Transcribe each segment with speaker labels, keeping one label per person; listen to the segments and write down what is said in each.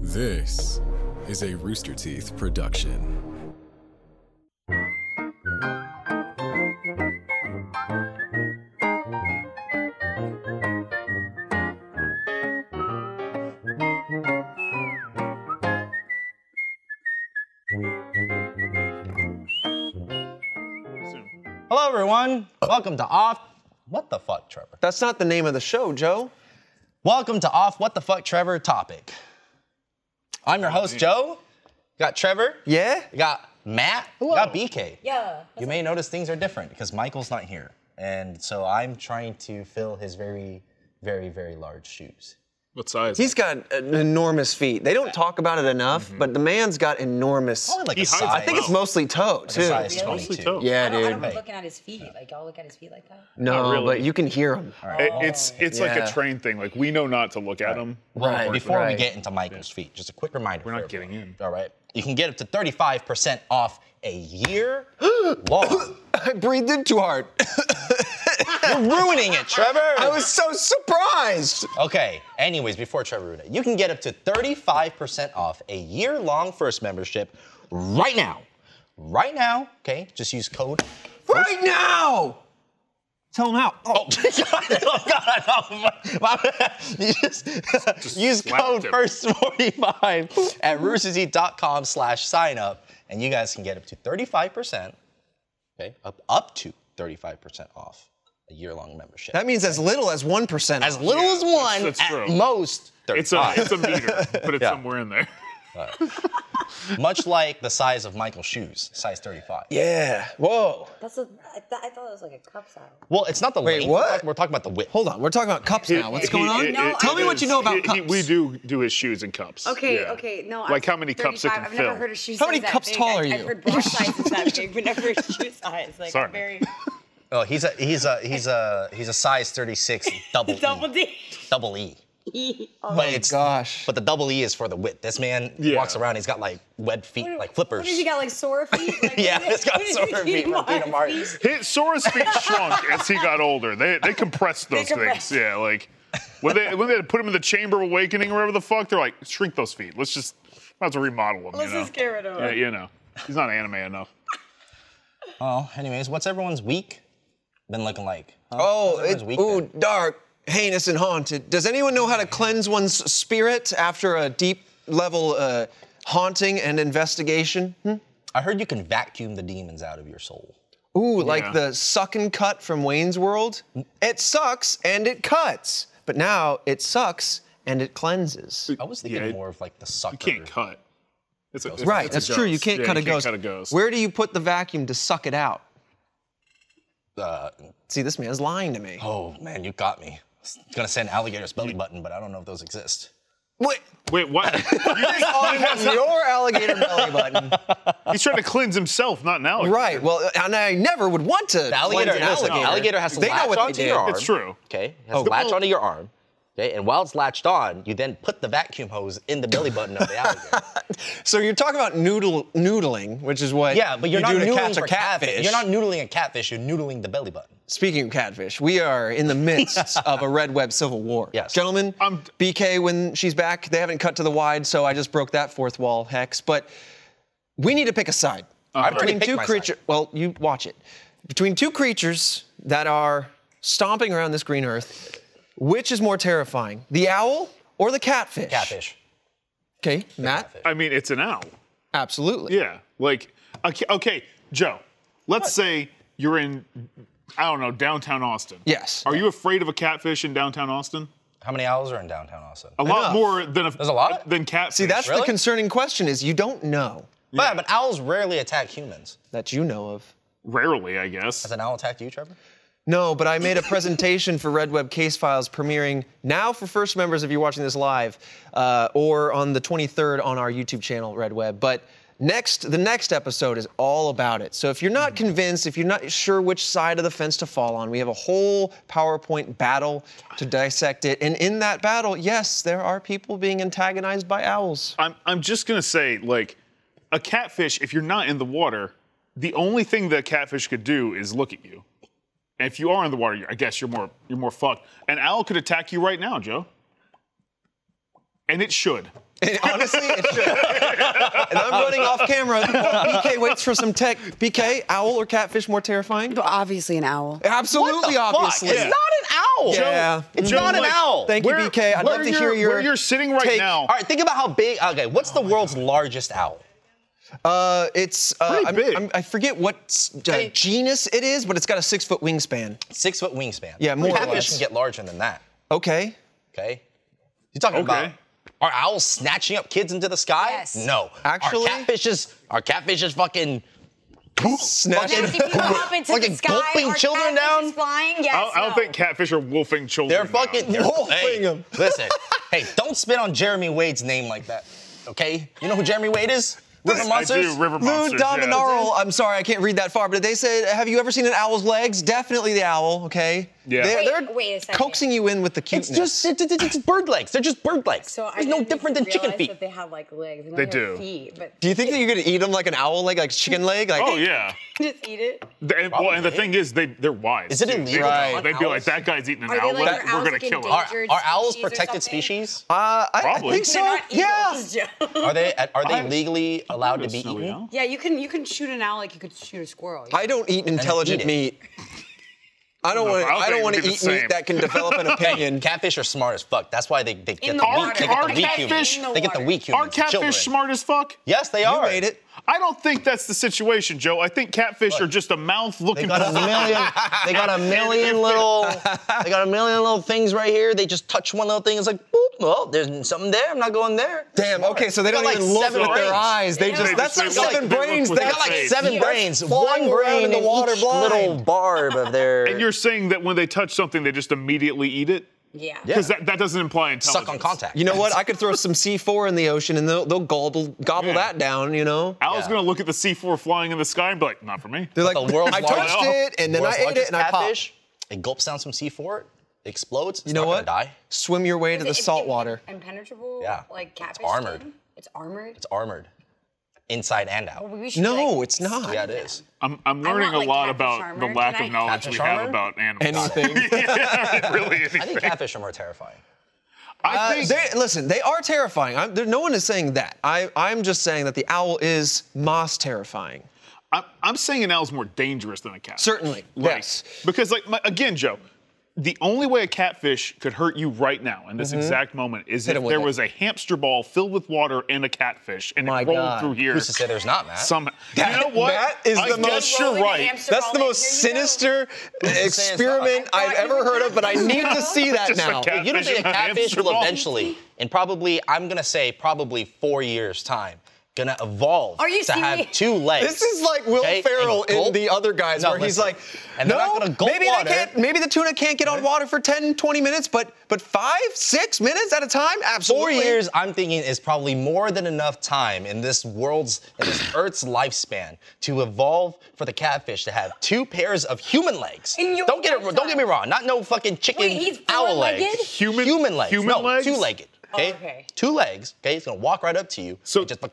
Speaker 1: This is a Rooster Teeth production.
Speaker 2: Hello, everyone. Welcome to Off. What the fuck, Trevor?
Speaker 3: That's not the name of the show, Joe.
Speaker 2: Welcome to Off What the Fuck, Trevor topic. I'm your host, Joe. Got Trevor.
Speaker 3: Yeah?
Speaker 2: You got Matt. You got BK.
Speaker 4: Yeah.
Speaker 2: You may notice things are different because Michael's not here. And so I'm trying to fill his very, very, very large shoes.
Speaker 5: What size?
Speaker 3: He's got an enormous feet. They don't talk about it enough, but the man's got enormous.
Speaker 2: Mm-hmm. Probably like
Speaker 5: He
Speaker 2: a
Speaker 5: hides
Speaker 2: size.
Speaker 5: it
Speaker 3: I think it's
Speaker 5: Wow.
Speaker 3: mostly toe
Speaker 2: like a
Speaker 3: too.
Speaker 2: size 22.
Speaker 4: Really?
Speaker 5: mostly toe.
Speaker 3: Yeah,
Speaker 4: I don't, I don't
Speaker 3: dude.
Speaker 4: like looking at his feet. Like y'all look at his feet like that.
Speaker 3: No,
Speaker 5: really.
Speaker 3: but you can hear him.
Speaker 5: It- it's it's like
Speaker 3: Yeah.
Speaker 5: a train thing. Like we know not to look at them.
Speaker 2: Well, before we
Speaker 3: right.
Speaker 2: get into Michael's feet, just a quick reminder.
Speaker 5: We're
Speaker 2: for
Speaker 5: not getting
Speaker 2: everyone,
Speaker 5: in.
Speaker 2: All right. You can get up to 35% off a year long.
Speaker 3: I breathed in too hard.
Speaker 2: You're ruining it, Trevor.
Speaker 3: I was so surprised.
Speaker 2: Okay, anyways, before Trevor Ruda, you can get up to 35% off a year long first membership right now. Right now, okay? Just use code.
Speaker 3: Right now.
Speaker 2: Tell them out. Oh, God, oh, God, oh, my- my- you just, use
Speaker 5: slapped
Speaker 2: code
Speaker 5: him.
Speaker 2: FIRST45 at roosterteeth.com slash sign up, and you guys can get up to 35%, okay? Up, up to 35% off a year long membership.
Speaker 3: That means as little as one percent.
Speaker 2: as little as one,
Speaker 5: that's
Speaker 2: at
Speaker 5: true.
Speaker 2: most 35.
Speaker 5: It's a it's a meter, but it's
Speaker 2: Yeah.
Speaker 5: somewhere in there.
Speaker 2: much like the size of Michael's shoes, size 35.
Speaker 3: Yeah. Whoa.
Speaker 4: That's a, I, th- I thought it was like a cup size.
Speaker 2: Well, it's not the
Speaker 3: Wait,
Speaker 2: length.
Speaker 3: what?
Speaker 2: We're, talk- we're talking about the width.
Speaker 3: Hold on. We're talking about cups now. What's going on?
Speaker 4: it- No,
Speaker 3: Tell me what you know about
Speaker 5: He- he-
Speaker 3: cups.
Speaker 5: we do do his shoes and cups.
Speaker 4: Okay,
Speaker 5: Yeah.
Speaker 4: okay, no.
Speaker 5: Like how many cups it can
Speaker 4: I've
Speaker 5: fill.
Speaker 4: never heard a shoe
Speaker 3: How many
Speaker 4: size that
Speaker 3: cups
Speaker 4: big.
Speaker 3: tall
Speaker 4: I've-
Speaker 3: are
Speaker 4: I've
Speaker 3: you?
Speaker 4: heard bra size is that big, but never a shoe size. Like
Speaker 5: Sorry.
Speaker 4: very
Speaker 2: Oh, he's a he's a he's a he's a size 36 double
Speaker 4: double
Speaker 2: E.
Speaker 4: D.
Speaker 2: Double E.
Speaker 6: Oh
Speaker 2: but it's
Speaker 3: Gosh.
Speaker 2: but the double E is for the width. This man
Speaker 5: Yeah.
Speaker 2: walks around. He's got like web feet, like flippers.
Speaker 4: What does he got? Like sore feet? Like,
Speaker 2: Yeah,
Speaker 4: what is
Speaker 2: it's got
Speaker 4: what is
Speaker 2: sore
Speaker 4: he
Speaker 2: feet from
Speaker 4: want?
Speaker 2: Dina Martens.
Speaker 5: His Sora's feet shrunk as he got older. They they compressed those
Speaker 4: compressed.
Speaker 5: things. Yeah, like when they when they had to put him in the Chamber of Awakening or whatever the fuck, they're like shrink those feet. Let's just might as well remodel them.
Speaker 4: Let's
Speaker 5: you know?
Speaker 4: just get rid of
Speaker 5: Yeah,
Speaker 4: him.
Speaker 5: you know, he's not anime enough.
Speaker 2: Oh, anyways, what's everyone's week been looking like? Huh?
Speaker 3: Oh,
Speaker 2: How's everyone's
Speaker 3: it,
Speaker 2: week
Speaker 3: ooh,
Speaker 2: been?
Speaker 3: dark, heinous, and haunted. Does anyone know how to cleanse one's spirit after a deep level uh, haunting and investigation? Hmm?
Speaker 2: I heard you can vacuum the demons out of your soul.
Speaker 3: Ooh, like
Speaker 5: Yeah.
Speaker 3: the suck and cut from Wayne's World.
Speaker 2: Mm.
Speaker 3: It sucks and it cuts, but now it sucks and it cleanses.
Speaker 2: I was thinking
Speaker 5: Yeah, it-
Speaker 2: more of like the sucker.
Speaker 5: You can't cut. It's a, it's a-
Speaker 3: Right,
Speaker 5: it's a
Speaker 3: that's true. You
Speaker 5: ghost.
Speaker 3: can't,
Speaker 5: Yeah,
Speaker 3: cut,
Speaker 5: you
Speaker 3: a
Speaker 5: can't
Speaker 3: ghost.
Speaker 5: cut a ghost.
Speaker 3: Where do you put the vacuum to suck it out?
Speaker 2: Uh,
Speaker 3: See, this man's lying to me.
Speaker 2: oh man, you got me. I was gonna say an alligator's belly button, but I don't know if those exist.
Speaker 3: Wait,
Speaker 5: Wait, what?
Speaker 3: your alligator belly button.
Speaker 5: He's trying to cleanse himself, not an alligator.
Speaker 3: Right. Well, and I never would want to.
Speaker 2: The alligator,
Speaker 3: cleanse an
Speaker 2: listen, the
Speaker 3: alligator.
Speaker 2: alligator has to
Speaker 3: They know
Speaker 2: latch
Speaker 3: what they
Speaker 2: onto
Speaker 3: did.
Speaker 2: your arm.
Speaker 5: It's true.
Speaker 2: Okay, it has to latch onto your arm. Okay, and while it's latched on, you then put the vacuum hose in the belly button of the alligator.
Speaker 3: So you're talking about noodle noodling, which is what
Speaker 2: yeah, but you're
Speaker 3: you
Speaker 2: not
Speaker 3: do
Speaker 2: noodling
Speaker 3: catch
Speaker 2: for
Speaker 3: a catfish.
Speaker 2: You're not noodling a catfish. You're noodling the belly button.
Speaker 3: Speaking of catfish, we are in the midst of a red web civil war.
Speaker 2: Yes.
Speaker 3: Gentlemen,
Speaker 5: I'm-
Speaker 3: BK when she's back, they haven't cut to the wide, so I just broke that fourth wall hex, but we need to pick a side.
Speaker 2: I've already picked
Speaker 3: two
Speaker 2: my
Speaker 3: creature,
Speaker 2: side.
Speaker 3: well, you watch it. Between two creatures that are stomping around this green earth, which is more terrifying, the owl or the catfish?
Speaker 2: Catfish.
Speaker 3: Okay, Matt.
Speaker 5: I mean, it's an owl.
Speaker 3: Absolutely.
Speaker 5: Yeah. Like, okay, okay Joe, let's say you're in, I don't know, downtown Austin.
Speaker 3: Yes.
Speaker 5: Are you afraid of a catfish in downtown Austin?
Speaker 2: How many owls are in downtown Austin?
Speaker 5: A lot
Speaker 3: Enough.
Speaker 5: more than a,
Speaker 2: There's a lot?
Speaker 5: than catfish.
Speaker 3: See, that's
Speaker 2: Really?
Speaker 3: the concerning question is you don't know
Speaker 2: Yeah. but owls rarely attack humans.
Speaker 3: that you know of.
Speaker 5: rarely, I guess.
Speaker 2: Has an owl attacked you, Trevor?
Speaker 3: No, but I made a presentation for Red Web Case Files premiering now for first members if you're watching this live uh, or on the 23rd on our YouTube channel, Red Web. But next, the next episode is all about it. So if you're not convinced, if you're not sure which side of the fence to fall on, we have a whole PowerPoint battle to dissect it. And in that battle, yes, there are people being antagonized by owls.
Speaker 5: I'm, I'm just gonna say, like, a catfish, if you're not in the water, the only thing that a catfish could do is look at you. And if you are in the water, I guess you're more you're more fucked. An owl could attack you right now, Joe. And it should.
Speaker 3: And honestly, it should. and I'm running off camera. BK waits for some tech. BK, owl or catfish more terrifying?
Speaker 6: But obviously an owl.
Speaker 3: Absolutely,
Speaker 2: Fuck,
Speaker 3: obviously.
Speaker 2: It's not an owl.
Speaker 3: Yeah.
Speaker 2: It's
Speaker 5: Joe,
Speaker 2: not an
Speaker 5: like,
Speaker 2: owl.
Speaker 3: Thank you, BK. I'd
Speaker 5: where
Speaker 3: love to
Speaker 5: you're-
Speaker 3: hear your
Speaker 5: where you're sitting right
Speaker 3: take.
Speaker 5: now.
Speaker 2: All right, think about how big. Okay, what's the world's largest owl?
Speaker 3: Uh, it's uh,
Speaker 5: Pretty
Speaker 3: I'm-
Speaker 5: big.
Speaker 3: I'm- i forget what s- uh,
Speaker 2: Hey.
Speaker 3: genus it is, but it's got a six foot wingspan.
Speaker 2: Six foot wingspan.
Speaker 3: Yeah, more or
Speaker 2: Catfish
Speaker 3: less.
Speaker 2: can get larger than that.
Speaker 3: Okay.
Speaker 2: Okay. You're talking about
Speaker 5: Okay.
Speaker 2: are owls snatching up kids into the sky?
Speaker 6: Yes.
Speaker 2: No.
Speaker 3: Actually-
Speaker 2: are catfishes are catfishes fucking
Speaker 3: Snatching.
Speaker 6: If you go up into
Speaker 2: Like
Speaker 6: the
Speaker 2: a
Speaker 6: sky,
Speaker 2: gulping
Speaker 6: are
Speaker 2: children
Speaker 6: catfishes
Speaker 2: down?
Speaker 6: Flying? Yes.
Speaker 5: I don't, I don't
Speaker 6: no.
Speaker 5: think catfish are wolfing children.
Speaker 2: they're fucking
Speaker 5: now.
Speaker 2: they're,
Speaker 3: Wolfing
Speaker 2: hey,
Speaker 3: them.
Speaker 2: Listen, hey, don't spit on Jeremy Wade's name like that. Okay? You know who Jeremy Wade is? River
Speaker 5: I
Speaker 2: Monsters?
Speaker 5: do river
Speaker 3: Lou
Speaker 5: monsters. yeah.
Speaker 3: Dominaral, I'm sorry, I can't read that far, but they said, Have you ever seen an owl's legs? Definitely the owl, okay?
Speaker 5: Yeah.
Speaker 3: They're,
Speaker 5: Wait,
Speaker 3: they're
Speaker 6: wait a second.
Speaker 3: coaxing you in with the
Speaker 2: It's
Speaker 3: cuteness.
Speaker 2: just it's, it's, it's bird legs. They're just bird legs.
Speaker 4: So I
Speaker 2: it's no
Speaker 4: didn't
Speaker 2: different than chicken
Speaker 4: realize
Speaker 2: feet.
Speaker 4: That they have like legs. And
Speaker 5: They
Speaker 4: they do.
Speaker 5: do.
Speaker 4: Feet, but
Speaker 3: Do you think that you're gonna eat them like an owl leg, like chicken leg? Like,
Speaker 5: Oh yeah.
Speaker 4: just eat it.
Speaker 5: The- and, well, and the thing is, they they're wise.
Speaker 2: Is it
Speaker 5: too.
Speaker 2: illegal
Speaker 5: They-
Speaker 2: to hunt
Speaker 5: They'd be like,
Speaker 2: owls?
Speaker 5: that guy's eating an
Speaker 6: Are they
Speaker 5: owl.
Speaker 6: like
Speaker 5: We're-
Speaker 6: our
Speaker 5: we're gonna
Speaker 6: owls
Speaker 5: kill him.
Speaker 6: getting
Speaker 2: are,
Speaker 6: endangered
Speaker 2: are owls
Speaker 6: species or
Speaker 2: protected
Speaker 6: something?
Speaker 2: species?
Speaker 3: Uh, I, I
Speaker 5: Probably.
Speaker 3: think so.
Speaker 6: They're not
Speaker 3: yeah.
Speaker 6: eagles, Joe.
Speaker 2: Are they are they
Speaker 5: I-
Speaker 2: legally allowed to be
Speaker 5: Snowy
Speaker 2: eaten?
Speaker 5: owl?
Speaker 6: Yeah, you can you can shoot an owl like you could shoot a squirrel.
Speaker 3: I don't eat intelligent
Speaker 2: it.
Speaker 3: meat. I don't
Speaker 5: No,
Speaker 3: want
Speaker 5: I
Speaker 3: to.
Speaker 5: don't
Speaker 3: I
Speaker 5: think
Speaker 3: don't
Speaker 5: it
Speaker 3: want to
Speaker 5: would be the
Speaker 3: eat meat
Speaker 5: same.
Speaker 3: that can develop an opinion.
Speaker 2: Catfish are smart as fuck. That's why they, they get
Speaker 6: In
Speaker 2: the
Speaker 6: the
Speaker 2: weak, they
Speaker 6: water.
Speaker 2: get
Speaker 5: Are
Speaker 2: the weak humans.
Speaker 5: catfish-
Speaker 6: In the
Speaker 2: They get the
Speaker 6: water.
Speaker 2: weak humans.
Speaker 5: Are catfish
Speaker 2: children.
Speaker 5: smart as fuck?
Speaker 2: Yes, they
Speaker 3: you
Speaker 2: are.
Speaker 3: made it.
Speaker 5: I don't think that's the situation, Joe. I think catfish are just a mouth
Speaker 2: They
Speaker 5: looking
Speaker 2: got a million. They got a million little. They got a million little things right here. They just touch one little thing. It's like, boop. Well, there's something there. I'm not going there.
Speaker 3: Damn. Okay, so they
Speaker 2: They
Speaker 3: don't
Speaker 2: got
Speaker 3: even
Speaker 2: like
Speaker 3: look
Speaker 2: seven
Speaker 3: with
Speaker 2: brains.
Speaker 3: their eyes. They
Speaker 6: They
Speaker 3: just.
Speaker 6: don't.
Speaker 3: That's
Speaker 5: They
Speaker 3: not
Speaker 5: got
Speaker 3: seven
Speaker 5: like- they
Speaker 3: brains.
Speaker 5: look with
Speaker 2: They
Speaker 3: That's
Speaker 2: got like
Speaker 5: That's
Speaker 2: seven
Speaker 5: it.
Speaker 2: brains.
Speaker 3: flying
Speaker 2: One brain
Speaker 3: around
Speaker 2: in
Speaker 3: in the water
Speaker 2: each
Speaker 3: blind.
Speaker 2: little barb of their.
Speaker 5: And you're saying that when they touch something, they just immediately eat it?
Speaker 6: Yeah.
Speaker 5: Because that, that doesn't imply intelligence.
Speaker 2: suck on contact.
Speaker 3: You know what? I could throw some C4 in the ocean and they'll, they'll gobble gobble
Speaker 5: Yeah.
Speaker 3: that down. You know.
Speaker 5: Owl's
Speaker 2: Yeah.
Speaker 5: gonna look at the C4 flying in the sky and be like, not for me.
Speaker 3: They're like,
Speaker 2: the world's
Speaker 3: I
Speaker 2: largest-
Speaker 3: touched it and then I
Speaker 2: World's
Speaker 3: ate it
Speaker 2: largest
Speaker 3: and I popped.
Speaker 2: catfish, It gulps down some C4. It explodes. It's
Speaker 3: You know
Speaker 2: not
Speaker 3: what?
Speaker 2: Gonna die.
Speaker 3: Swim your way to the
Speaker 6: It's
Speaker 3: salt water.
Speaker 6: Impenetrable.
Speaker 2: Yeah.
Speaker 6: Like
Speaker 2: It's
Speaker 6: catfish.
Speaker 2: armored.
Speaker 6: skin? It's armored.
Speaker 2: It's armored, inside and out.
Speaker 6: We should,
Speaker 3: No,
Speaker 6: like,
Speaker 3: it's not.
Speaker 2: yeah, it is.
Speaker 5: I'm, I'm learning
Speaker 6: want, like,
Speaker 5: a lot
Speaker 6: catfish
Speaker 5: about
Speaker 6: armor.
Speaker 5: the
Speaker 6: Can
Speaker 5: lack
Speaker 6: I-
Speaker 5: of knowledge
Speaker 2: Catfish
Speaker 5: we have
Speaker 2: armor?
Speaker 5: about animals.
Speaker 3: Anything.
Speaker 5: yeah, really anything.
Speaker 2: I think catfish are more terrifying.
Speaker 5: I
Speaker 3: Uh,
Speaker 5: think
Speaker 3: they, listen, they are terrifying. I'm, there, no one is saying that. I, I'm just saying that the owl is most terrifying.
Speaker 5: I'm, I'm saying an owl's more dangerous than a catfish.
Speaker 3: Certainly,
Speaker 5: Like,
Speaker 3: yes.
Speaker 5: Because, like, my, again, Joe, the only way a catfish could hurt you right now in this exact moment is
Speaker 3: Mm-hmm. Hit him
Speaker 5: if
Speaker 3: with
Speaker 5: there
Speaker 3: it.
Speaker 5: was a hamster ball filled with water and a catfish and
Speaker 3: My
Speaker 5: it rolled
Speaker 3: God.
Speaker 5: through here.
Speaker 2: Who's to say there's not, Matt?
Speaker 5: Somehow.
Speaker 3: That-
Speaker 5: you know what?
Speaker 3: that is
Speaker 5: I
Speaker 3: the
Speaker 5: guess
Speaker 3: most-
Speaker 5: you're
Speaker 6: Rolling a
Speaker 5: right.
Speaker 6: hamster
Speaker 3: That's
Speaker 6: ball
Speaker 3: the
Speaker 6: in,
Speaker 3: most
Speaker 6: here you go.
Speaker 3: sinister
Speaker 2: it's not.
Speaker 3: experiment I've ever heard of, but I need to see that
Speaker 5: Just
Speaker 3: now.
Speaker 5: like cat-
Speaker 2: You don't
Speaker 5: Catfish
Speaker 2: think a
Speaker 5: and a
Speaker 2: catfish
Speaker 5: hamster
Speaker 2: will
Speaker 5: ball?
Speaker 2: eventually, in probably, I'm gonna say probably four years' time, gonna evolve
Speaker 6: Are you
Speaker 2: to have
Speaker 6: serious?
Speaker 2: two legs.
Speaker 3: This is like Will
Speaker 2: okay,
Speaker 3: Ferrell
Speaker 2: and
Speaker 3: in
Speaker 2: gulp-
Speaker 3: the other guys,
Speaker 2: No,
Speaker 3: where he's
Speaker 2: listen.
Speaker 3: like,
Speaker 2: and
Speaker 3: no,
Speaker 2: they're not gonna gulp
Speaker 3: maybe
Speaker 2: water.
Speaker 3: they can't. Maybe the tuna can't get on water for 10, 20 minutes, but but five, six minutes at a time,
Speaker 2: Four
Speaker 3: absolutely.
Speaker 2: years, I'm thinking, is probably more than enough time in this world's, in this Earth's lifespan to evolve for the catfish to have two pairs of human legs.
Speaker 6: In your
Speaker 2: don't get it. Don't get me
Speaker 6: lifetime.
Speaker 2: wrong. Not no fucking chicken
Speaker 6: Wait, he's
Speaker 2: owl legs.
Speaker 6: four-legged?
Speaker 5: Human-
Speaker 2: human legs.
Speaker 5: human
Speaker 2: no,
Speaker 5: legs?
Speaker 2: two-legged. Okay?
Speaker 6: Oh, okay.
Speaker 2: Two legs. Okay, it's gonna walk right up to you.
Speaker 5: So-
Speaker 2: and just like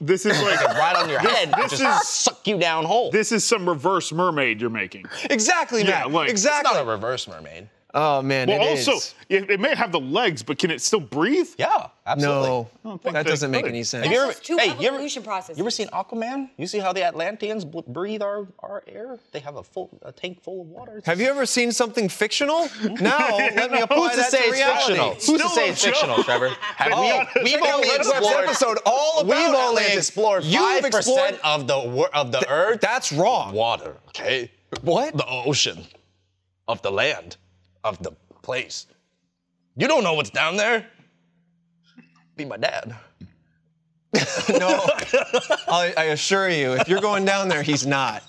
Speaker 5: This is like
Speaker 2: right on your head. and
Speaker 5: This
Speaker 2: just
Speaker 5: is-
Speaker 2: suck you down whole.
Speaker 5: This is some reverse mermaid you're making.
Speaker 3: Exactly,
Speaker 5: Yeah,
Speaker 3: Matt.
Speaker 5: like- It's
Speaker 2: It's
Speaker 3: exactly.
Speaker 2: not a reverse mermaid.
Speaker 3: oh man,
Speaker 5: Well,
Speaker 3: it
Speaker 5: also,
Speaker 3: is.
Speaker 5: it, it may have the legs, but can it still breathe?
Speaker 2: Yeah, absolutely.
Speaker 3: No,
Speaker 5: think
Speaker 3: that
Speaker 5: they
Speaker 3: doesn't make
Speaker 5: could.
Speaker 3: any sense.
Speaker 2: Have you
Speaker 6: That's
Speaker 2: ever,
Speaker 6: just two
Speaker 2: hey, you ever,
Speaker 6: evolution processes.
Speaker 2: You ever seen Aquaman? You see how the Atlanteans bl- breathe our, our air? They have a full a tank full of water. oh,
Speaker 3: Have you ever seen something fictional? Now let me apply
Speaker 2: Who's to
Speaker 3: that
Speaker 2: say
Speaker 3: to
Speaker 2: it's
Speaker 3: reality.
Speaker 2: fictional? Who's to
Speaker 5: Still
Speaker 2: say
Speaker 5: no
Speaker 2: it's
Speaker 5: joke.
Speaker 2: fictional, Trevor? Have
Speaker 3: Oh,
Speaker 2: we, we've
Speaker 3: check out
Speaker 2: only
Speaker 3: Red Web's
Speaker 2: explored
Speaker 3: episode all about
Speaker 2: We've only
Speaker 3: Atlantis.
Speaker 2: explored
Speaker 3: You've
Speaker 2: five percent
Speaker 3: explored-
Speaker 2: of the wor- of the earth.
Speaker 3: That's wrong.
Speaker 2: water. Okay,
Speaker 3: What?
Speaker 2: the ocean, of the land, of the place. You don't know what's down there. Be my dad.
Speaker 3: No, I, I assure you, if you're going down there, he's not.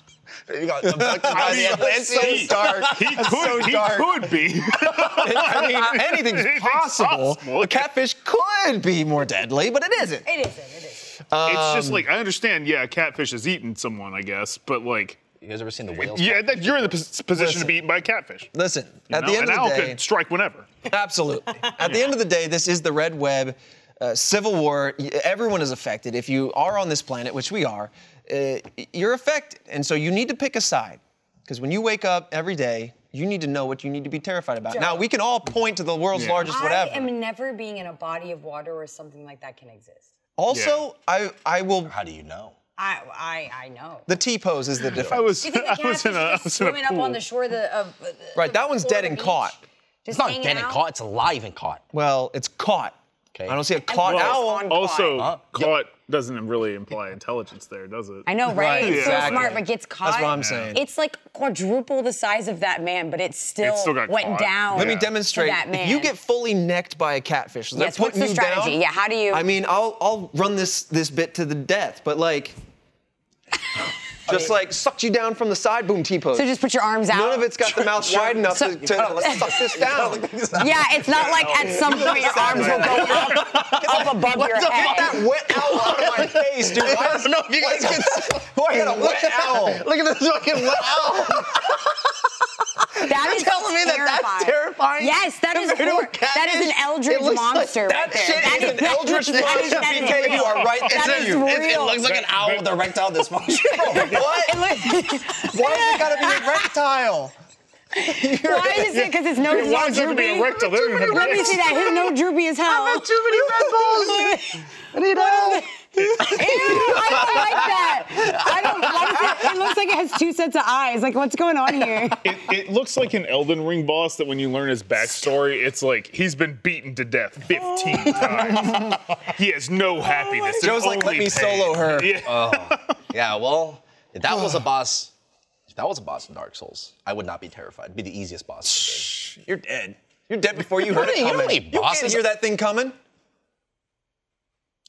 Speaker 2: You got abducted by the
Speaker 5: mean,
Speaker 2: Atlanteans.
Speaker 3: so dark.
Speaker 5: He could,
Speaker 3: That's so
Speaker 5: he
Speaker 3: dark.
Speaker 5: could be.
Speaker 3: I mean, anything's
Speaker 5: Anything's
Speaker 3: possible.
Speaker 5: possible.
Speaker 3: A catfish could be more deadly, but it isn't.
Speaker 6: It isn't. It isn't.
Speaker 5: it's
Speaker 3: Um,
Speaker 5: just like I understand. Yeah, a catfish has eaten someone, I guess, but like,
Speaker 2: You guys ever seen the whales?
Speaker 5: yeah, that, you're in the pos- position to be eaten by a catfish. you
Speaker 3: Listen, at
Speaker 5: know?
Speaker 3: the end
Speaker 5: an owl
Speaker 3: of the day,
Speaker 5: could strike whenever.
Speaker 3: Absolutely. At the end of the day, this is the red web, uh, civil war. Y- Everyone is affected. If you are on this planet, which we are, uh, you're affected, and so you need to pick a side. Because when you wake up every day, You need to know what you need to be terrified about. Now we can all point to the world's
Speaker 5: Yeah.
Speaker 3: largest
Speaker 6: I
Speaker 3: whatever.
Speaker 6: am never being in a body of water where something like that can exist.
Speaker 3: also, I I will.
Speaker 2: How do you know?
Speaker 6: I I I know.
Speaker 3: The T pose is the
Speaker 5: I
Speaker 3: difference.
Speaker 5: was,
Speaker 6: Do you think
Speaker 5: I
Speaker 6: the
Speaker 5: was
Speaker 6: catfish
Speaker 5: in a, I
Speaker 6: is
Speaker 5: was in a
Speaker 6: swimming up
Speaker 5: pool.
Speaker 6: on the shore of the of, uh,
Speaker 3: Right, that one's dead
Speaker 6: Florida
Speaker 3: and
Speaker 6: beach?
Speaker 3: caught.
Speaker 6: Just
Speaker 2: It's not
Speaker 6: hanging
Speaker 2: dead and
Speaker 6: out?
Speaker 2: caught. It's alive and caught.
Speaker 3: Well, it's caught.
Speaker 2: Okay.
Speaker 3: I don't see a caught
Speaker 6: what is
Speaker 3: owl.
Speaker 6: on-
Speaker 5: Also,
Speaker 2: Huh?
Speaker 5: caught doesn't really imply intelligence there, does it?
Speaker 6: I know, right?
Speaker 3: Right,
Speaker 6: It's so
Speaker 3: exactly.
Speaker 6: smart, but gets caught.
Speaker 3: what I'm saying.
Speaker 6: It's like quadruple the size of that man, but it still,
Speaker 5: It still got
Speaker 6: went
Speaker 5: caught.
Speaker 6: down.
Speaker 3: Let
Speaker 5: Yeah.
Speaker 3: me demonstrate.
Speaker 6: To that man.
Speaker 3: If you get fully necked by a catfish, is that
Speaker 6: Yes, what's
Speaker 3: putting
Speaker 6: the
Speaker 3: you down?
Speaker 6: strategy? Yeah, how do you-
Speaker 3: I mean, I'll I'll run this this bit to the death, but like, just like sucked you down from the side, boom, T pose.
Speaker 6: so just put your arms out.
Speaker 3: None of it's got the mouth wide enough
Speaker 6: So-
Speaker 3: to, to let's suck this down.
Speaker 6: Yeah, it's not like at some point your arms will go up, up above your
Speaker 2: the
Speaker 6: head.
Speaker 2: fuck?
Speaker 3: That wet owl out of my face, dude.
Speaker 2: I don't know if you guys can.
Speaker 3: I got a wet owl.
Speaker 2: Look at this fucking wet owl.
Speaker 6: That is
Speaker 2: telling me that that's terrifying?
Speaker 6: Yes, that is
Speaker 2: Compared to a
Speaker 6: hor- that is an
Speaker 2: catfish?
Speaker 6: eldritch
Speaker 2: It looks like-
Speaker 6: monster
Speaker 2: that
Speaker 6: right there.
Speaker 2: shit
Speaker 6: That
Speaker 2: is
Speaker 3: an eldritch
Speaker 6: that is-
Speaker 3: monster,
Speaker 6: that is
Speaker 3: BK, you
Speaker 6: real.
Speaker 3: are right. It's
Speaker 6: That
Speaker 3: in
Speaker 6: is
Speaker 3: you.
Speaker 6: real.
Speaker 2: It, it looks like an owl with erectile dysfunction. Bro, what? Why is it gotta be erectile?
Speaker 6: Why is it? Because his nose is all
Speaker 5: Why is it to be
Speaker 6: droopy.
Speaker 5: erectile? They didn't have
Speaker 6: Let me
Speaker 5: dicks.
Speaker 6: see that. His nose droopy as hell.
Speaker 2: Too many Red Bulls.
Speaker 6: Ew, I don't like that. I don't. Why does it, it looks like it has two sets of eyes. Like, what's going on here?
Speaker 5: It, it looks like an Elden Ring boss that when you learn his backstory, it's like he's been beaten to death 15 times. He has
Speaker 6: Oh
Speaker 5: no happiness. and
Speaker 3: Joe's like, let
Speaker 5: only
Speaker 3: me
Speaker 5: pain."
Speaker 3: solo her.
Speaker 5: Yeah.
Speaker 2: Yeah, well, if that was a boss, if that was a boss in Dark Souls, I would not be terrified. It'd be the easiest boss.
Speaker 3: You're dead. You're dead before you heard
Speaker 2: What
Speaker 3: it
Speaker 2: are you, how
Speaker 3: coming.
Speaker 2: many
Speaker 3: You can't
Speaker 2: bosses-
Speaker 3: hear that thing coming.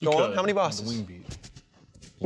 Speaker 3: Go on.
Speaker 5: could.
Speaker 3: How many bosses?
Speaker 2: You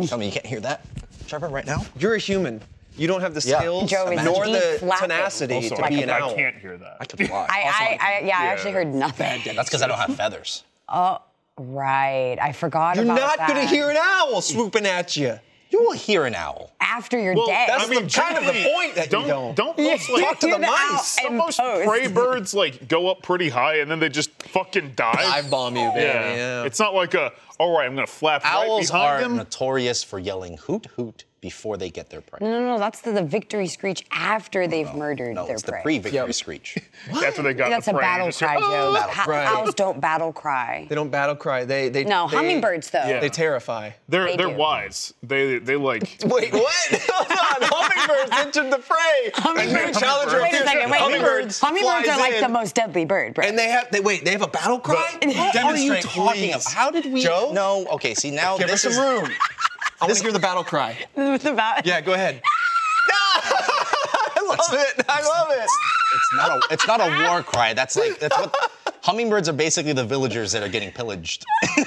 Speaker 2: Tell me you can't hear that, Trevor, right now.
Speaker 3: You're a human. You don't have the
Speaker 2: Yeah.
Speaker 3: skills
Speaker 2: Joe
Speaker 6: is
Speaker 3: nor the
Speaker 6: deflapping.
Speaker 3: tenacity
Speaker 5: Also,
Speaker 3: to
Speaker 5: Oh, I,
Speaker 3: be
Speaker 5: can,
Speaker 3: an owl.
Speaker 5: I can't hear that.
Speaker 2: I could fly.
Speaker 6: I, I, I yeah, I actually heard nothing.
Speaker 2: That's because I don't have feathers.
Speaker 6: Right, I forgot
Speaker 3: You're
Speaker 6: about
Speaker 3: not
Speaker 6: that.
Speaker 3: gonna hear an owl swooping at you.
Speaker 2: You will hear an owl.
Speaker 6: after you're
Speaker 5: Well,
Speaker 6: dead.
Speaker 3: That's the- kind of the
Speaker 5: generally,
Speaker 3: point that you
Speaker 5: don't
Speaker 3: don't.
Speaker 5: don't most like
Speaker 3: Talk to
Speaker 6: Hear
Speaker 3: the
Speaker 6: owl
Speaker 3: mice.
Speaker 6: and
Speaker 5: most
Speaker 6: pose.
Speaker 5: prey birds like go up pretty high and then they just fucking dive.
Speaker 3: Dive bomb you, baby.
Speaker 5: yeah.
Speaker 3: Yeah.
Speaker 5: it's not like a all right. I'm gonna flap
Speaker 2: Owls
Speaker 5: right
Speaker 2: are
Speaker 5: behind them.
Speaker 2: notorious for yelling hoot hoot before they get their prey.
Speaker 6: no, no, that's the, the victory screech after they've murdered
Speaker 2: No,
Speaker 6: Mm, their
Speaker 2: it's the
Speaker 6: prey.
Speaker 2: pre-victory
Speaker 3: Yep.
Speaker 2: screech.
Speaker 5: After they got
Speaker 6: that's
Speaker 5: the
Speaker 6: a
Speaker 5: prey, Oh, you
Speaker 6: battle
Speaker 5: just hear,
Speaker 6: cry, Joe.
Speaker 2: Battle
Speaker 6: Ho-
Speaker 3: cry.
Speaker 6: Owls don't battle cry.
Speaker 3: They don't battle cry. They they
Speaker 6: No,
Speaker 3: they-
Speaker 6: hummingbirds though.
Speaker 5: Yeah.
Speaker 3: They terrify.
Speaker 5: They're
Speaker 6: They
Speaker 5: they are
Speaker 6: do.
Speaker 5: wise. They they like
Speaker 3: Wait, what? Hold on. Hummingbirds entered the fray.
Speaker 6: Hummingbirds-
Speaker 3: Challenger
Speaker 6: Wait a second, wait.
Speaker 3: Hummingbirds
Speaker 6: Hummingbirds, hummingbirds
Speaker 3: flies
Speaker 6: are like
Speaker 3: in.
Speaker 6: the most deadly bird, bro.
Speaker 3: And they have they wait, they have a battle cry?
Speaker 2: But- What are you
Speaker 3: Demonstrate,
Speaker 2: talking
Speaker 3: please.
Speaker 2: about? How did we?
Speaker 3: Joe?
Speaker 2: No. Okay. See now
Speaker 3: Give her
Speaker 2: this
Speaker 3: some
Speaker 2: is
Speaker 3: room. I want to hear the battle cry.
Speaker 6: It's about-
Speaker 3: Yeah, go ahead. I love it. I love it.
Speaker 2: It's not a. It's not a war cry. That's like. That's what. Hummingbirds are basically the villagers that are getting pillaged.
Speaker 5: they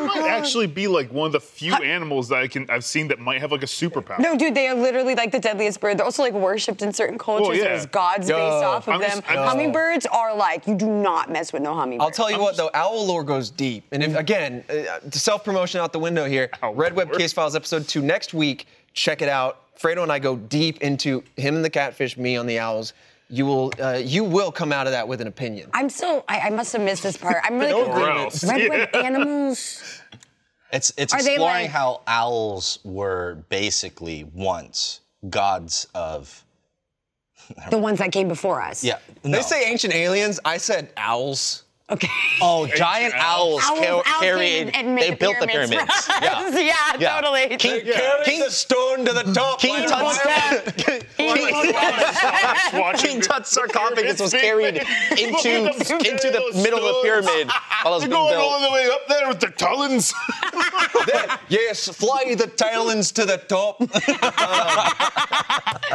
Speaker 5: might actually be like one of the few animals that I can I've seen that might have like a superpower.
Speaker 6: No, dude, they are literally like the deadliest bird. They're also like worshipped in certain cultures
Speaker 5: yeah.
Speaker 6: as gods
Speaker 3: Yo,
Speaker 6: based off of
Speaker 5: I'm
Speaker 6: them.
Speaker 5: just- I'm just-
Speaker 6: hummingbirds are like you do not mess with no hummingbird.
Speaker 3: I'll tell you what, though, owl lore goes deep. And if, again, uh, self promotion out the window here.
Speaker 5: Owl
Speaker 3: Red Web
Speaker 5: lore.
Speaker 3: Case Files episode two next week. Check it out. Fredo and I go deep into him and the catfish, me on the owls. You will, uh, you will come out of that with an opinion.
Speaker 6: I'm so I, I must have missed this part. I'm really
Speaker 5: Or
Speaker 6: confused.
Speaker 5: else.
Speaker 6: Red
Speaker 5: Yeah.
Speaker 6: with animals.
Speaker 2: It's it's
Speaker 6: Are they
Speaker 2: exploring
Speaker 6: like-
Speaker 2: how owls were basically once gods of.
Speaker 6: The ones that came before us.
Speaker 2: Yeah.
Speaker 3: They
Speaker 2: no.
Speaker 3: say ancient aliens. I said owls.
Speaker 6: Okay.
Speaker 2: Oh, giant owls,
Speaker 6: Owls
Speaker 2: ca-
Speaker 6: out came
Speaker 2: carried.
Speaker 6: and- and made
Speaker 2: they built the
Speaker 6: pyramids for
Speaker 2: pyramids.
Speaker 6: us. Yeah, totally.
Speaker 2: King,
Speaker 6: They
Speaker 3: Carry
Speaker 2: King,
Speaker 3: the stone to the top.
Speaker 2: King
Speaker 3: Leonard
Speaker 2: Tut's-
Speaker 3: Byron.
Speaker 5: Just watching
Speaker 2: King
Speaker 5: the-
Speaker 2: Tut's sarcophagus was
Speaker 5: Big
Speaker 2: carried
Speaker 5: man.
Speaker 2: into
Speaker 5: Look at them
Speaker 2: into the
Speaker 5: scale
Speaker 2: middle of the
Speaker 5: stones.
Speaker 2: pyramid while it was
Speaker 5: They're
Speaker 2: being
Speaker 5: going
Speaker 2: built.
Speaker 5: all the way up there with the talons.
Speaker 3: yes, fly the talons to the top. Um,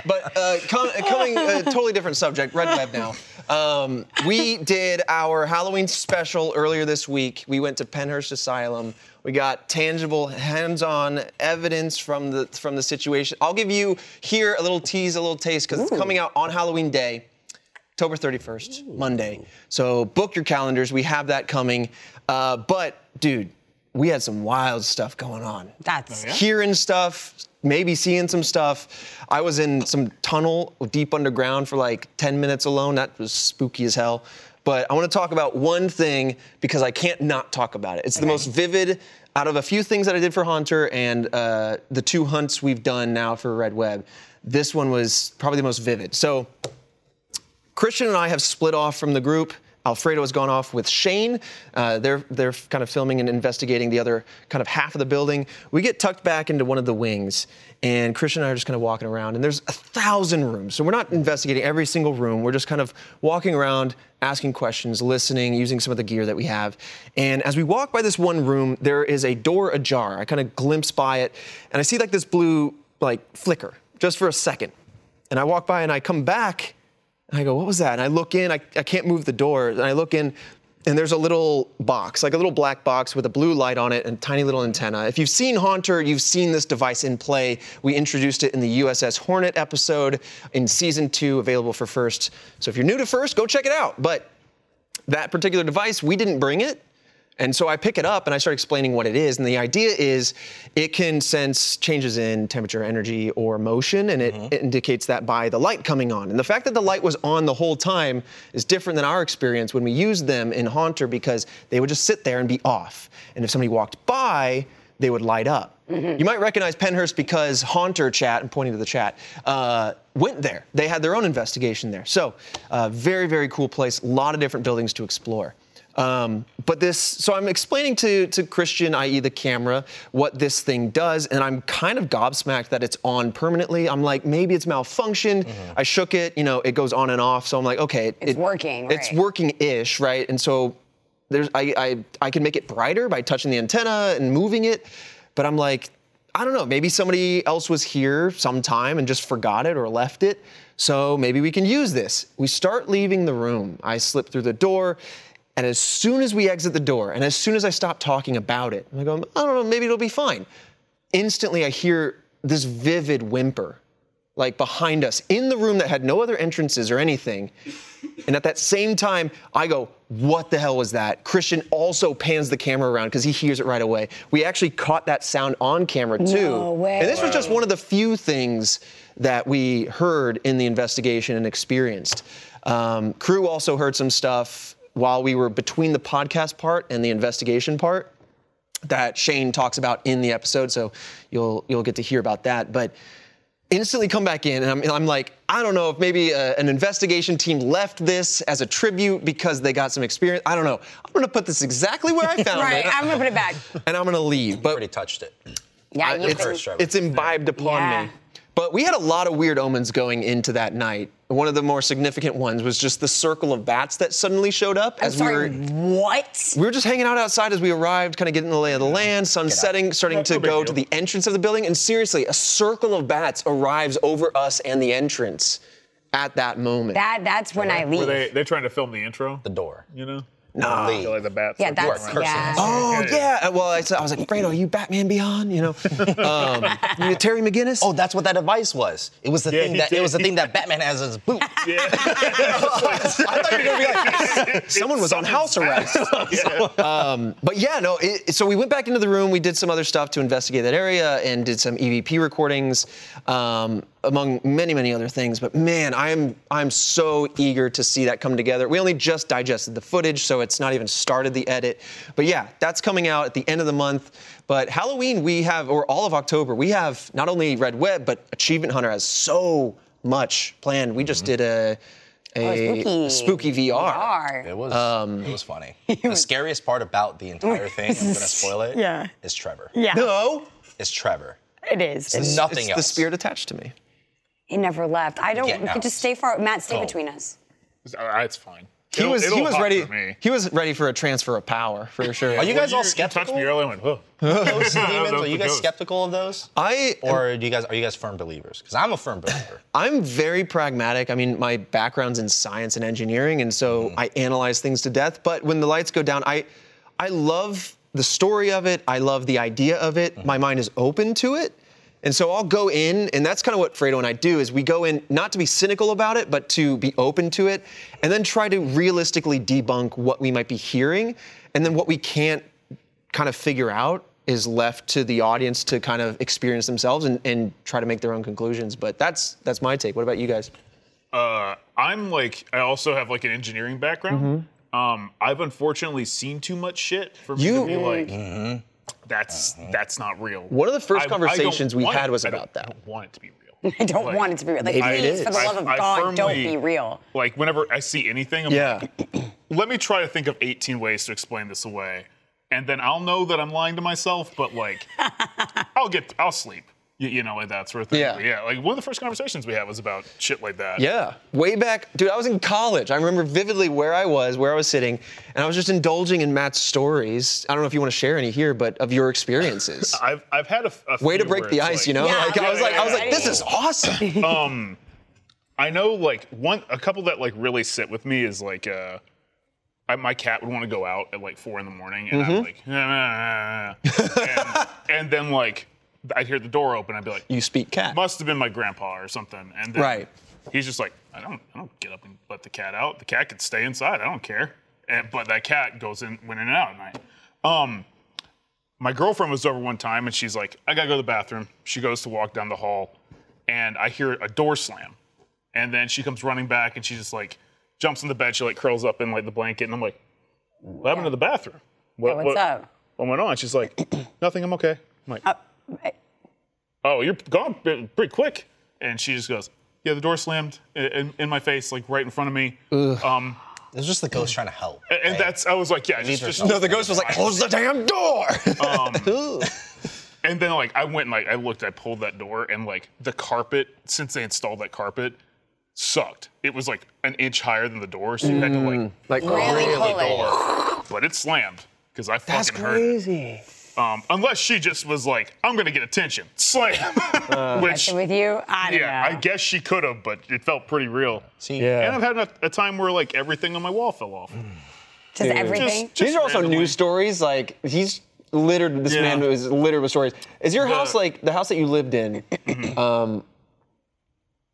Speaker 3: but uh, com- coming, uh, totally different subject, Red Web now. Um, we did our Halloween special earlier this week. We went to Penhurst Asylum. We got tangible, hands-on evidence from the from the situation. I'll give you here a little tease, a little taste, because it's coming out on Halloween Day. October 31st, Monday. So book your calendars. We have that coming. Uh, but, dude, we had some wild stuff going on.
Speaker 6: That's
Speaker 3: Hearing stuff, maybe seeing some stuff. I was in some tunnel deep underground for like 10 minutes alone. That was spooky as hell. But I want to talk about one thing because I can't not talk about it. It's the most vivid out of a few things that I did for Haunter and uh, the two hunts we've done now for Red Web. This one was probably the most vivid. So, Christian and I have split off from the group. Alfredo has gone off with Shane. Uh, they're they're kind of filming and investigating the other kind of half of the building. We get tucked back into one of the wings, and Christian and I are just kind of walking around. And there's a thousand rooms, so we're not investigating every single room. We're just kind of walking around, asking questions, listening, using some of the gear that we have. And as we walk by this one room, there is a door ajar. I kind of glimpse by it, and I see like this blue like flicker just for a second. And I walk by and I come back and I go, what was that? And I look in, I, I can't move the door. And I look in, and there's a little box, like a little black box with a blue light on it and tiny little antenna. If you've seen Haunter, you've seen this device in play. We introduced it in the USS Hornet episode in season two, available for first. So if you're new to first, go check it out. But that particular device, we didn't bring it. And so I pick it up and I start explaining what it is. And the idea is it can sense changes in temperature, energy, or motion, and it, it indicates that by the light coming on. And the fact that the light was on the whole time is different than our experience when we used them in Haunter because they would just sit there and be off. And if somebody walked by, they would light up. You might recognize Penhurst because Haunter chat, and pointing to the chat, uh, went there. They had their own investigation there. So, uh, very, very cool place, a lot of different buildings to explore. Um, but this, so I'm explaining to, to Christian, i.e., the camera, what this thing does, and I'm kind of gobsmacked that it's on permanently. I'm like, maybe it's malfunctioned. I shook it, you know, it goes on and off. So I'm like, okay, it-
Speaker 6: Mm-hmm. It's
Speaker 3: it-
Speaker 6: working,
Speaker 3: It's
Speaker 6: right.
Speaker 3: working ish, right? And so there's, I, I, I can make it brighter by touching the antenna and moving it, but I'm like, I don't know, maybe somebody else was here sometime and just forgot it or left it. So maybe we can use this. We start leaving the room. I slip through the door. And as soon as we exit the door, and as soon as I stop talking about it, I'm like, um, I don't know, maybe it'll be fine. Instantly, I hear this vivid whimper, like behind us in the room that had no other entrances or anything. And at that same time, I go, What the hell was that? Christian also pans the camera around because he hears it right away. We actually caught that sound on camera too.
Speaker 6: No way.
Speaker 3: And this was just one of the few things that we heard in the investigation and experienced. Um, crew also heard some stuff while we were between the podcast part and the investigation part that Shane talks about in the episode. So you'll you'll get to hear about that. But instantly come back in and I'm, I'm like i don't know if maybe uh an investigation team left this as a tribute because they got some experience i don't know i'm going to put this exactly where i found
Speaker 6: Right,
Speaker 3: it
Speaker 6: I'm gonna put it back.
Speaker 3: and i'm going to leave but
Speaker 2: already touched it.
Speaker 6: Yeah,
Speaker 3: I-
Speaker 6: you
Speaker 3: it's,
Speaker 6: can-
Speaker 2: First, Trevor.
Speaker 3: it's imbibed upon
Speaker 6: Yeah.
Speaker 3: me. But we had a lot of weird omens going into that night. One of the more significant ones was just the circle of bats that suddenly showed up
Speaker 6: I'm
Speaker 3: as
Speaker 6: sorry.
Speaker 3: we were
Speaker 6: what?
Speaker 3: we were just hanging out outside as we arrived, kind of getting the lay of the land, sun setting, starting
Speaker 5: That's
Speaker 3: to
Speaker 5: no big
Speaker 3: go to
Speaker 5: deal.
Speaker 3: the entrance of the building. And seriously, a circle of bats arrives over us and the entrance at that moment.
Speaker 6: That that's when I leave.
Speaker 5: Were they they trying to film the intro?
Speaker 2: The door.
Speaker 5: you know?
Speaker 3: Nah.
Speaker 5: I feel Ah, like the bats.
Speaker 6: yeah,
Speaker 5: are
Speaker 6: that's
Speaker 5: going around.
Speaker 6: yeah.
Speaker 3: Oh yeah. Well, I, said- I was like, Fredo, are you Batman Beyond? You know, um, you know, Terry McGinnis.
Speaker 2: Oh, that's what that device was. It was the
Speaker 5: Yeah,
Speaker 2: thing
Speaker 5: he
Speaker 2: that
Speaker 5: did.
Speaker 2: it was the thing that Batman has in his boot.
Speaker 5: Yeah.
Speaker 2: I thought you were gonna be like,
Speaker 3: Someone was on house arrest. um, but yeah, no. It, so we went back into the room. We did some other stuff to investigate that area and did some EVP recordings, um, among many, many other things. But man, I'm I'm so eager to see that come together. We only just digested the footage, so it's not even started the edit. But yeah, that's coming out at the end of the month. But Halloween, we have, or all of October, we have not only Red Web, but Achievement Hunter has so much planned. We
Speaker 2: Mm-hmm.
Speaker 3: just did a. A
Speaker 6: Oh,
Speaker 3: spooky, VR.
Speaker 2: It was it was funny. The scariest part about the entire thing, I'm gonna spoil it,
Speaker 6: Yeah.
Speaker 2: is Trevor.
Speaker 6: Yeah,
Speaker 3: No,
Speaker 2: Is Trevor.
Speaker 6: it is. It,
Speaker 2: Nothing
Speaker 3: it's
Speaker 2: else.
Speaker 3: the spirit attached to me.
Speaker 6: never left. I don't.
Speaker 2: Get
Speaker 6: We could
Speaker 2: out.
Speaker 6: just stay far. Matt, stay
Speaker 5: Oh.
Speaker 6: between us.
Speaker 5: Ah, it's fine.
Speaker 3: He was he was ready.
Speaker 5: Me.
Speaker 3: He was ready for a transfer of power for sure.
Speaker 2: Are you guys all
Speaker 5: touched
Speaker 2: skeptical?
Speaker 5: me earlier. I went, whoa.
Speaker 2: Ghosts and demons?
Speaker 5: Those
Speaker 2: Are you guys
Speaker 5: ghosts.
Speaker 2: skeptical of those?
Speaker 3: I
Speaker 2: Or do you guys are you guys firm believers? Because I'm a firm believer.
Speaker 3: I'm very pragmatic. I mean, my background's in science and engineering, and so
Speaker 2: Mm-hmm.
Speaker 3: I analyze things to death. But when the lights go down, I I love the story of it. I love the idea of it.
Speaker 2: Mm-hmm.
Speaker 3: My mind is open to it. And so I'll go in, and that's kind of what Fredo and I do is we go in not to be cynical about it, but to be open to it, and then try to realistically debunk what we might be hearing, and then what we can't kind of figure out is left to the audience to kind of experience themselves and, and try to make their own conclusions. But that's that's my take. What about you guys?
Speaker 5: Uh, I'm like, I also have like an engineering background. Um, I've unfortunately seen too much shit for me
Speaker 3: Mm-hmm. You- Mm-hmm. Uh-huh.
Speaker 5: to be like, that's that's not real.
Speaker 3: One of the first
Speaker 5: I- I don't
Speaker 3: conversations we
Speaker 5: want
Speaker 3: had
Speaker 5: it-
Speaker 3: was
Speaker 5: I don't-
Speaker 3: about that.
Speaker 5: I don't want it to be real.
Speaker 6: I don't want it to be real. Like,
Speaker 3: Maybe it
Speaker 6: please, for the
Speaker 3: is.
Speaker 6: love of
Speaker 5: I
Speaker 6: God, don't
Speaker 5: firmly-
Speaker 6: be real.
Speaker 5: Like whenever I see anything, I'm
Speaker 3: Yeah.
Speaker 5: like, let me try to think of 18 ways to explain this away, and then I'll know that I'm lying to myself. But like, I'll get, I'll sleep, you, you know, like that sort of thing.
Speaker 3: Yeah.
Speaker 5: But yeah. Like one of the first conversations we had was about shit like that.
Speaker 3: Yeah, way back, dude. I was in college. I remember vividly where I was, where I was sitting, and I was just indulging in Matt's stories. I don't know if you want to share any here, but of your experiences.
Speaker 5: I've, I've had a, a
Speaker 3: Way to
Speaker 5: few
Speaker 3: break
Speaker 5: where
Speaker 3: the
Speaker 5: it's
Speaker 3: ice,
Speaker 5: like-
Speaker 3: you know?
Speaker 6: Yeah,
Speaker 3: like I was
Speaker 5: yeah,
Speaker 3: like, I was
Speaker 5: yeah.
Speaker 3: like, this is awesome.
Speaker 5: I know like one a couple that like really sit with me is like uh I, my cat would want to go out at like four in the morning and
Speaker 3: Mm-hmm.
Speaker 5: I'm like and, and then like I'd hear the door open I'd be like
Speaker 3: you speak cat.
Speaker 5: must have been my grandpa or something and then
Speaker 3: Right.
Speaker 5: he's just like I don't I don't get up and let the cat out the cat could stay inside I don't care and, but that cat goes in went in and out at night um my girlfriend was over one time and she's like I gotta go to the bathroom she goes to walk down the hall and I hear a door slam and then she comes running back and she just like jumps in the bed. She like curls up in like the blanket. And I'm like, what happened to the bathroom? What,
Speaker 6: what's
Speaker 5: what-
Speaker 6: up?
Speaker 5: What went on? She's like, nothing. I'm okay. I'm like, oh, you're gone pre- pretty quick. And she just goes, yeah, the door slammed in, in, in my face, like right in front of me. Um,
Speaker 2: It's just the ghost trying to help.
Speaker 5: and, and
Speaker 2: right?
Speaker 5: that's, I was like, yeah, just,
Speaker 2: Neither
Speaker 5: just
Speaker 2: of
Speaker 3: No, the ghost was like, close the damn door. Ooh.
Speaker 5: And then like I went and like I looked, I pulled that door, and like the carpet, since they installed that carpet, sucked. It was like an inch higher than the door, so you had to like
Speaker 3: like,
Speaker 4: Really
Speaker 5: the
Speaker 4: pull it.
Speaker 5: door. But it slammed because I fucking
Speaker 3: that's
Speaker 5: heard it.
Speaker 3: crazy.
Speaker 5: Um, unless she just was like, "I'm gonna get attention," slam. Which,
Speaker 6: So with you, I don't
Speaker 5: yeah,
Speaker 6: know.
Speaker 5: I guess she could have, but it felt pretty real.
Speaker 2: See,
Speaker 3: uh,
Speaker 5: And I've had a, a time where like everything on my wall fell off.
Speaker 6: Just everything.
Speaker 3: These
Speaker 5: Just, just
Speaker 3: are also
Speaker 5: randomly.
Speaker 3: news stories. Like he's littered. This
Speaker 5: Yeah.
Speaker 3: man is littered with stories. Is your house like the house that you lived in? um,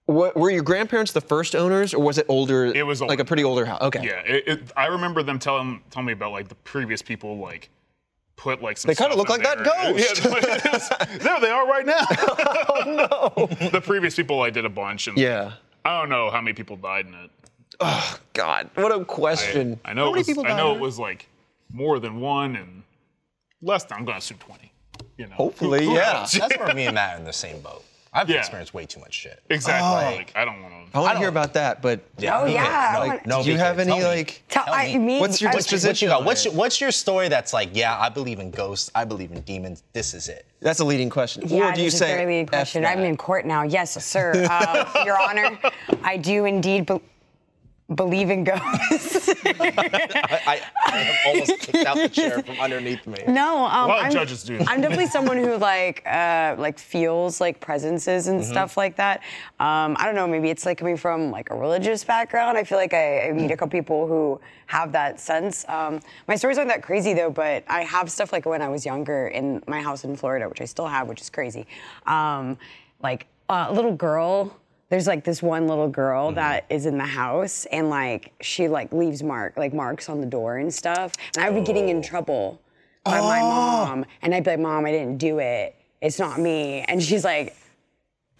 Speaker 3: what, were your grandparents the first owners, or was it older?
Speaker 5: It was
Speaker 3: like
Speaker 5: older.
Speaker 3: a pretty older house. Okay.
Speaker 5: Yeah, it, it, I remember them telling telling me about like the previous people like put like some.
Speaker 3: They kinda
Speaker 5: stuff
Speaker 3: look like
Speaker 5: in
Speaker 3: that
Speaker 5: there.
Speaker 3: ghost. Oh,
Speaker 5: Yeah, it was- there they are right now. no. the previous people I did a bunch, and
Speaker 3: Yeah.
Speaker 5: I don't know how many people died in it.
Speaker 3: God, what a question.
Speaker 5: I know.
Speaker 3: How
Speaker 5: It
Speaker 3: many
Speaker 5: was,
Speaker 3: people
Speaker 5: I
Speaker 3: died?
Speaker 5: know it was like more than one and less than. I'm gonna assume twenty. You know.
Speaker 3: Hopefully,
Speaker 5: Who- who
Speaker 3: yeah.
Speaker 5: knows?
Speaker 2: that's where me and Matt are in the same boat. I've
Speaker 5: Yeah.
Speaker 2: experienced way too much shit.
Speaker 5: Exactly.
Speaker 3: Oh.
Speaker 5: Like, I don't want
Speaker 3: I
Speaker 5: to.
Speaker 3: want to
Speaker 2: don't-
Speaker 3: hear about that, but
Speaker 2: Yeah,
Speaker 6: Oh,
Speaker 2: BK,
Speaker 6: yeah, I
Speaker 2: No,
Speaker 6: wanna-
Speaker 2: no,
Speaker 3: do you
Speaker 2: BK,
Speaker 3: have any
Speaker 2: tell me.
Speaker 3: like?
Speaker 6: Tell,
Speaker 2: Tell
Speaker 6: I
Speaker 2: me.
Speaker 6: mean,
Speaker 3: What's your
Speaker 6: I-
Speaker 2: What's your, what you
Speaker 3: disposition
Speaker 2: got?
Speaker 3: on
Speaker 2: What's
Speaker 3: it?
Speaker 2: your, what's your story that's like, yeah, I believe in ghosts, I believe in demons, this is it?
Speaker 3: That's a leading question.
Speaker 6: Yeah,
Speaker 3: or do you
Speaker 6: this is
Speaker 3: say?
Speaker 6: a very leading
Speaker 3: "F
Speaker 6: question.
Speaker 3: that."
Speaker 6: I'm in court now. Yes, sir. Uh, Your Honor, I do indeed be- believe in ghosts.
Speaker 2: I, I have almost kicked out the chair from underneath me.
Speaker 6: no, um,
Speaker 5: A lot of
Speaker 6: I'm,
Speaker 5: judges do that.
Speaker 6: I'm definitely someone who like uh, like feels like presences
Speaker 5: Mm-hmm.
Speaker 6: and stuff like that. Um, I don't know. Maybe it's like coming from like a religious background. I feel like I, I meet a couple people who have that sense. Um, my stories aren't that crazy though, but I have stuff like when I was younger in my house in Florida, which I still have, which is crazy. Um, like a little girl there's like this one little girl
Speaker 5: Mm-hmm.
Speaker 6: that is in the house and like she like leaves mark like marks on the door and stuff and i would be
Speaker 5: Oh.
Speaker 6: getting in trouble by my
Speaker 3: Oh.
Speaker 6: mom and i'd be like mom i didn't do it it's not me and she's like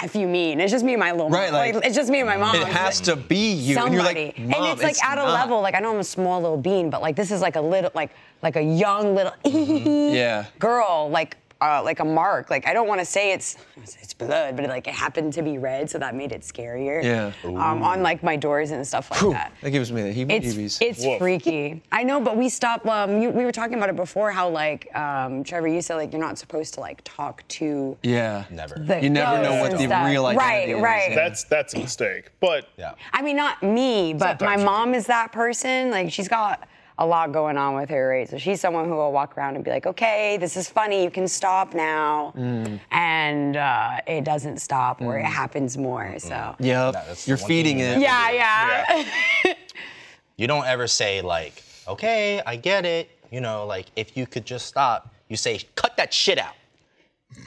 Speaker 6: if you mean it's just me and my little
Speaker 3: Right,
Speaker 6: mom.
Speaker 3: like,
Speaker 6: it's just me and my mom
Speaker 3: It has to be you,
Speaker 6: somebody
Speaker 3: and you're like, Mom,
Speaker 6: it's like at a
Speaker 3: not."
Speaker 6: level like i know i'm a small little bean but like this is like a little like like a young little
Speaker 3: Mm-hmm. Yeah.
Speaker 6: girl like uh, like a mark like i don't want to say it's it's blood but it, like it happened to be red so that made it scarier
Speaker 3: Yeah.
Speaker 6: um, on like my doors and stuff like
Speaker 3: Whew,
Speaker 6: that
Speaker 3: that gives me the heebie-jeebies.
Speaker 6: it's, it's freaky. I know, but we stopped. Um, you, we were talking about it before. How like um, Trevor, you said like you're not supposed to like talk to
Speaker 3: yeah.
Speaker 2: Never.
Speaker 6: the
Speaker 3: You never know
Speaker 6: ghosts
Speaker 3: what
Speaker 6: and
Speaker 3: the
Speaker 6: stuff.
Speaker 3: real identity
Speaker 6: right,
Speaker 3: is,
Speaker 6: Right,
Speaker 3: yeah.
Speaker 5: That's that's a mistake. But
Speaker 2: Yeah.
Speaker 6: I mean, not me, but
Speaker 5: Sometimes
Speaker 6: my
Speaker 5: you
Speaker 6: mom is that person. Like, she's got a lot going on with her, right? So she's someone who will walk around and be like, okay, this is funny, you can stop now. And uh, it doesn't stop, or it happens more. So, yeah,
Speaker 3: Yep.
Speaker 2: that's the
Speaker 3: you're
Speaker 2: one thing
Speaker 3: feeding
Speaker 2: you
Speaker 3: it.
Speaker 2: never
Speaker 6: yeah.
Speaker 2: You don't ever say, like, okay, I get it. You know, like, if you could just stop, you say, cut that shit out.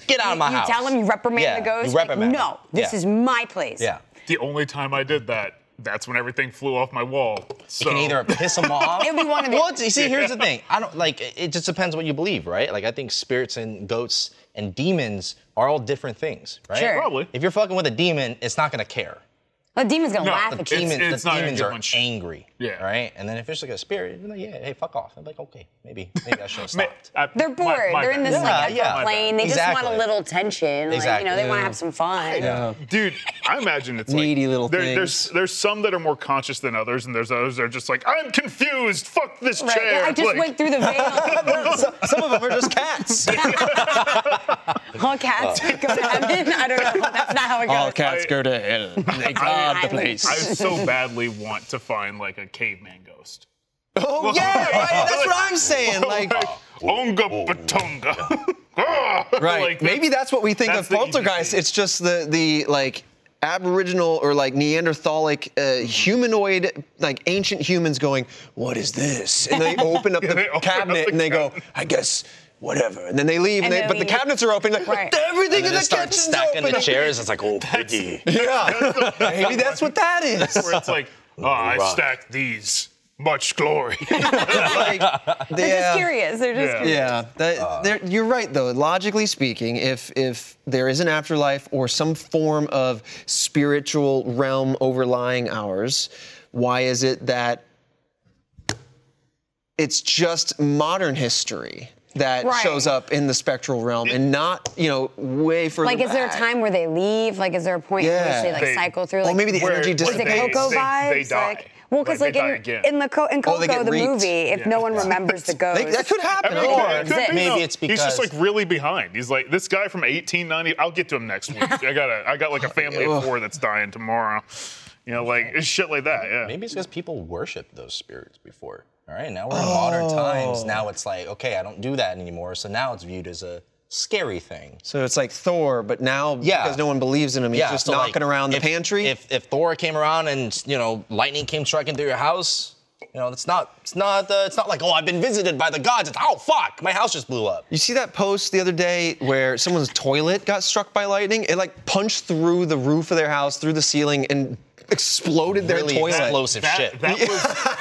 Speaker 2: Get out of my
Speaker 6: you
Speaker 2: house.
Speaker 6: tell him, you reprimand
Speaker 2: Yeah,
Speaker 6: the ghost.
Speaker 2: You reprimand
Speaker 6: like,
Speaker 2: him.
Speaker 6: no, this
Speaker 2: Yeah.
Speaker 6: is my place.
Speaker 2: Yeah.
Speaker 5: the only time I did that, that's when everything flew off my wall. So
Speaker 2: You can either piss them off.
Speaker 6: It'd be one of the-
Speaker 2: Well, see, here's the thing. I don't like. it- It just depends what you believe, right? Like, I think spirits and goats and demons are all different things, right?
Speaker 6: Sure.
Speaker 5: Probably.
Speaker 2: If you're fucking with a demon, it's not gonna care.
Speaker 6: The demon's gonna
Speaker 5: No,
Speaker 6: laugh
Speaker 5: the
Speaker 6: at you.
Speaker 5: It's-
Speaker 2: demons,
Speaker 5: it's
Speaker 2: the
Speaker 5: not gonna
Speaker 2: demons
Speaker 5: give
Speaker 2: are
Speaker 5: much-
Speaker 2: angry.
Speaker 5: Yeah.
Speaker 2: Right? And then if it's like a spirit, you're like, yeah, hey, fuck off. I'm like, okay, maybe, maybe I should have
Speaker 5: Ma-
Speaker 2: stopped.
Speaker 5: I-
Speaker 6: They're
Speaker 5: my-
Speaker 6: bored.
Speaker 5: my
Speaker 6: They're in this
Speaker 5: bad.
Speaker 2: Yeah,
Speaker 6: like
Speaker 2: yeah.
Speaker 6: yeah, plane. They just want
Speaker 2: Exactly.
Speaker 6: a little tension. Like, you know, they
Speaker 2: Exactly.
Speaker 6: want to have some fun.
Speaker 5: Dude, I imagine it's
Speaker 3: Needy
Speaker 5: like,
Speaker 3: little
Speaker 5: there-
Speaker 3: things.
Speaker 5: There's there's some that are more conscious than others, and there's others that are just like, I'm confused. Fuck this
Speaker 6: Right.
Speaker 5: chair.
Speaker 6: I just
Speaker 5: like,
Speaker 6: went through the veil.
Speaker 3: Some, some of them are just cats.
Speaker 6: All cats go to heaven. I don't know. That's not how it goes.
Speaker 5: Oh. cats go
Speaker 3: to hell. They
Speaker 6: guard the place.
Speaker 5: I so badly want to find like a caveman ghost.
Speaker 3: Oh yeah, right. That's what I'm saying. Like,
Speaker 5: Onga Patonga.
Speaker 3: right?
Speaker 5: Like,
Speaker 3: Maybe that's what we think
Speaker 5: that's
Speaker 3: of
Speaker 5: the
Speaker 3: poltergeist.
Speaker 5: EVP.
Speaker 3: It's just the the like aboriginal or like Neanderthalic uh, humanoid, like ancient humans going, "What is this?" And they open up
Speaker 5: they
Speaker 3: the
Speaker 5: open up
Speaker 3: cabinet
Speaker 5: the
Speaker 3: and they go,
Speaker 5: cabinet.
Speaker 3: "I guess." Whatever, and then they leave, and
Speaker 6: And
Speaker 3: they,
Speaker 6: then
Speaker 3: but
Speaker 6: we-
Speaker 3: the cabinets are open. Like
Speaker 6: Right.
Speaker 2: and
Speaker 3: everything in
Speaker 2: then
Speaker 3: the
Speaker 2: it starts
Speaker 3: kitchen's
Speaker 2: stacking
Speaker 3: open.
Speaker 2: the chairs. It's like, oh, piggy.
Speaker 3: Yeah, maybe that's what that is.
Speaker 5: where it's like, oh, I
Speaker 2: Right.
Speaker 5: stacked these. Much glory.
Speaker 3: like,
Speaker 6: They're
Speaker 3: yeah.
Speaker 6: just curious. They're just
Speaker 5: Yeah.
Speaker 6: curious.
Speaker 3: Yeah, that,
Speaker 5: Uh,
Speaker 3: there, you're right though. Logically speaking, if if there is an afterlife or some form of spiritual realm overlying ours, why is it that it's just modern history that
Speaker 6: Right.
Speaker 3: shows up in the spectral realm and not you know way further?
Speaker 6: Like, is there a
Speaker 3: back?
Speaker 6: time where they leave? Like, is there a point
Speaker 3: Yeah.
Speaker 6: where they like
Speaker 5: They-
Speaker 6: cycle through?
Speaker 3: Or
Speaker 6: Like,
Speaker 3: maybe the
Speaker 5: Where-
Speaker 3: energy
Speaker 5: where
Speaker 6: Is it
Speaker 5: they-
Speaker 6: Coco
Speaker 5: they-
Speaker 6: vibes?
Speaker 5: they die.
Speaker 6: Like, well, because like,
Speaker 5: Like, they die
Speaker 6: in,
Speaker 5: again.
Speaker 6: in the Co- in
Speaker 3: Oh,
Speaker 6: Coco,
Speaker 3: they get
Speaker 6: the
Speaker 3: reaped.
Speaker 6: movie, if no one remembers the ghost,
Speaker 3: They- that could happen.
Speaker 5: I mean,
Speaker 3: or-
Speaker 5: it could be,
Speaker 6: Maybe
Speaker 5: though.
Speaker 2: it's
Speaker 5: he's
Speaker 2: because-
Speaker 5: just like really behind. He's like this guy from 1890. I'll get to him next week. I got a, I got like a family of four that's dying tomorrow. You know, like it's shit like that. Yeah.
Speaker 2: Maybe it's because people worshipped those spirits before. All right, now we're in modern times. Now it's like, okay, I don't do that anymore. So now it's viewed as a scary thing.
Speaker 3: So it's like Thor, but now
Speaker 2: Yeah.
Speaker 3: because no one believes in him, he's just
Speaker 2: so, like,
Speaker 3: knocking around the
Speaker 2: if-
Speaker 3: pantry.
Speaker 2: If if Thor came around and you know lightning came striking through your house, you know it's not it's not uh, it's not like oh I've been visited by the gods. It's oh fuck my house just blew up.
Speaker 3: You see that post the other day where someone's toilet got struck by lightning? It like punched through the roof of their house, through the ceiling, and exploded their
Speaker 2: really
Speaker 3: toilet.
Speaker 2: explosive
Speaker 5: That-
Speaker 2: shit.
Speaker 5: that was-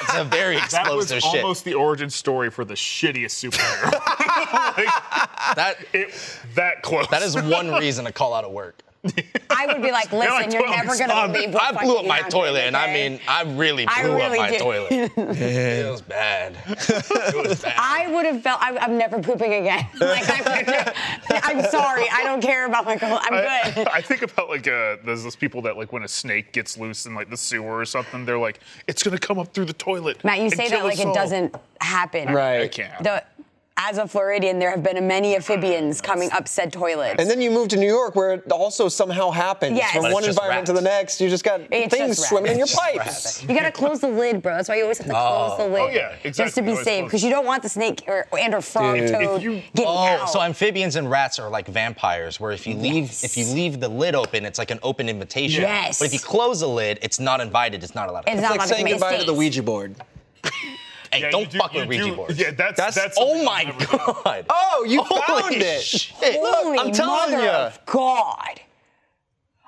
Speaker 2: it's a very
Speaker 5: That was
Speaker 2: explosive shit.
Speaker 5: almost the origin story for the shittiest superhero. like,
Speaker 2: that
Speaker 5: it, that close.
Speaker 2: that is one reason to call out of work.
Speaker 6: I would be like,
Speaker 5: my
Speaker 6: listen, you're never
Speaker 5: toilet's
Speaker 6: gonna
Speaker 5: on.
Speaker 6: believe.
Speaker 2: I
Speaker 6: what
Speaker 2: blew up
Speaker 6: fucking
Speaker 2: my
Speaker 6: happened,
Speaker 2: toilet, and I
Speaker 6: okay?
Speaker 2: mean, I really
Speaker 6: I
Speaker 2: blew
Speaker 6: really
Speaker 2: up my
Speaker 6: did.
Speaker 2: toilet. it was bad. It was bad.
Speaker 6: I would have felt I, I'm never pooping again. like I, I'm sorry, I don't care about my colon. I'm
Speaker 5: I,
Speaker 6: good.
Speaker 5: I think about like uh, there's those people that like when a snake gets loose in like the sewer or something, they're like, it's gonna come up through the toilet.
Speaker 6: Matt, you
Speaker 5: and
Speaker 6: say
Speaker 5: kill
Speaker 6: that like
Speaker 5: us
Speaker 6: it
Speaker 5: all."
Speaker 6: doesn't happen.
Speaker 3: Right.
Speaker 5: It can't.
Speaker 6: The, as a Floridian, there have been many amphibians coming up said toilets.
Speaker 3: And then you move to New York where it also somehow happens.
Speaker 6: Yes.
Speaker 3: From
Speaker 6: But it's
Speaker 3: one
Speaker 2: just
Speaker 3: environment to the
Speaker 2: rats.
Speaker 3: next, you just got
Speaker 6: It's
Speaker 3: things
Speaker 6: just
Speaker 3: swimming in your
Speaker 6: rats. It's
Speaker 3: pipes.
Speaker 6: you gotta close the lid, bro. That's why you always have to close the lid.
Speaker 5: Oh, yeah,
Speaker 6: Just to
Speaker 5: exactly.
Speaker 6: be
Speaker 5: Always
Speaker 6: safe,
Speaker 5: close.
Speaker 6: because you don't want the snake or and or frog
Speaker 3: Dude. If
Speaker 6: toad
Speaker 5: you-
Speaker 6: getting
Speaker 2: Oh,
Speaker 6: out.
Speaker 2: so amphibians and rats are like vampires, where if you leave if you leave the lid open, it's like an open invitation.
Speaker 6: Yes.
Speaker 2: But if you close the lid, it's not invited. It's not allowed. to
Speaker 6: It's
Speaker 2: come.
Speaker 6: not
Speaker 3: Like
Speaker 6: allowed to
Speaker 3: saying
Speaker 6: come in.
Speaker 3: goodbye to the
Speaker 6: Stays.
Speaker 3: Ouija board.
Speaker 2: hey,
Speaker 5: Yeah, you
Speaker 2: don't
Speaker 5: do-
Speaker 2: fuck
Speaker 5: you
Speaker 2: with
Speaker 5: do-
Speaker 2: Ouija boards.
Speaker 5: Yeah, that's
Speaker 3: That's-
Speaker 5: that's.
Speaker 2: oh
Speaker 5: something
Speaker 2: my
Speaker 5: I've never done.
Speaker 2: god.
Speaker 3: Oh, you
Speaker 2: Holy
Speaker 3: found it.
Speaker 2: shit.
Speaker 3: Look,
Speaker 6: Holy
Speaker 3: I'm telling
Speaker 6: mother
Speaker 3: you.
Speaker 6: of God.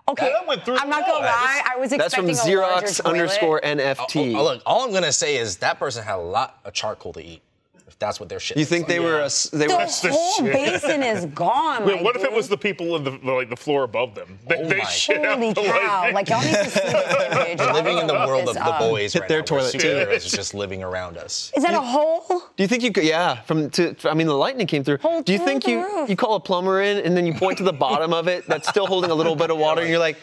Speaker 6: Okay,
Speaker 5: That went through
Speaker 6: I'm not
Speaker 5: the
Speaker 6: gonna
Speaker 5: walls.
Speaker 6: lie. I was
Speaker 3: That's from
Speaker 6: expecting a larger
Speaker 3: Xerox
Speaker 6: toilet.
Speaker 3: underscore
Speaker 2: Oh,
Speaker 3: NFT.
Speaker 2: oh, look, all I'm gonna say is that person had a lot of charcoal to eat. If that's what their shit.
Speaker 3: You
Speaker 2: looks
Speaker 3: think
Speaker 2: like.
Speaker 3: they were a, s- they
Speaker 6: The
Speaker 3: were
Speaker 5: the
Speaker 6: whole
Speaker 5: shit.
Speaker 6: basin is gone.
Speaker 5: Wait,
Speaker 6: my
Speaker 5: what if it
Speaker 6: dude.
Speaker 5: was the people in the the, like the floor above them? They,
Speaker 2: Oh
Speaker 5: they
Speaker 2: my
Speaker 5: shit out
Speaker 6: Holy
Speaker 5: the
Speaker 6: cow!
Speaker 5: lightning.
Speaker 6: Like y'all need to see this image.
Speaker 2: We're living in the
Speaker 6: Look
Speaker 2: world of
Speaker 6: this
Speaker 2: the
Speaker 6: up.
Speaker 5: uh,
Speaker 2: boys
Speaker 3: Hit
Speaker 2: right
Speaker 3: their
Speaker 2: now,
Speaker 3: toilet, too.
Speaker 2: where superheroes are just living around us.
Speaker 6: Is that a hole?
Speaker 3: Do you think you could? Yeah, from to, I mean, the lightning came through.
Speaker 6: Hold
Speaker 3: Do you
Speaker 6: through
Speaker 3: think
Speaker 6: the
Speaker 3: you
Speaker 6: roof.
Speaker 3: you call a plumber in and then you point to the bottom of it that's still holding a little bit of water, and you're like,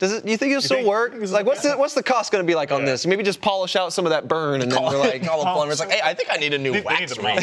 Speaker 3: does it? Do you think it'll still
Speaker 5: think-
Speaker 3: work?
Speaker 5: think it's
Speaker 3: Like, what's
Speaker 5: okay.
Speaker 3: the what's the cost going to be like on
Speaker 5: Yeah.
Speaker 3: this? Maybe just polish out some of that burn, and then
Speaker 2: All,
Speaker 3: we're like,
Speaker 2: all the plumbers like, hey, I think I need a new
Speaker 5: They- they need
Speaker 2: wax
Speaker 5: to
Speaker 2: ring.
Speaker 6: I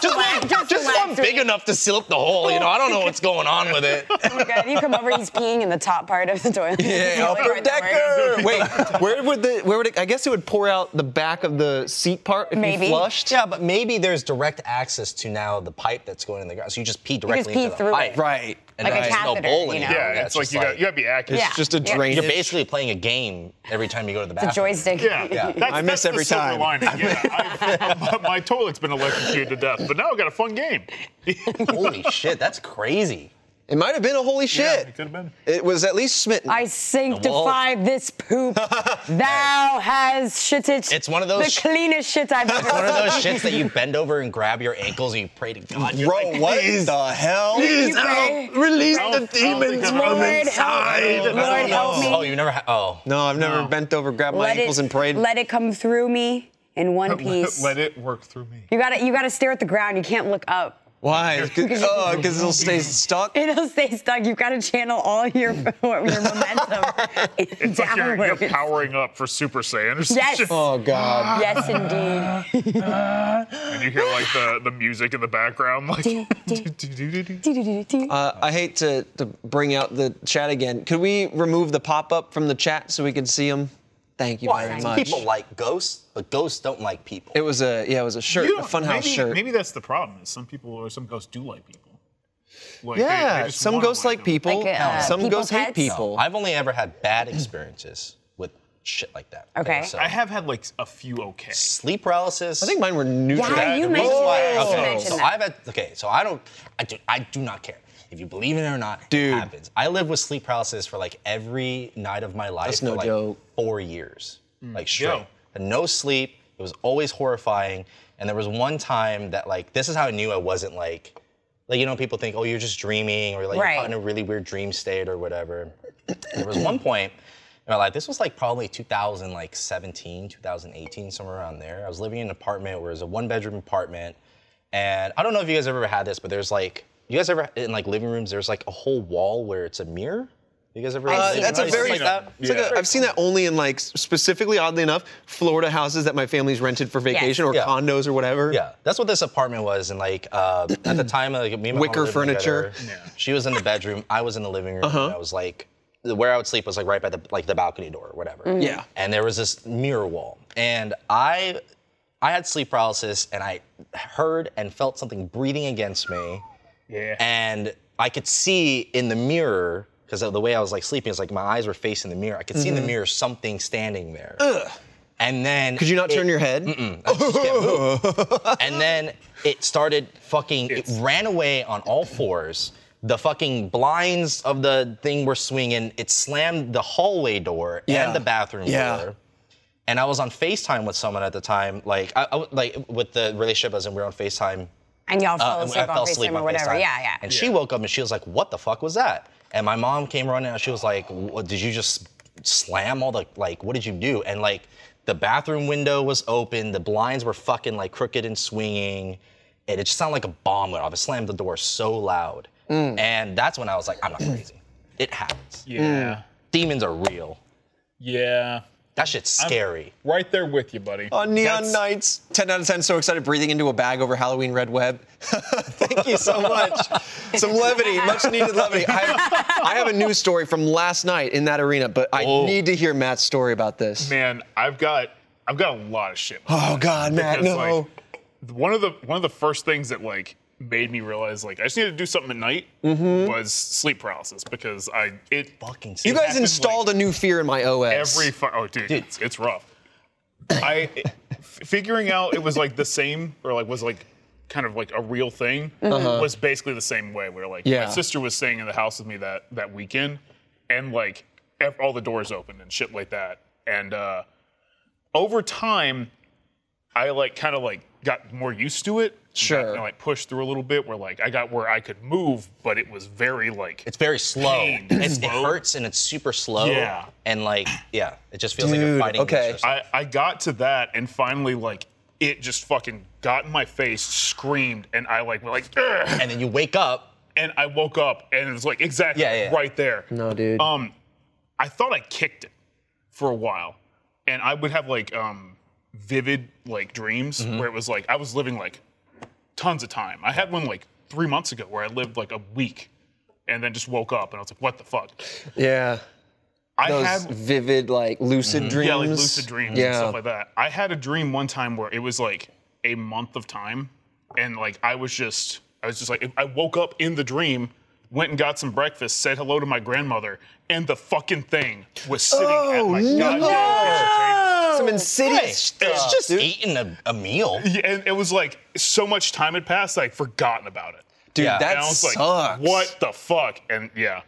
Speaker 6: just laugh- just
Speaker 2: just one
Speaker 6: laugh.
Speaker 2: big enough to seal up the hole. You know, I don't know what's going on with it.
Speaker 6: Oh my God, you come over, he's peeing in the top part of the toilet.
Speaker 3: yeah,
Speaker 6: It's the only
Speaker 3: upper
Speaker 6: part that
Speaker 3: decker.
Speaker 6: works.
Speaker 3: Wait, where would the where would it? I guess it would pour out the back of the seat part if
Speaker 6: Maybe.
Speaker 3: you flushed.
Speaker 2: Yeah, but maybe there's direct access to now the pipe that's going in the ground. So you just pee directly
Speaker 6: pee
Speaker 2: into the
Speaker 6: through
Speaker 2: pipe.
Speaker 6: it.
Speaker 3: Right.
Speaker 2: And
Speaker 6: Like
Speaker 2: then
Speaker 6: a
Speaker 2: there's no
Speaker 6: catheter,
Speaker 2: bowl
Speaker 6: you
Speaker 2: anymore.
Speaker 6: know?
Speaker 5: yeah, it's
Speaker 2: That's
Speaker 5: like
Speaker 2: just
Speaker 5: you got you gotta be accurate.
Speaker 3: It's
Speaker 6: Yeah.
Speaker 3: just a
Speaker 6: Yeah.
Speaker 3: drain.
Speaker 2: You're basically playing a game every time you go to the
Speaker 6: The
Speaker 2: bathroom.
Speaker 6: joystick.
Speaker 5: Yeah,
Speaker 2: Yeah.
Speaker 5: That's,
Speaker 3: I miss
Speaker 5: that's the
Speaker 3: every
Speaker 5: silver
Speaker 3: time.
Speaker 5: lining. Yeah, I've- my toilet's been electrocuted to death, but now I've got a fun game.
Speaker 2: Holy shit, that's crazy.
Speaker 3: It might have been a holy
Speaker 5: Yeah,
Speaker 3: shit.
Speaker 5: it could have been.
Speaker 3: It was at least smitten.
Speaker 6: I sanctify this poop. Thou has shitted.
Speaker 2: It's one of those sh-
Speaker 6: The cleanest shit I've ever.
Speaker 2: One of those shits that you bend over and grab your ankles and you pray to God. You're
Speaker 3: Bro,
Speaker 2: like,
Speaker 3: what
Speaker 2: "Please,
Speaker 3: the hell?
Speaker 6: Please help.
Speaker 3: Release
Speaker 5: the demons from
Speaker 6: Lord, inside. help.
Speaker 2: I
Speaker 6: Lord,
Speaker 2: don't
Speaker 6: help
Speaker 2: know."
Speaker 6: me.
Speaker 2: Oh, you never. Ha- oh.
Speaker 3: No, I've never bent over, grabbed my
Speaker 6: Let
Speaker 3: ankles,
Speaker 6: it,
Speaker 3: and prayed.
Speaker 6: let it come through me in one piece.
Speaker 5: Let it work through me.
Speaker 6: You gotta, you gotta stare at the ground. You can't look up.
Speaker 3: Why? Oh, because it'll stay stuck.
Speaker 6: It'll stay stuck. You've got to channel all your your momentum
Speaker 5: It's like you're, you're
Speaker 6: downwards.
Speaker 5: powering up for Super Saiyan or some
Speaker 6: Yes.
Speaker 5: shit.
Speaker 3: Oh God.
Speaker 6: yes, indeed.
Speaker 5: And you hear like the, the music in the background, like. Did
Speaker 3: Uh, I hate to, to bring out the chat again. Could we remove the pop-up from the chat so we can see them? Thank you
Speaker 2: Why?
Speaker 3: very much.
Speaker 2: People like ghosts, but ghosts don't like people.
Speaker 3: It was a yeah, it was a shirt, a funhouse
Speaker 5: maybe,
Speaker 3: shirt.
Speaker 5: Maybe that's the problem. Is some people or some ghosts do like people. Like, they- they
Speaker 3: yeah,
Speaker 5: just
Speaker 3: some
Speaker 5: wanna
Speaker 3: ghosts like
Speaker 5: them.
Speaker 3: people.
Speaker 6: Like, uh,
Speaker 3: some
Speaker 6: people
Speaker 3: ghosts hate
Speaker 6: pets?
Speaker 3: people.
Speaker 2: I've only ever had bad experiences with shit like that.
Speaker 6: Okay.
Speaker 2: So,
Speaker 5: I have had like a few okay.
Speaker 2: sleep paralysis.
Speaker 3: I think mine were neutral.
Speaker 6: Yeah, you
Speaker 2: the reason
Speaker 6: mentioned
Speaker 2: why-
Speaker 6: that. You
Speaker 2: okay,
Speaker 6: mentioned
Speaker 2: so
Speaker 6: that.
Speaker 2: I've had okay, so I don't I do I do not care. If you believe in it or not,
Speaker 3: Dude.
Speaker 2: it happens. I lived with sleep paralysis for like every night of my life
Speaker 3: That's
Speaker 2: for
Speaker 3: no
Speaker 2: like
Speaker 3: joke. Mm,
Speaker 2: four years. Like straight.
Speaker 5: Yo.
Speaker 2: And No sleep. It was always horrifying. And there was one time that like this is how I knew I wasn't like like you know people think, oh, you're just dreaming or like
Speaker 6: Right.
Speaker 2: you're caught in a really weird dream state or whatever. there was one point in my life. This was like probably 2017, 2018, somewhere around there. I was living in an apartment where it was a one-bedroom apartment, and I don't know if you guys ever had this, but there's like, you guys ever in like living rooms? There's like a whole wall where it's a mirror. You guys ever?
Speaker 3: Uh,
Speaker 2: lived in
Speaker 3: that's a
Speaker 2: something
Speaker 3: very.
Speaker 2: like that?
Speaker 3: it's like a- I've seen that only in like specifically, oddly enough, Florida houses that my family's rented for vacation or
Speaker 2: Yeah.
Speaker 3: condos or whatever.
Speaker 2: Yeah, that's what this apartment was, and like uh, at the time, like me and my mom
Speaker 3: Wicker
Speaker 2: lived
Speaker 3: furniture. Uh-huh.
Speaker 2: together. She was in the bedroom, I was in the living room. And I was like, where I would sleep was like right by the like the balcony door or whatever.
Speaker 3: Yeah.
Speaker 2: And there was this mirror wall, and I, I had sleep paralysis, and I heard and felt something breathing against me,
Speaker 5: Yeah.
Speaker 3: Eh.
Speaker 2: and I could see in the mirror. Because of the way I was like sleeping, it's like my eyes were facing the mirror. I could see in
Speaker 3: Mm-hmm.
Speaker 2: the mirror something standing there. Ugh. And then
Speaker 3: Could you not
Speaker 2: it-
Speaker 3: turn your head?
Speaker 2: and then it started fucking. it ran away on all fours. The fucking blinds of the thing were swinging. It slammed the hallway door
Speaker 3: Yeah.
Speaker 2: and the bathroom
Speaker 3: Yeah.
Speaker 2: door. And I was on Facetime with someone at the time, like I, I w- like with the relationship as in we were on Facetime.
Speaker 6: And y'all fell
Speaker 2: Uh,
Speaker 6: asleep
Speaker 2: I
Speaker 6: on
Speaker 2: fell asleep
Speaker 6: FaceTime or
Speaker 2: on
Speaker 6: whatever.
Speaker 2: FaceTime.
Speaker 6: Yeah, yeah.
Speaker 2: And she woke up and she was like, "What the fuck was that?" And my mom came running and she was like, "What did you just slam all the like? What did you do?" And like, the bathroom window was open, the blinds were fucking like crooked and swinging, and it just sounded like a bomb went off. It slammed the door so loud,
Speaker 6: Mm.
Speaker 2: and that's when I was like, "I'm not crazy. It happens.
Speaker 5: yeah.
Speaker 2: Demons are real.
Speaker 5: Yeah.
Speaker 2: That shit's scary."
Speaker 5: Right there with you, buddy.
Speaker 3: On Neon
Speaker 5: That's-
Speaker 3: Nights, 10 out of 10. So excited breathing into a bag over Halloween Red Web. Thank you so much. Some levity, much needed levity. I, I have a news story from last night in that arena, but I need to hear Matt's story about this.
Speaker 5: Man, I've got I've got a lot of shit.
Speaker 3: Oh, God, Matt,
Speaker 5: Because,
Speaker 3: no.
Speaker 5: like, one of the one of the first things that like made me realize like I just needed to do something at night was sleep paralysis because I it
Speaker 2: Fucking
Speaker 3: you guys
Speaker 5: happened,
Speaker 3: installed
Speaker 5: like,
Speaker 3: a new fear in my OS.
Speaker 5: every fu- oh dude, It's, it's rough. I f- figuring out it was like the same or like was like kind of like a real thing was basically the same way where like
Speaker 3: Yeah.
Speaker 5: my sister was staying in the house with me that that weekend and like ev- all the doors opened and shit like that and uh over time I like kind of like got more used to it.
Speaker 3: Sure.
Speaker 5: And like pushed through a little bit where like I got where I could move, but it was very like
Speaker 2: It's very slow.
Speaker 5: Pain.
Speaker 2: It's, it
Speaker 5: Slow.
Speaker 2: hurts and it's super slow.
Speaker 5: Yeah.
Speaker 2: And like, yeah, it just feels like
Speaker 3: Dude,
Speaker 2: you're fighting.
Speaker 3: okay.
Speaker 2: against yourself.
Speaker 5: I, I got to that and finally like it just fucking got in my face, screamed, and I like went like "Ugh,"
Speaker 2: and then you wake up.
Speaker 5: and I woke up and it was like exactly
Speaker 2: Yeah, yeah.
Speaker 5: right there.
Speaker 3: No, dude.
Speaker 5: Um I thought I kicked it for a while. And I would have like um vivid like dreams where it was like I was living like tons of time. I had one like three months ago where I lived like a week and then just woke up and I was like, what the fuck?
Speaker 3: yeah.
Speaker 5: I
Speaker 3: Those
Speaker 5: had
Speaker 3: vivid, like lucid dreams.
Speaker 5: Yeah, like lucid dreams and
Speaker 3: Yeah.
Speaker 5: stuff like that. I had a dream one time where it was like a month of time, and like I was just, I was just like, I woke up in the dream, went and got some breakfast, said hello to my grandmother, and the fucking thing was sitting at
Speaker 3: Oh,
Speaker 5: my
Speaker 3: no.
Speaker 5: goddamn kitchen
Speaker 3: Some
Speaker 2: Hey,
Speaker 3: insidious
Speaker 2: it's
Speaker 3: stuff.
Speaker 2: just
Speaker 3: dude.
Speaker 2: eating a, a meal.
Speaker 5: table. Yeah, and it was like so much time had passed, I would forgotten about it.
Speaker 3: Dude,
Speaker 2: Yeah.
Speaker 3: that
Speaker 5: And I was
Speaker 3: sucks.
Speaker 5: like, what the fuck? And yeah.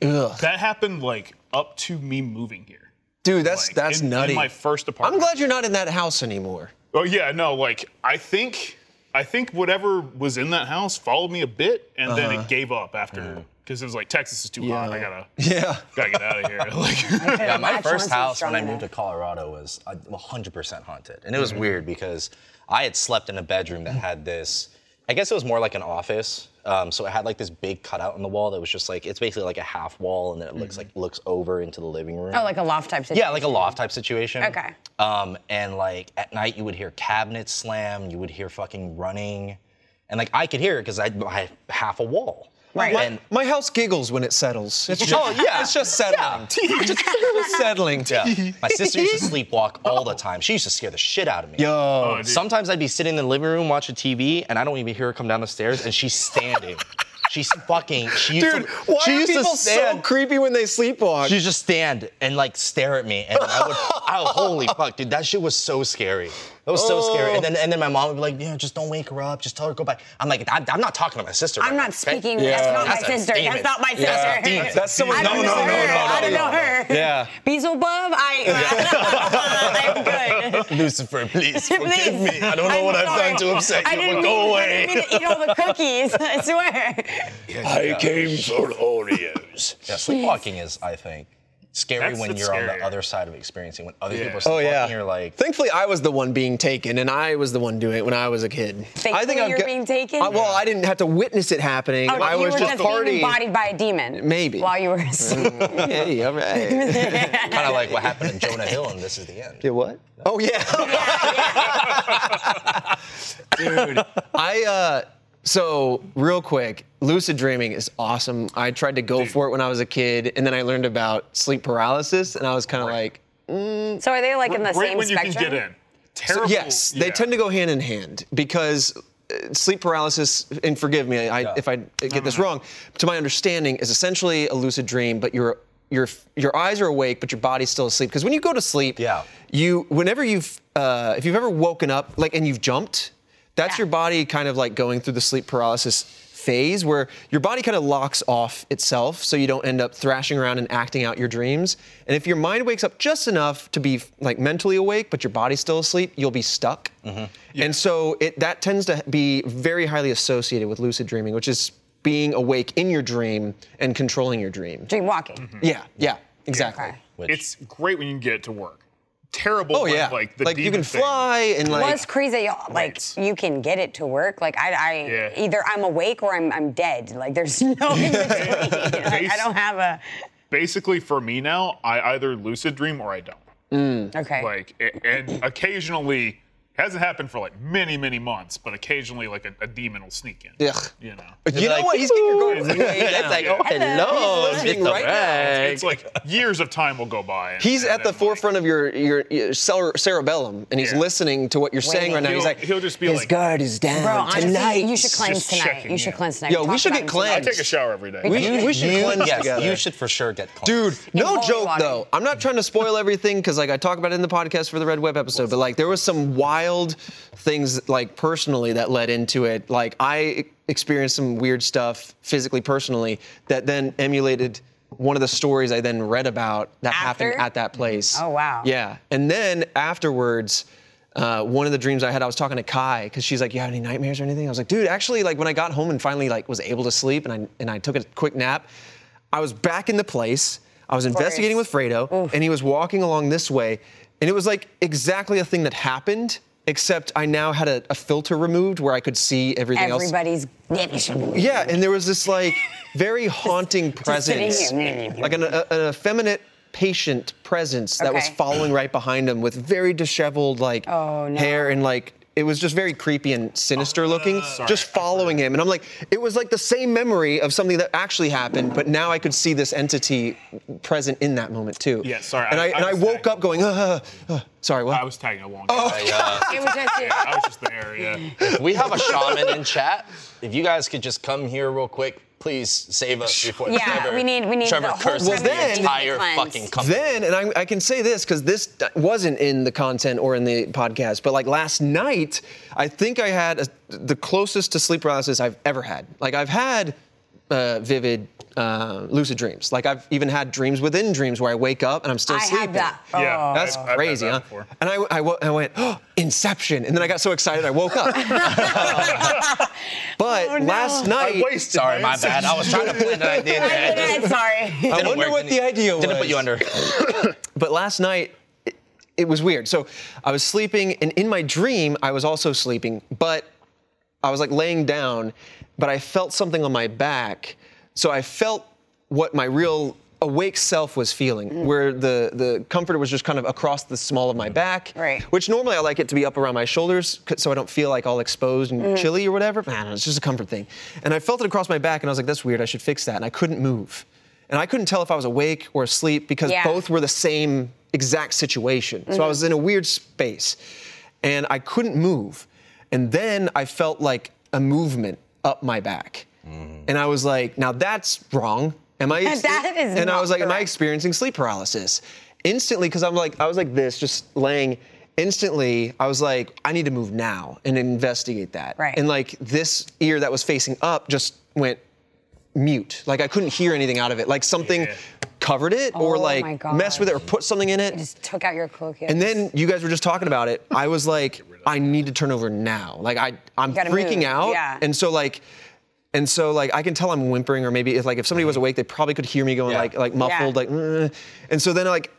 Speaker 5: That happened like up to me moving here.
Speaker 3: Dude, that's
Speaker 5: Like,
Speaker 3: that's
Speaker 5: in,
Speaker 3: nutty.
Speaker 5: In my first apartment.
Speaker 3: I'm glad you're not in that house anymore.
Speaker 5: Oh yeah, no, like I think I think whatever was in that house followed me a bit, and then it gave up after because it was like Texas is too hot. I gotta
Speaker 3: Uh-huh. Yeah.
Speaker 5: gotta get out of here. Like
Speaker 2: Yeah, my
Speaker 6: Match
Speaker 2: first
Speaker 6: wasn't
Speaker 2: house
Speaker 6: strong Mm-hmm.
Speaker 2: when I
Speaker 6: enough.
Speaker 2: moved to Colorado was uh, 100% haunted. And it was weird because I had slept in a bedroom
Speaker 6: Mm-hmm.
Speaker 2: that had this, I guess it was more like an office. Um, so it had like this big cutout in the wall that was just like, it's basically like a half wall and then it looks like looks over into the living room.
Speaker 6: Mm-hmm. Oh, like a loft type situation.
Speaker 2: yeah, like a loft type situation.
Speaker 6: Okay.
Speaker 2: Um, and like at night, you would hear cabinets slam, you would hear fucking running. And like I could hear it because I, I had half a wall.
Speaker 6: Right.
Speaker 2: And,
Speaker 3: My house giggles when it settles. It's just,
Speaker 2: Oh, yeah.
Speaker 3: It's just settling. It's just- it's settling.
Speaker 2: Yeah. My sister used to sleepwalk all the time. She used to scare the shit out of me.
Speaker 3: Yo.
Speaker 2: Sometimes I'd be sitting in the living room watching TV, and I don't even hear her come down the stairs, and she's standing. she's fucking. She used
Speaker 3: Dude,
Speaker 2: to,
Speaker 3: why
Speaker 2: she
Speaker 3: are
Speaker 2: used to
Speaker 3: people so
Speaker 2: stand.
Speaker 3: creepy when they sleepwalk?
Speaker 2: She'd just stand and like stare at me, and I would. I, holy fuck, dude, that shit was so scary. That was so scary. And then, and then my mom would be like, "Yeah, just don't wake her up. Just tell her to go back." I'm like, "I'm, I'm not talking to my sister."
Speaker 6: I'm
Speaker 2: right
Speaker 6: not
Speaker 2: now,
Speaker 6: speaking.
Speaker 2: okay?
Speaker 6: That's not
Speaker 2: That's a
Speaker 6: my sister.
Speaker 2: demon.
Speaker 6: That's not my sister.
Speaker 2: Yeah, demon.
Speaker 3: That's someone-
Speaker 6: I don't
Speaker 3: no, no,
Speaker 6: know
Speaker 3: no,
Speaker 6: her.
Speaker 3: no, no,
Speaker 6: I don't
Speaker 3: no.
Speaker 6: know her.
Speaker 3: Yeah.
Speaker 6: Beelzebub. I. I'm good.
Speaker 2: Lucifer, please forgive
Speaker 6: Please.
Speaker 2: me. I don't know
Speaker 6: I'm
Speaker 2: what
Speaker 6: sorry.
Speaker 2: I've done to upset
Speaker 6: I
Speaker 2: you,
Speaker 6: didn't
Speaker 2: but
Speaker 6: mean,
Speaker 2: go
Speaker 6: I
Speaker 2: away.
Speaker 6: didn't mean to eat all the cookies. I swear.
Speaker 7: I came for Oreos.
Speaker 2: Yeah, sleepwalking is, I think, scary
Speaker 5: That's
Speaker 2: when
Speaker 5: what's
Speaker 2: you're on
Speaker 5: scarier.
Speaker 2: the other side of experiencing when other
Speaker 5: Yeah.
Speaker 2: people are
Speaker 3: Oh
Speaker 2: sleepwalking.
Speaker 3: yeah.
Speaker 2: You're like,
Speaker 3: Thankfully, I was the one being taken, and I was the one doing it when I was a kid. I
Speaker 6: Thankfully,
Speaker 3: I've
Speaker 6: you're
Speaker 3: got-
Speaker 6: being taken?
Speaker 3: I- well, I didn't have to witness it happening.
Speaker 6: Oh,
Speaker 3: I
Speaker 6: you
Speaker 3: was
Speaker 6: were
Speaker 3: just
Speaker 6: just being
Speaker 3: partying.
Speaker 6: embodied by a demon.
Speaker 3: Maybe.
Speaker 6: While you were asleep.
Speaker 3: Hey, all right.
Speaker 2: kind of like what happened to Jonah Hill, and this is the end.
Speaker 3: Yeah, what? Oh yeah.
Speaker 7: Dude,
Speaker 3: I uh so real quick, lucid dreaming is awesome. I tried to go for it when I was a kid, and then I learned about sleep paralysis, and I was kind of like,
Speaker 6: so are they like in the
Speaker 5: right
Speaker 6: same
Speaker 5: when you
Speaker 6: spectrum?
Speaker 5: can get in. Terrible.
Speaker 3: yes, they
Speaker 5: yeah.
Speaker 3: tend to go hand in hand because uh, sleep paralysis, and forgive me I, if I get this wrong, to my understanding, is essentially a lucid dream, but your your your eyes are awake, but your body's still asleep. Because when you go to sleep,
Speaker 2: Yeah.
Speaker 3: you whenever you've uh, if you've ever woken up like and you've jumped, that's
Speaker 6: Yeah.
Speaker 3: your body kind of like going through the sleep paralysis phase where your body kind of locks off itself so you don't end up thrashing around and acting out your dreams. And if your mind wakes up just enough to be like mentally awake but your body's still asleep, you'll be stuck.
Speaker 5: Mm-hmm.
Speaker 3: And so it that tends to be very highly associated with lucid dreaming, which is being awake in your dream and controlling your dream.
Speaker 6: Dream walking.
Speaker 3: Yeah, yeah, exactly.
Speaker 6: Okay.
Speaker 5: It's great when you can get to work. Terrible.
Speaker 3: Oh
Speaker 5: when,
Speaker 3: yeah,
Speaker 5: Like the
Speaker 3: you
Speaker 5: demon
Speaker 3: can
Speaker 5: thing-
Speaker 3: fly and
Speaker 6: well,
Speaker 3: like
Speaker 6: it's crazy. Y'all, like
Speaker 5: Right.
Speaker 6: you can get it to work. Like I, I
Speaker 5: Yeah.
Speaker 6: either I'm awake or I'm, I'm dead. Like there's no in between. like, I don't have a.
Speaker 5: Basically, for me now, I either lucid dream or I don't.
Speaker 6: Okay.
Speaker 5: like a- and occasionally hasn't happened for like many many months but occasionally like a, a demon will sneak in
Speaker 3: Ugh.
Speaker 5: you know
Speaker 3: You know
Speaker 2: like,
Speaker 3: what? He's getting your
Speaker 5: "Ooh."
Speaker 3: going way
Speaker 5: It's
Speaker 3: down.
Speaker 2: like, oh,
Speaker 6: Hello.
Speaker 2: hello.
Speaker 3: He's
Speaker 2: Mr.
Speaker 3: listening right now.
Speaker 2: Rag.
Speaker 5: it's like years of time will go by and-
Speaker 3: He's
Speaker 5: and
Speaker 3: at the
Speaker 5: then, like,
Speaker 3: forefront of your your, your cere- cerebellum, and he's
Speaker 5: Yeah.
Speaker 3: listening to what you're saying right now.
Speaker 5: he'll,
Speaker 3: He's like,
Speaker 5: he'll just be
Speaker 3: his
Speaker 5: like
Speaker 3: guard is down
Speaker 6: Bro, honestly,
Speaker 3: tonight.
Speaker 6: you should cleanse
Speaker 5: just
Speaker 6: tonight.
Speaker 5: checking,
Speaker 6: you should
Speaker 5: yeah.
Speaker 6: cleanse tonight.
Speaker 3: Yo, we
Speaker 6: talked
Speaker 3: should
Speaker 6: about
Speaker 3: get
Speaker 6: it tonight.
Speaker 5: i take a shower every day
Speaker 3: We should, we should
Speaker 2: You,
Speaker 3: cleanse
Speaker 2: yes,
Speaker 3: together.
Speaker 2: you should for sure get cleansed.
Speaker 3: Dude, no
Speaker 6: holy
Speaker 3: joke
Speaker 6: water.
Speaker 3: though. I'm not trying to spoil everything because like I talk about it in the podcast for the Red Web episode, but like there was some wild things like personally that led into it. Like I experienced some weird stuff physically, personally, that then emulated one of the stories I then read about that happened
Speaker 6: After?
Speaker 3: at that place.
Speaker 6: Oh, wow.
Speaker 3: Yeah, and then afterwards. Uh, one of the dreams I had, I was talking to Kai because she's like, "You had any nightmares or anything?" I was like, "Dude, actually, like when I got home and finally like was able to sleep and I and I took a quick nap, I was back in the place. I was investigating with Fredo, and he was walking along this way, and it was like exactly a thing that happened, except I now had a, a filter removed where I could see everything else.
Speaker 6: Everybody's.
Speaker 3: Yeah, and there was this like very haunting
Speaker 6: sitting
Speaker 3: presence,
Speaker 6: here.
Speaker 3: like an, a, an effeminate patient presence that was
Speaker 6: Okay. Oh,
Speaker 3: following right behind him with very disheveled like hair and like it was just very creepy and sinister looking,
Speaker 5: Oh,
Speaker 3: just following him. And I'm like, it was like the same memory of something that actually happened, but now I could see this entity present in that moment too.
Speaker 5: Yeah, sorry,
Speaker 3: And I,
Speaker 5: I-
Speaker 3: and
Speaker 5: I
Speaker 3: I
Speaker 5: was
Speaker 3: woke
Speaker 5: tagging.
Speaker 3: up going, uh, uh, uh, sorry, what?
Speaker 5: i was tagging along oh.
Speaker 2: Like, uh,
Speaker 6: It was just.
Speaker 5: i was just there yeah
Speaker 2: we have a shaman in chat. If you guys could just come here real quick, please save us before
Speaker 6: Yeah,
Speaker 2: Trevor,
Speaker 6: we need- we need
Speaker 2: Trevor
Speaker 6: the whole
Speaker 2: curses
Speaker 3: Well, then-
Speaker 2: the entire
Speaker 6: cleanse.
Speaker 2: fucking company.
Speaker 3: Then, and I, I can say this because this d- wasn't in the content or in the podcast, but like last night, I think I had a, the closest to sleep paralysis I've ever had. Like I've had uh, vivid uh, lucid dreams. Like I've even had dreams within dreams where I wake up and I'm still
Speaker 6: I
Speaker 3: sleeping.
Speaker 6: had that. Oh.
Speaker 5: Yeah,
Speaker 3: That's
Speaker 5: I've- I've had
Speaker 3: crazy,
Speaker 5: that
Speaker 3: huh?
Speaker 5: before.
Speaker 3: And I, I, wo- I went, oh, Inception. And then I got so excited I woke up. but
Speaker 6: Oh,
Speaker 3: last night,
Speaker 5: I wasted.
Speaker 2: Sorry,
Speaker 5: my
Speaker 2: my bad. I was trying to plan an idea. in my head. Didn't
Speaker 6: sorry.
Speaker 3: I wonder
Speaker 2: work,
Speaker 3: what
Speaker 2: didn't
Speaker 3: the
Speaker 2: it?
Speaker 3: idea was.
Speaker 2: Didn't put you under.
Speaker 3: But last night, it, it was weird. So I was sleeping, and in my dream, I was also sleeping, but I was like laying down, but I felt something on my back. So I felt what my real awake self was feeling, where the, the comforter was just kind of across the small of my back.
Speaker 6: Right.
Speaker 3: Which normally I like it to be up around my shoulders c- so I don't feel like all exposed and chilly or whatever. But I don't know, it's just a comfort thing. And I felt it across my back, and I was like, that's weird, I should fix that. And I couldn't move. And I couldn't tell if I was awake or asleep because
Speaker 6: Yeah. Mm-hmm.
Speaker 3: both were the same exact situation. So I was in a weird space and I couldn't move. And then I felt like a movement up my back. And I was like, now that's wrong. Am I?
Speaker 6: That is
Speaker 3: and I
Speaker 6: not
Speaker 3: was like, am I
Speaker 6: correct.
Speaker 3: experiencing sleep paralysis? Instantly, because I'm like, I was like this, just laying. Instantly, I was like, I need to move now and investigate that.
Speaker 6: Right.
Speaker 3: And like this ear that was facing up just went mute. Like I couldn't hear anything out of it. Like something covered it or
Speaker 6: Oh
Speaker 3: like
Speaker 6: my
Speaker 3: messed with it or put something in it.
Speaker 6: Just took out your cloaking.
Speaker 3: And then you guys were just talking about it. I was like, I need to turn over now. Like I, I'm
Speaker 6: gotta
Speaker 3: freaking
Speaker 6: move,
Speaker 3: out.
Speaker 6: yeah.
Speaker 3: And so like, and so like I can tell I'm whimpering, or maybe if like if somebody was awake, they probably could hear me going
Speaker 2: Yeah.
Speaker 3: like like muffled,
Speaker 6: Yeah.
Speaker 3: like. "Mm." And so then like,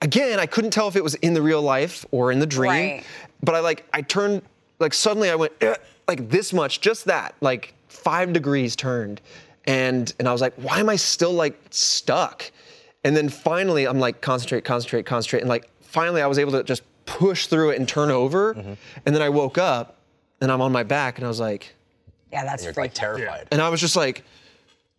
Speaker 3: again, I couldn't tell if it was in the real life or in the dream.
Speaker 6: Right.
Speaker 3: But I like I turned like suddenly I went "Eh," like this much, just that like five degrees turned, and and I was like, why am I still like stuck? And then finally I'm like concentrate, concentrate, concentrate, and like finally I was able to just push through it and turn over, and then I woke up and I'm on my back and I was like,
Speaker 6: yeah, that's
Speaker 2: You're
Speaker 6: freaking.
Speaker 2: like terrified.
Speaker 3: and I was just like,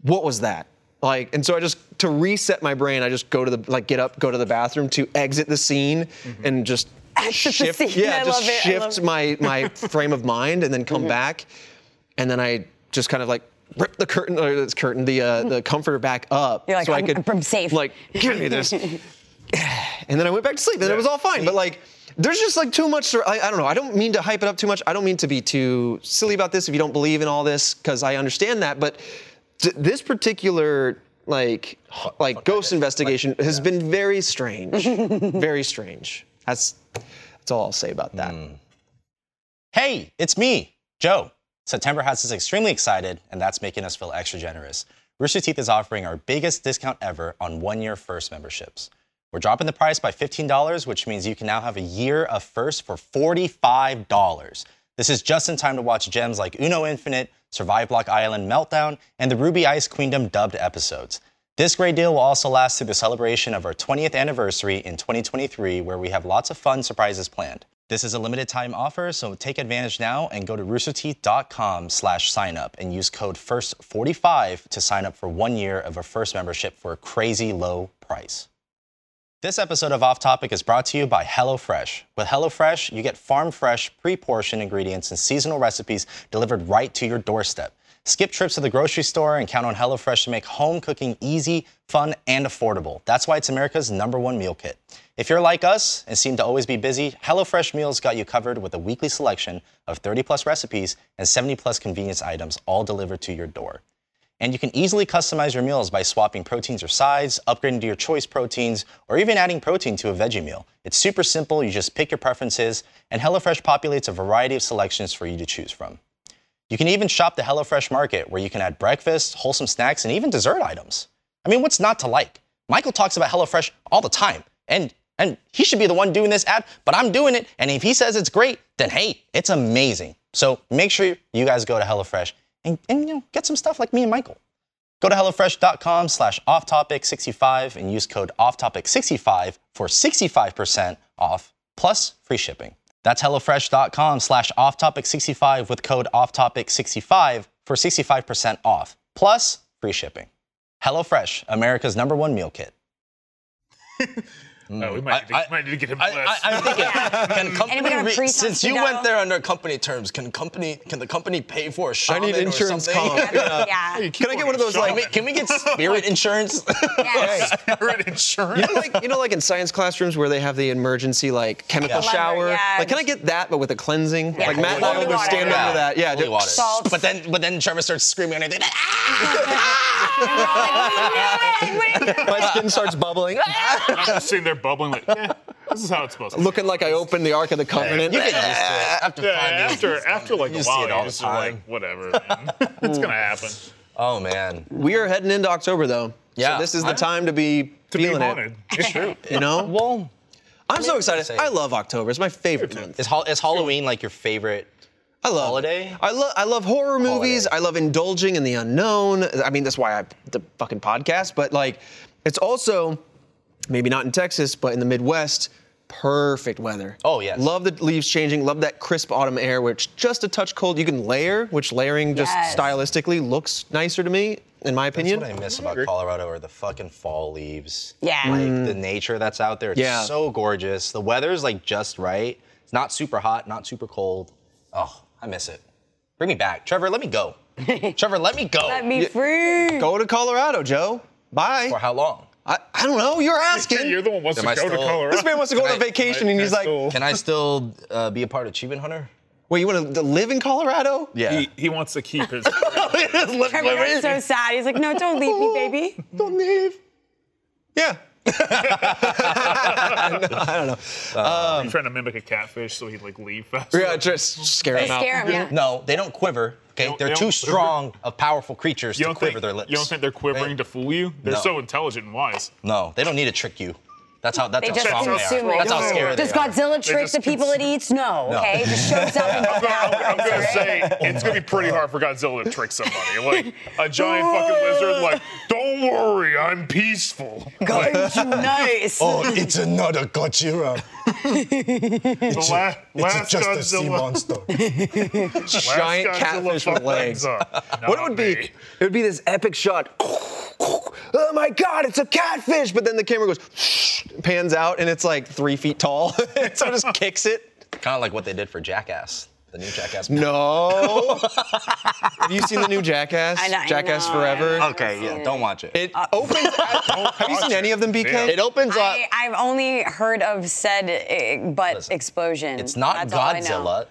Speaker 3: what was that? Like, and so I just to reset my brain, I just go to the like get up, go to the bathroom to exit the scene and just
Speaker 6: Mm-hmm. Exit the
Speaker 3: shift,
Speaker 6: scene.
Speaker 3: yeah,
Speaker 6: I
Speaker 3: just
Speaker 6: love it, I
Speaker 3: shift
Speaker 6: love it.
Speaker 3: my my frame of mind and then
Speaker 6: Mm-hmm.
Speaker 3: come back, and then I just kind of like rip the curtain or this curtain the uh, the comforter back up
Speaker 6: Mm-hmm. You're like,
Speaker 3: so I
Speaker 6: "I'm-
Speaker 3: could
Speaker 6: I'm safe."
Speaker 3: like give me this, and then I went back to sleep and it was all fine, but like. There's just like too much. I, I don't know. I don't mean to hype it up too much. I don't mean to be too silly about this if you don't believe in all this, because I understand that. But th- this particular like h- like ghost investigation has been very strange, very strange. That's that's all I'll say about that.
Speaker 2: Hey, it's me, Joe. September has us extremely excited, and that's making us feel extra generous. Rooster Teeth is offering our biggest discount ever on one year first memberships. We're dropping the price by $15, which means you can now have a year of first for $45. This is just in time to watch gems like Uno Infinite, Survive Block Island Meltdown, and the Ruby Ice Queendom dubbed episodes. This great deal will also last through the celebration of our 20th anniversary in 2023, where we have lots of fun surprises planned. This is a limited time offer, so take advantage now and go to roosterteeth.com slash sign up and use code FIRST45 to sign up for one year of a first membership for a crazy low price. This episode of Off Topic is brought to you by HelloFresh. With HelloFresh, you get farm fresh, pre portioned ingredients and seasonal recipes delivered right to your doorstep. Skip trips to the grocery store and count on HelloFresh to make home cooking easy, fun, and affordable. That's why it's America's number one meal kit. If you're like us and seem to always be busy, HelloFresh Meals got you covered with a weekly selection of 30 plus recipes and 70 plus convenience items all delivered to your door. And you can easily customize your meals by swapping proteins or sides, upgrading to your choice proteins, or even adding protein to a veggie meal. It's super simple, you just pick your preferences, and HelloFresh populates a variety of selections for you to choose from. You can even shop the HelloFresh Market, where you can add breakfast, wholesome snacks, and even dessert items. I mean, what's not to like? Michael talks about HelloFresh all the time, and and he should be the one doing this ad, but I'm doing it, and if he says it's great, then hey, it's amazing. So make sure you guys go to HelloFresh and, and you know get some stuff like me and Michael. Go to HelloFresh.com slash offtopic65 and use code offtopic65 for 65% off plus free shipping. That's HelloFresh.com slash offtopic65 with code offtopic65 for 65% off plus free shipping. HelloFresh, America's number one meal kit.
Speaker 5: Uh, we might, need to, might need to get him blessed.
Speaker 2: am thinking, can company
Speaker 6: got a
Speaker 2: re-
Speaker 6: pre-tax
Speaker 2: since you
Speaker 6: to
Speaker 2: went
Speaker 6: go?
Speaker 2: there under company terms, can company can the company pay for a shaman
Speaker 3: need insurance
Speaker 2: or something?
Speaker 3: column.
Speaker 6: yeah.
Speaker 5: Hey, keep
Speaker 3: I get
Speaker 5: on
Speaker 3: one of
Speaker 5: your
Speaker 3: those,
Speaker 5: shot,
Speaker 2: Can we,
Speaker 5: man.
Speaker 2: can we get spirit insurance?
Speaker 6: yeah.
Speaker 5: Spirit insurance?
Speaker 3: You know, like you know, like in science classrooms where they have the emergency like chemical
Speaker 2: Yeah.
Speaker 3: shower.
Speaker 6: Cleanser, yeah.
Speaker 3: Like, can I get that, but with a cleansing? Like Matt and I
Speaker 6: Holy
Speaker 3: would
Speaker 6: water.
Speaker 3: stand under that. Yeah,
Speaker 2: holy
Speaker 3: just-
Speaker 2: water.
Speaker 6: Salt.
Speaker 2: But then, but then Trevor starts screaming and everything.
Speaker 3: my skin starts bubbling,
Speaker 5: I'm just sitting there bubbling like, yeah, this is how it's supposed to be.
Speaker 3: looking like I opened the Ark of the Covenant.
Speaker 2: You get used to it after
Speaker 5: Yeah,
Speaker 2: five years.
Speaker 5: after, after like a
Speaker 2: You see
Speaker 5: while,
Speaker 2: it all
Speaker 5: you're
Speaker 2: the
Speaker 5: just like,
Speaker 2: time.
Speaker 5: whatever, man. it's going to happen.
Speaker 2: Oh man.
Speaker 3: We are heading into October though.
Speaker 2: Yeah.
Speaker 3: So this is
Speaker 2: I-
Speaker 3: the time to be
Speaker 5: To be
Speaker 3: feeling it.
Speaker 5: haunted. It's true.
Speaker 3: You know?
Speaker 2: Well,
Speaker 3: I'm so excited.
Speaker 2: say-
Speaker 3: I love October. It's my favorite month.
Speaker 2: is, Hall- is Halloween like your favorite?
Speaker 3: I love it.
Speaker 2: Holiday?
Speaker 3: I love I love horror movies. I love indulging in the unknown. I mean, that's why I the fucking podcast. But like, it's also maybe not in Texas, but in the Midwest, perfect weather.
Speaker 2: Oh, yes.
Speaker 3: Love the leaves changing. Love that crisp autumn air, which just a touch cold. You can layer, which layering just
Speaker 6: Yes.
Speaker 3: stylistically looks nicer to me, in my
Speaker 2: That's
Speaker 3: opinion.
Speaker 2: what I miss about Colorado are the fucking fall leaves.
Speaker 6: Yeah.
Speaker 2: Like the nature that's out there. It's
Speaker 3: Yeah.
Speaker 2: so gorgeous. The weather's like just right. It's not super hot, not super cold. Oh, I miss it. Bring me back. Trevor, let me go. Trevor, let me go.
Speaker 6: Let me free.
Speaker 3: Go to Colorado, Joe. Bye.
Speaker 2: For how long?
Speaker 3: I, I don't know. You're asking.
Speaker 5: You're the one who wants
Speaker 2: Am
Speaker 5: to
Speaker 2: I
Speaker 5: go to
Speaker 2: still-
Speaker 5: Colorado.
Speaker 3: this man wants to go on a
Speaker 2: Right.
Speaker 3: vacation, and he's like,
Speaker 5: Still-
Speaker 2: Can I still uh, be a part of Achievement Hunter?
Speaker 3: "Wait, you want to live in Colorado?"
Speaker 2: Yeah.
Speaker 5: he, he wants to keep his.
Speaker 6: Trevor's so sad. He's like, no, don't leave me, baby.
Speaker 3: Don't leave. Yeah.
Speaker 5: I'm trying to mimic a catfish so he'd like leave faster.
Speaker 3: Yeah, just scare him out.
Speaker 6: Scare him, yeah.
Speaker 2: no, they don't quiver. Okay,
Speaker 5: don't-
Speaker 2: they're
Speaker 5: they
Speaker 2: too
Speaker 5: don't
Speaker 2: strong of powerful creatures
Speaker 5: You
Speaker 2: to
Speaker 5: don't,
Speaker 2: quiver
Speaker 5: think,
Speaker 2: their lips.
Speaker 5: you don't think they're quivering
Speaker 2: Right.
Speaker 5: to fool you? They're
Speaker 2: No.
Speaker 5: so intelligent and wise.
Speaker 2: No, they don't need to trick you. That's how that's
Speaker 6: They
Speaker 2: how
Speaker 6: just
Speaker 2: strong they
Speaker 6: consume
Speaker 2: are.
Speaker 6: it.
Speaker 2: That's how
Speaker 5: No.
Speaker 2: scary they
Speaker 6: Does
Speaker 2: are.
Speaker 6: Godzilla
Speaker 5: They
Speaker 6: trick
Speaker 5: just
Speaker 6: the people it eats? No.
Speaker 2: No.
Speaker 6: Okay, it just shows up and goes
Speaker 5: I'm,
Speaker 6: out.
Speaker 5: I'm gonna say it's gonna be pretty hard for Godzilla to trick somebody. Like a giant fucking lizard, like, don't worry, I'm peaceful.
Speaker 2: Oh,
Speaker 6: nice.
Speaker 1: it's another Godzilla.
Speaker 5: The la- last Godzilla, last
Speaker 3: Giant
Speaker 5: Godzilla
Speaker 3: catfish with
Speaker 5: fucked
Speaker 3: legs.
Speaker 5: things up.
Speaker 3: What it
Speaker 5: Not
Speaker 3: would be,
Speaker 5: me.
Speaker 3: it would be this epic shot. Oh my God, it's a catfish! But then the camera goes, pans out, and it's like three feet tall. so it just kicks it.
Speaker 2: Kind of like what they did for Jackass, the new Jackass.
Speaker 3: No. Have you seen the new Jackass?
Speaker 6: I know- I
Speaker 3: Jackass
Speaker 6: know, Uh, I
Speaker 3: Forever.
Speaker 6: know.
Speaker 2: Okay, yeah, don't watch it.
Speaker 3: It opens. Have you seen any of them, BK?
Speaker 5: Yeah.
Speaker 3: It opens up.
Speaker 6: I, I've only heard of said eh, butt explosion.
Speaker 2: It's not
Speaker 6: That's all I know.
Speaker 2: Godzilla.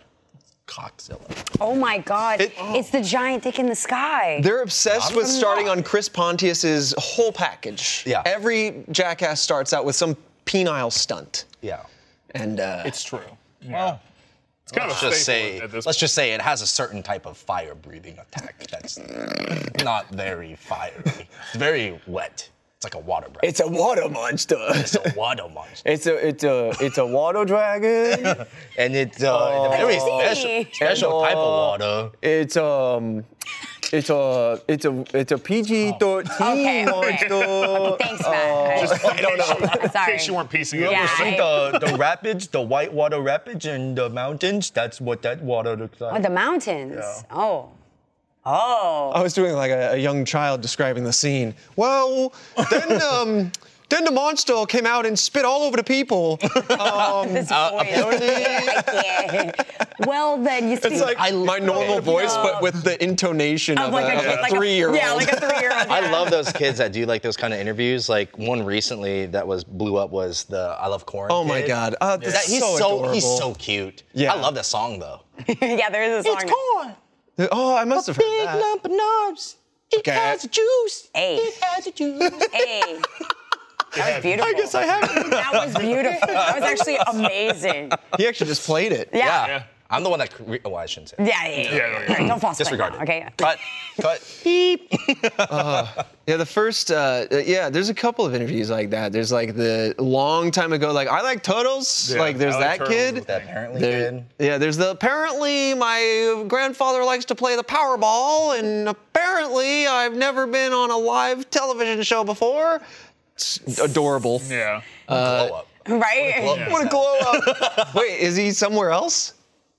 Speaker 2: Cockzilla.
Speaker 6: Oh my God. it's the giant dick in the sky.
Speaker 3: They're obsessed with
Speaker 2: I'm
Speaker 3: starting
Speaker 2: not.
Speaker 3: on Chris Pontius's whole package.
Speaker 2: Yeah.
Speaker 3: Every jackass starts out with some penile stunt.
Speaker 2: Yeah.
Speaker 3: And uh,
Speaker 5: It's true. Yeah. It's kind
Speaker 2: Let's
Speaker 5: of a
Speaker 2: just
Speaker 5: staple
Speaker 2: say,
Speaker 5: at this
Speaker 2: let's just say it has a certain type of fire-breathing attack that's not very fiery. It's very wet. It's like a water breath.
Speaker 8: It's a water monster.
Speaker 2: It's a water monster.
Speaker 8: It's a it's a it's a water dragon.
Speaker 2: And it's uh, a very special,
Speaker 6: Fancy.
Speaker 2: special type of water.
Speaker 8: It's um it's a it's a it's a PG thirteen
Speaker 6: Okay, okay.
Speaker 8: monster.
Speaker 6: Thanks, Matt.
Speaker 5: just in, case you, in
Speaker 6: Sorry.
Speaker 5: case you weren't piecing it.
Speaker 6: Yeah.
Speaker 5: up.
Speaker 6: I-
Speaker 2: the, the rapids, the whitewater rapids in the mountains, that's what that water looks
Speaker 6: Oh,
Speaker 2: like.
Speaker 6: the mountains. Oh. Oh.
Speaker 3: I was doing like a, a young child describing the scene. Well, then um, then the monster came out and spit all over the people.
Speaker 6: This voice. Yeah. well, then you speak
Speaker 3: It's like my normal voice, but with the intonation of,
Speaker 6: of like
Speaker 3: a,
Speaker 6: a, Oh like a-
Speaker 3: three-year-old.
Speaker 6: Yeah, like a three-year-old.
Speaker 2: I
Speaker 6: yeah.
Speaker 2: love those kids that do like those kind of interviews. Like one recently that was blew up was the I Love Corn.
Speaker 3: Oh my
Speaker 2: kid.
Speaker 3: God. Uh, that's
Speaker 2: That- he's
Speaker 3: so
Speaker 2: so, he's
Speaker 3: adorable.
Speaker 2: so cute.
Speaker 3: Yeah.
Speaker 2: I love that song though.
Speaker 6: yeah, there is a song.
Speaker 2: corn.
Speaker 3: oh, I must have heard that.
Speaker 2: of knobs. It
Speaker 3: Okay. has
Speaker 2: juice.
Speaker 6: Hey. It
Speaker 2: has juice.
Speaker 6: Hey. That was beautiful.
Speaker 3: I guess I have.
Speaker 6: That was beautiful. That was actually amazing.
Speaker 3: he actually just played it.
Speaker 6: Yeah.
Speaker 2: Yeah. Ah, I'm the one that. Cre- oh, I shouldn't say. that.
Speaker 6: Yeah, yeah, yeah. yeah,
Speaker 5: yeah, yeah.
Speaker 6: All right, don't false
Speaker 2: Disregard it.
Speaker 6: Okay.
Speaker 2: Cut. Cut. Beep.
Speaker 3: Yeah, the first, uh, uh, yeah, there's a couple of interviews like that. There's like the long time ago, like, I like turtles.
Speaker 5: Yeah,
Speaker 3: like, there's
Speaker 5: I
Speaker 3: that
Speaker 5: like turtles
Speaker 3: kid.
Speaker 5: was
Speaker 2: That apparently
Speaker 3: There-
Speaker 2: did.
Speaker 3: yeah, there's the apparently my grandfather likes to play the Powerball, and apparently I've never been on a live television show before. It's adorable.
Speaker 5: Yeah.
Speaker 2: Blow up.
Speaker 6: Right?
Speaker 2: Blow-
Speaker 3: What a glow up. Wait, is he somewhere else?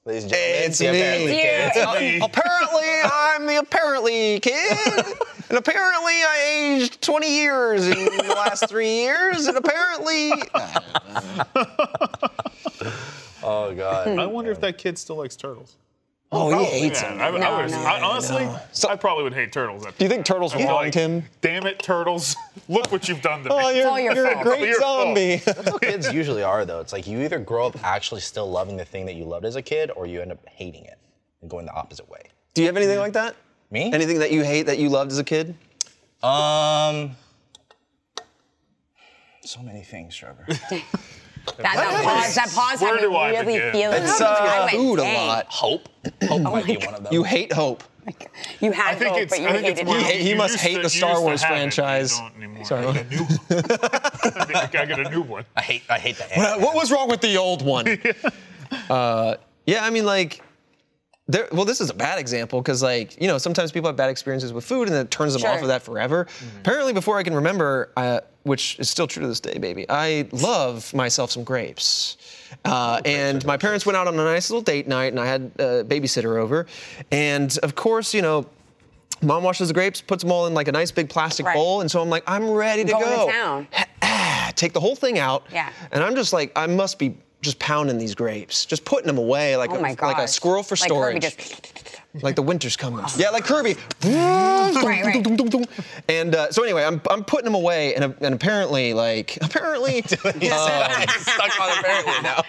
Speaker 2: Ladies and
Speaker 3: Hey,
Speaker 2: gentlemen,
Speaker 3: it's
Speaker 2: the
Speaker 3: me.
Speaker 2: apparently
Speaker 6: Yeah.
Speaker 2: kid.
Speaker 3: Apparently, I'm the apparently kid. And apparently, I aged 20 years in the last three years. And apparently,
Speaker 2: Oh god.
Speaker 5: I wonder if that kid still likes turtles.
Speaker 3: oh, he hates
Speaker 5: Yeah,
Speaker 3: him.
Speaker 5: I, I
Speaker 6: No,
Speaker 5: would-
Speaker 6: no,
Speaker 5: I-
Speaker 6: no,
Speaker 5: honestly, I probably would hate turtles.
Speaker 3: Do you think turtles wronged him?
Speaker 5: Damn it, turtles! Look what you've done to me.
Speaker 3: Oh, you're,
Speaker 6: all your
Speaker 3: you're a
Speaker 6: fault.
Speaker 3: great
Speaker 5: Your fault.
Speaker 3: zombie.
Speaker 2: That's how kids usually are though. It's like you either grow up actually still loving the thing that you loved as a kid or you end up hating it and going the opposite way.
Speaker 3: Do you have anything like that?
Speaker 2: Me?
Speaker 3: Anything that you hate that you loved as a kid?
Speaker 2: Um so many things, Trevor.
Speaker 6: That, that pause, that pause
Speaker 5: Where
Speaker 6: had
Speaker 5: do
Speaker 6: me
Speaker 5: I
Speaker 6: really
Speaker 5: begin?
Speaker 6: feeling.
Speaker 3: It's
Speaker 6: it. I
Speaker 3: uh,
Speaker 6: went,
Speaker 3: food a
Speaker 6: "Dang."
Speaker 3: lot.
Speaker 2: Hope. Hope might be one of them.
Speaker 3: You hate hope.
Speaker 6: You had
Speaker 5: I think
Speaker 6: hope,
Speaker 5: it's.
Speaker 6: but you
Speaker 5: I think
Speaker 6: hated
Speaker 5: it's more.
Speaker 6: it.
Speaker 3: He- he
Speaker 5: you
Speaker 3: must
Speaker 5: used
Speaker 3: hate
Speaker 5: to-
Speaker 3: the
Speaker 5: you
Speaker 3: Star
Speaker 5: used to
Speaker 3: Wars
Speaker 5: have it, and you
Speaker 3: franchise.
Speaker 5: don't anymore.
Speaker 3: Sorry.
Speaker 5: I got a new one. I got a new one.
Speaker 2: I hate I hate that.
Speaker 3: Uh, what was wrong with the old one? uh, yeah, I mean, like, there. Well, this is a bad example because, like, you know, sometimes people have bad experiences with food, and it turns them off
Speaker 6: Sure.
Speaker 3: of that forever. Apparently, before I can remember, uh, which is still true to this day, baby, I love myself some grapes. Uh, and my parents went out on a nice little date night, and I had a babysitter over, and of course, you know. Mom washes the grapes, puts them all in like a nice big plastic
Speaker 6: Right.
Speaker 3: bowl, and so I'm like, I'm ready to
Speaker 6: Going
Speaker 3: go.
Speaker 6: to town.
Speaker 3: take the whole thing out.
Speaker 6: Yeah.
Speaker 3: And I'm just like, I must be just pounding these grapes, just putting them away like,
Speaker 6: Oh
Speaker 3: a,
Speaker 6: my god.
Speaker 3: like a squirrel for
Speaker 6: like
Speaker 3: storage.
Speaker 6: Kirby just, Oh.
Speaker 3: Like the winter's coming. Yeah, like Kirby.
Speaker 6: right, right.
Speaker 3: And uh, so anyway, I'm, I'm putting them away, and, and apparently, like apparently, um,
Speaker 2: stuck on apparently now.